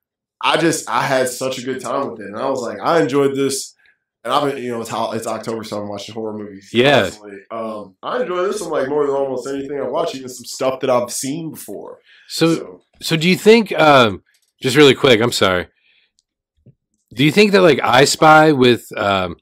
I just I had such a good time with it, and I was like, I enjoyed this. And I've been, you know, it's, how, it's October, so I'm watching horror movies. Yeah. constantly. Um, I enjoy this one like more than almost anything I watch, even some stuff that I've seen before. So so do you think? Um, just really quick, I'm sorry. Do you think that like I Spy with um,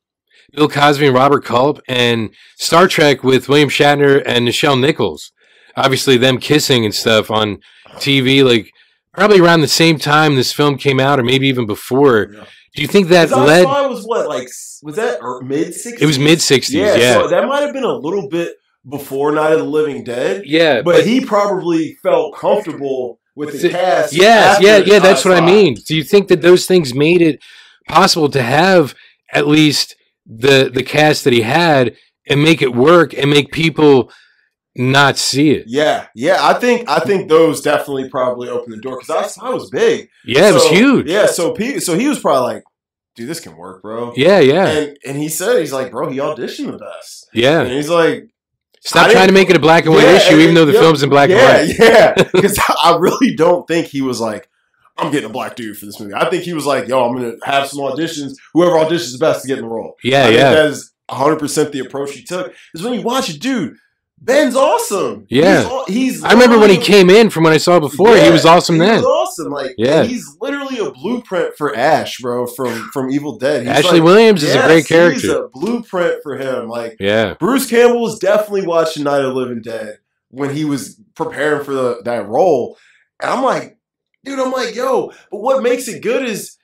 Bill Cosby and Robert Culp and Star Trek with William Shatner and Nichelle Nichols, obviously them kissing and stuff on TV, like probably around the same time this film came out or maybe even before. Yeah. Do you think that 'Cause I led? Spy was what like s- was that mid 60s? It was mid '60s, yeah, yeah. So that might have been a little bit before Night of the Living Dead, yeah but he probably felt comfortable with the Th- cast. Yes, after yeah, yeah, I that's what I Spy. mean. Do you think that those things made it possible to have at least the the cast that he had and make it work and make people not see it? Yeah, yeah. I think I think those definitely probably opened the door because I Spy was big. Yeah, it was So- huge. Yeah, so Pete, so he was probably like, "Dude, this can work, bro." Yeah, yeah, And and he said he's like, "Bro, he auditioned with us," yeah. and he's like, I Stop didn't- trying to make it a black and white Yeah, issue, even though the yeah, film's in black "Yeah, and white. yeah," because I really don't think he was like, "I'm getting a black dude for this movie." I think he was like, "Yo, I'm gonna have some auditions. Whoever auditions the best to get in the role." Yeah, I think yeah, that is 100 percent the approach he took. Is when you watch it, dude. Ben's awesome. Yeah. he's. aw- he's I remember when he literally- came in from when I saw before, he Yeah, was awesome he then. was awesome. Like, Yeah. yeah, he's literally a blueprint for Ash, bro. From from Evil Dead. He's Ashley like, Williams is a yes, great He's character. a blueprint for him. Like yeah. Bruce Campbell was definitely watching Night of the Living Dead when he was preparing for the, that role, and I'm like, dude, I'm like, yo. But what makes it good is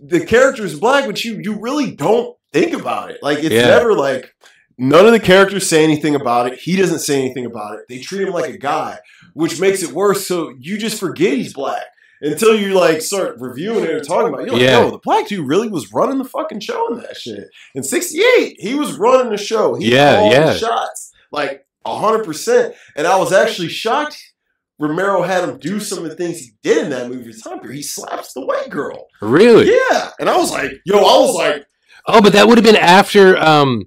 the character is black, but you you really don't think about it. Like it's Yeah. never like. None of the characters say anything about it. He doesn't say anything about it. They treat him like a guy, which makes it worse. So you just forget he's black until you like start reviewing it or talking about it. You're like, Yeah. yo, the black dude really was running the fucking show in that shit. In '68, he was running the show. He Yeah, called yeah. The shots like hundred percent. And I was actually shocked. Romero had him do some of the things he did in that movie. Time period. He slaps the white girl. Really? Yeah, and I was like, yo, I was like, Oh, but that would have been after um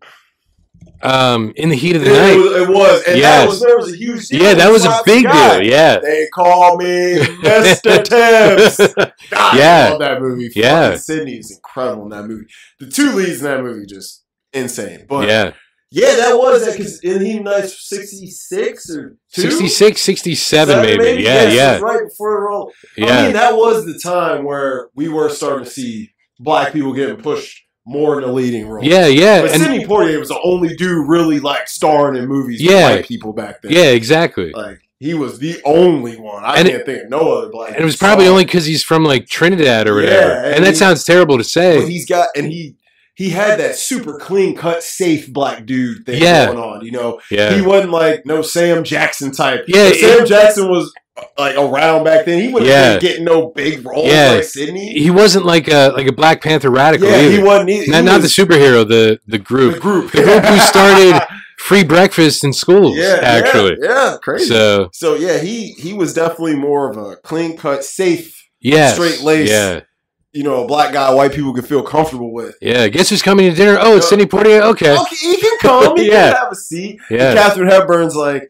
um in the heat of it the night. was, it was and Yes. that was, that was a huge deal. Yeah, that He was a slaps the big guy. deal. Yeah. They call me Mr. Tibbs. God, Yeah. I love that movie. Yeah. Fucking Sydney is incredible in that movie. The two leads in that movie just insane. But yeah, yeah. that was that because in he nice sixty six or two? 66, 67 Seven, maybe. Yeah, Yes, yeah. it's Right before the roll. Yeah. I mean, that was the time where we were starting to see black people getting pushed more in the leading role. yeah, yeah. But And Sidney Poitier was the only dude really like starring in movies Yeah. with white people back then. yeah, exactly. Like he was the only one. I And it- can't think of no other black. And it was star. probably only because he's from like Trinidad or Yeah, whatever. and and that he- sounds terrible to But say. he's got and he he had that super clean cut, safe black dude thing Yeah. going on. You know, he Yeah. wasn't like no Sam Jackson type. Yeah, If Sam it- Jackson was uh, like around back then. He wouldn't Yeah. been getting no big roles Yeah. like Sydney. He wasn't like a like a Black Panther radical yeah, either. he wasn't. not, He, he not the was superhero, the the the group. group. The group who started free breakfast in schools, yeah, actually. yeah, yeah, crazy. So, So yeah, he he was definitely more of a clean cut, safe. yeah, Straight-laced. Yeah, You know, a black guy white people could feel comfortable with. yeah. Guess who's coming to dinner? Uh, Oh, it's Sidney Poitier. Okay, Okay, he can come. He Yeah. can have a seat. And yeah, Catherine Hepburn's like,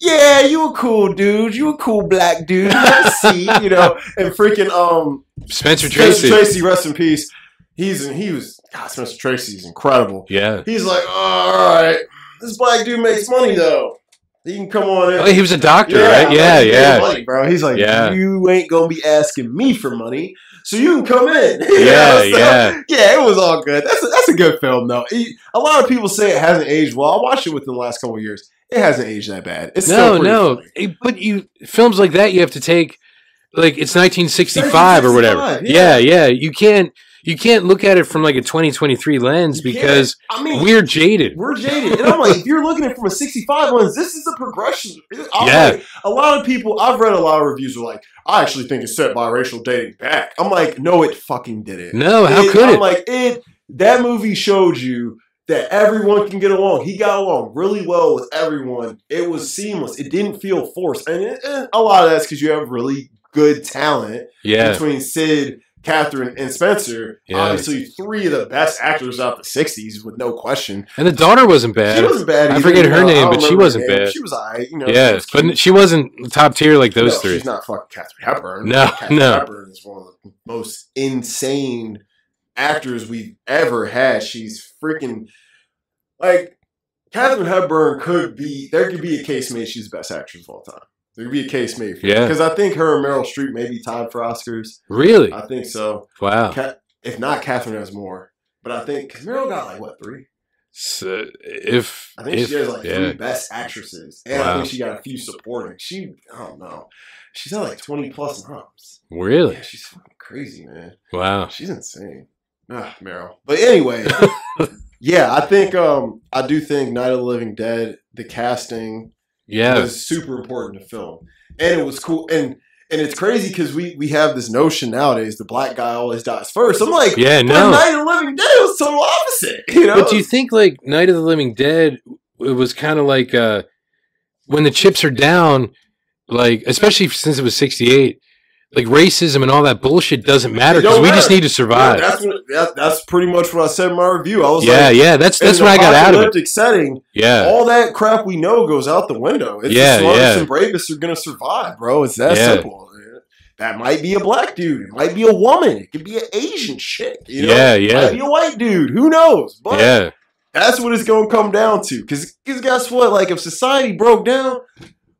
yeah, you a cool dude. You a cool black dude. I see, you know. And freaking um, Spencer Tracy. Tracy. Tracy, rest in peace. He's he was God, Spencer Tracy's incredible. Yeah. He's like, oh, all right, this black dude makes money though. He can come on in. Oh, he was a doctor, right? like, Yeah, he made yeah, money, bro. He's like, Yeah. you ain't gonna be asking me for money, so you can come in. You yeah, know, so- yeah. yeah, it was all good. That's a, that's a good film, though. It- a lot of people say it hasn't aged well. I watched it within the last couple of years. It hasn't aged that bad. It's No, still pretty no. funny. It- But you films like that, you have to take like it's 1965 or whatever. 1965, Yeah, yeah. yeah. You can't you can't look at it from like a 2023 lens You because I mean, we're, we're jaded. jaded, and I'm like, if you're looking at it from a 65 lens, this is a progression. I'm Yeah. like, a lot of people I've read a lot of reviews are like, I actually think it set biracial dating back. I'm like, no, it fucking did it. No, how could I'm it? like, it that movie showed you that everyone can get along. He got along really well with everyone. It was seamless. It didn't feel forced. And, it- and a lot of that's because you have really good talent Yeah, between Sid, Catherine, and Spencer. Yeah. Obviously, three of the best actors out the 60s with no question. and the daughter wasn't She bad. wasn't bad. I either, forget you her know. I name, don't but she remember her wasn't name. bad. She was all right. You know, she Yeah, was cute. but she wasn't top tier like those No, three. She's not fucking Catherine Hepburn. No, Catherine no. Hepburn is one of the most insane actors we've ever had. She's freaking like Catherine Hepburn could be. There could be a case made she's the best actress of all time. There could be a case made for Yeah. because I think her and Meryl Streep may be tied for Oscars. Really? I think so. Wow. Ca- if not, Catherine has more. But I think because Meryl got like what three? So, if I think if- she has like yeah. three best actresses, and I Wow. think she got a few supporting. She I don't know. She's had like twenty plus noms. really Yeah, she's fucking crazy, man. wow She's insane. Ah, Meryl. But anyway, yeah, I think um I do think Night of the Living Dead, the casting yeah was super important to film. And it was cool and and it's crazy because we we have this notion nowadays the black guy always dies first. I'm like, yeah but no Night of the Living Dead was total opposite. You know? but do you think like Night of the Living Dead it was kind of like uh when the chips are down like especially since it was 68 like racism and all that bullshit doesn't matter because don't we just matter. need to yeah, survive yeah that's what that, that's pretty much what I said in my review. I was yeah, like, that's in that's an what I got out of it apocalyptic setting, yeah all that crap we know goes out the window. It's Yeah, the smartest yeah. and bravest are gonna survive, bro. It's that Yeah. simple. That might be a black dude. It might be a woman. It could be an Asian chick. You know? yeah It might yeah be a white dude. Who knows? But yeah That's what it's gonna come down to. Because guess what? Like if society broke down,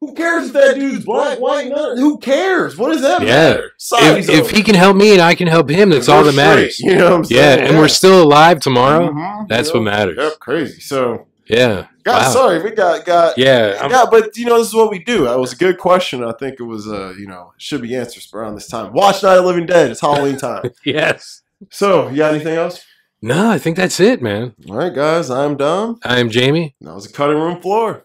who cares if that dude's black, white, none? Who cares? What does that Yeah. matter? If, Society's if over. he can help me and I can help him, that's all We're that matters. straight, You know what I'm Yeah, saying? and we're still alive tomorrow. Mhm, That's you what know? matters. Yep, crazy. So, Yeah. God, Wow. sorry, we got got Yeah. I'm- yeah, but you know, this is what we do. That was a good question. I think it was, uh, you know, should be answered around this time. Watch Night of the Living Dead. It's Halloween time. yes. so, you got anything else? No, I think that's it, man. All right, guys, I'm Dom. I'm Jamie. And that was a cutting room floor.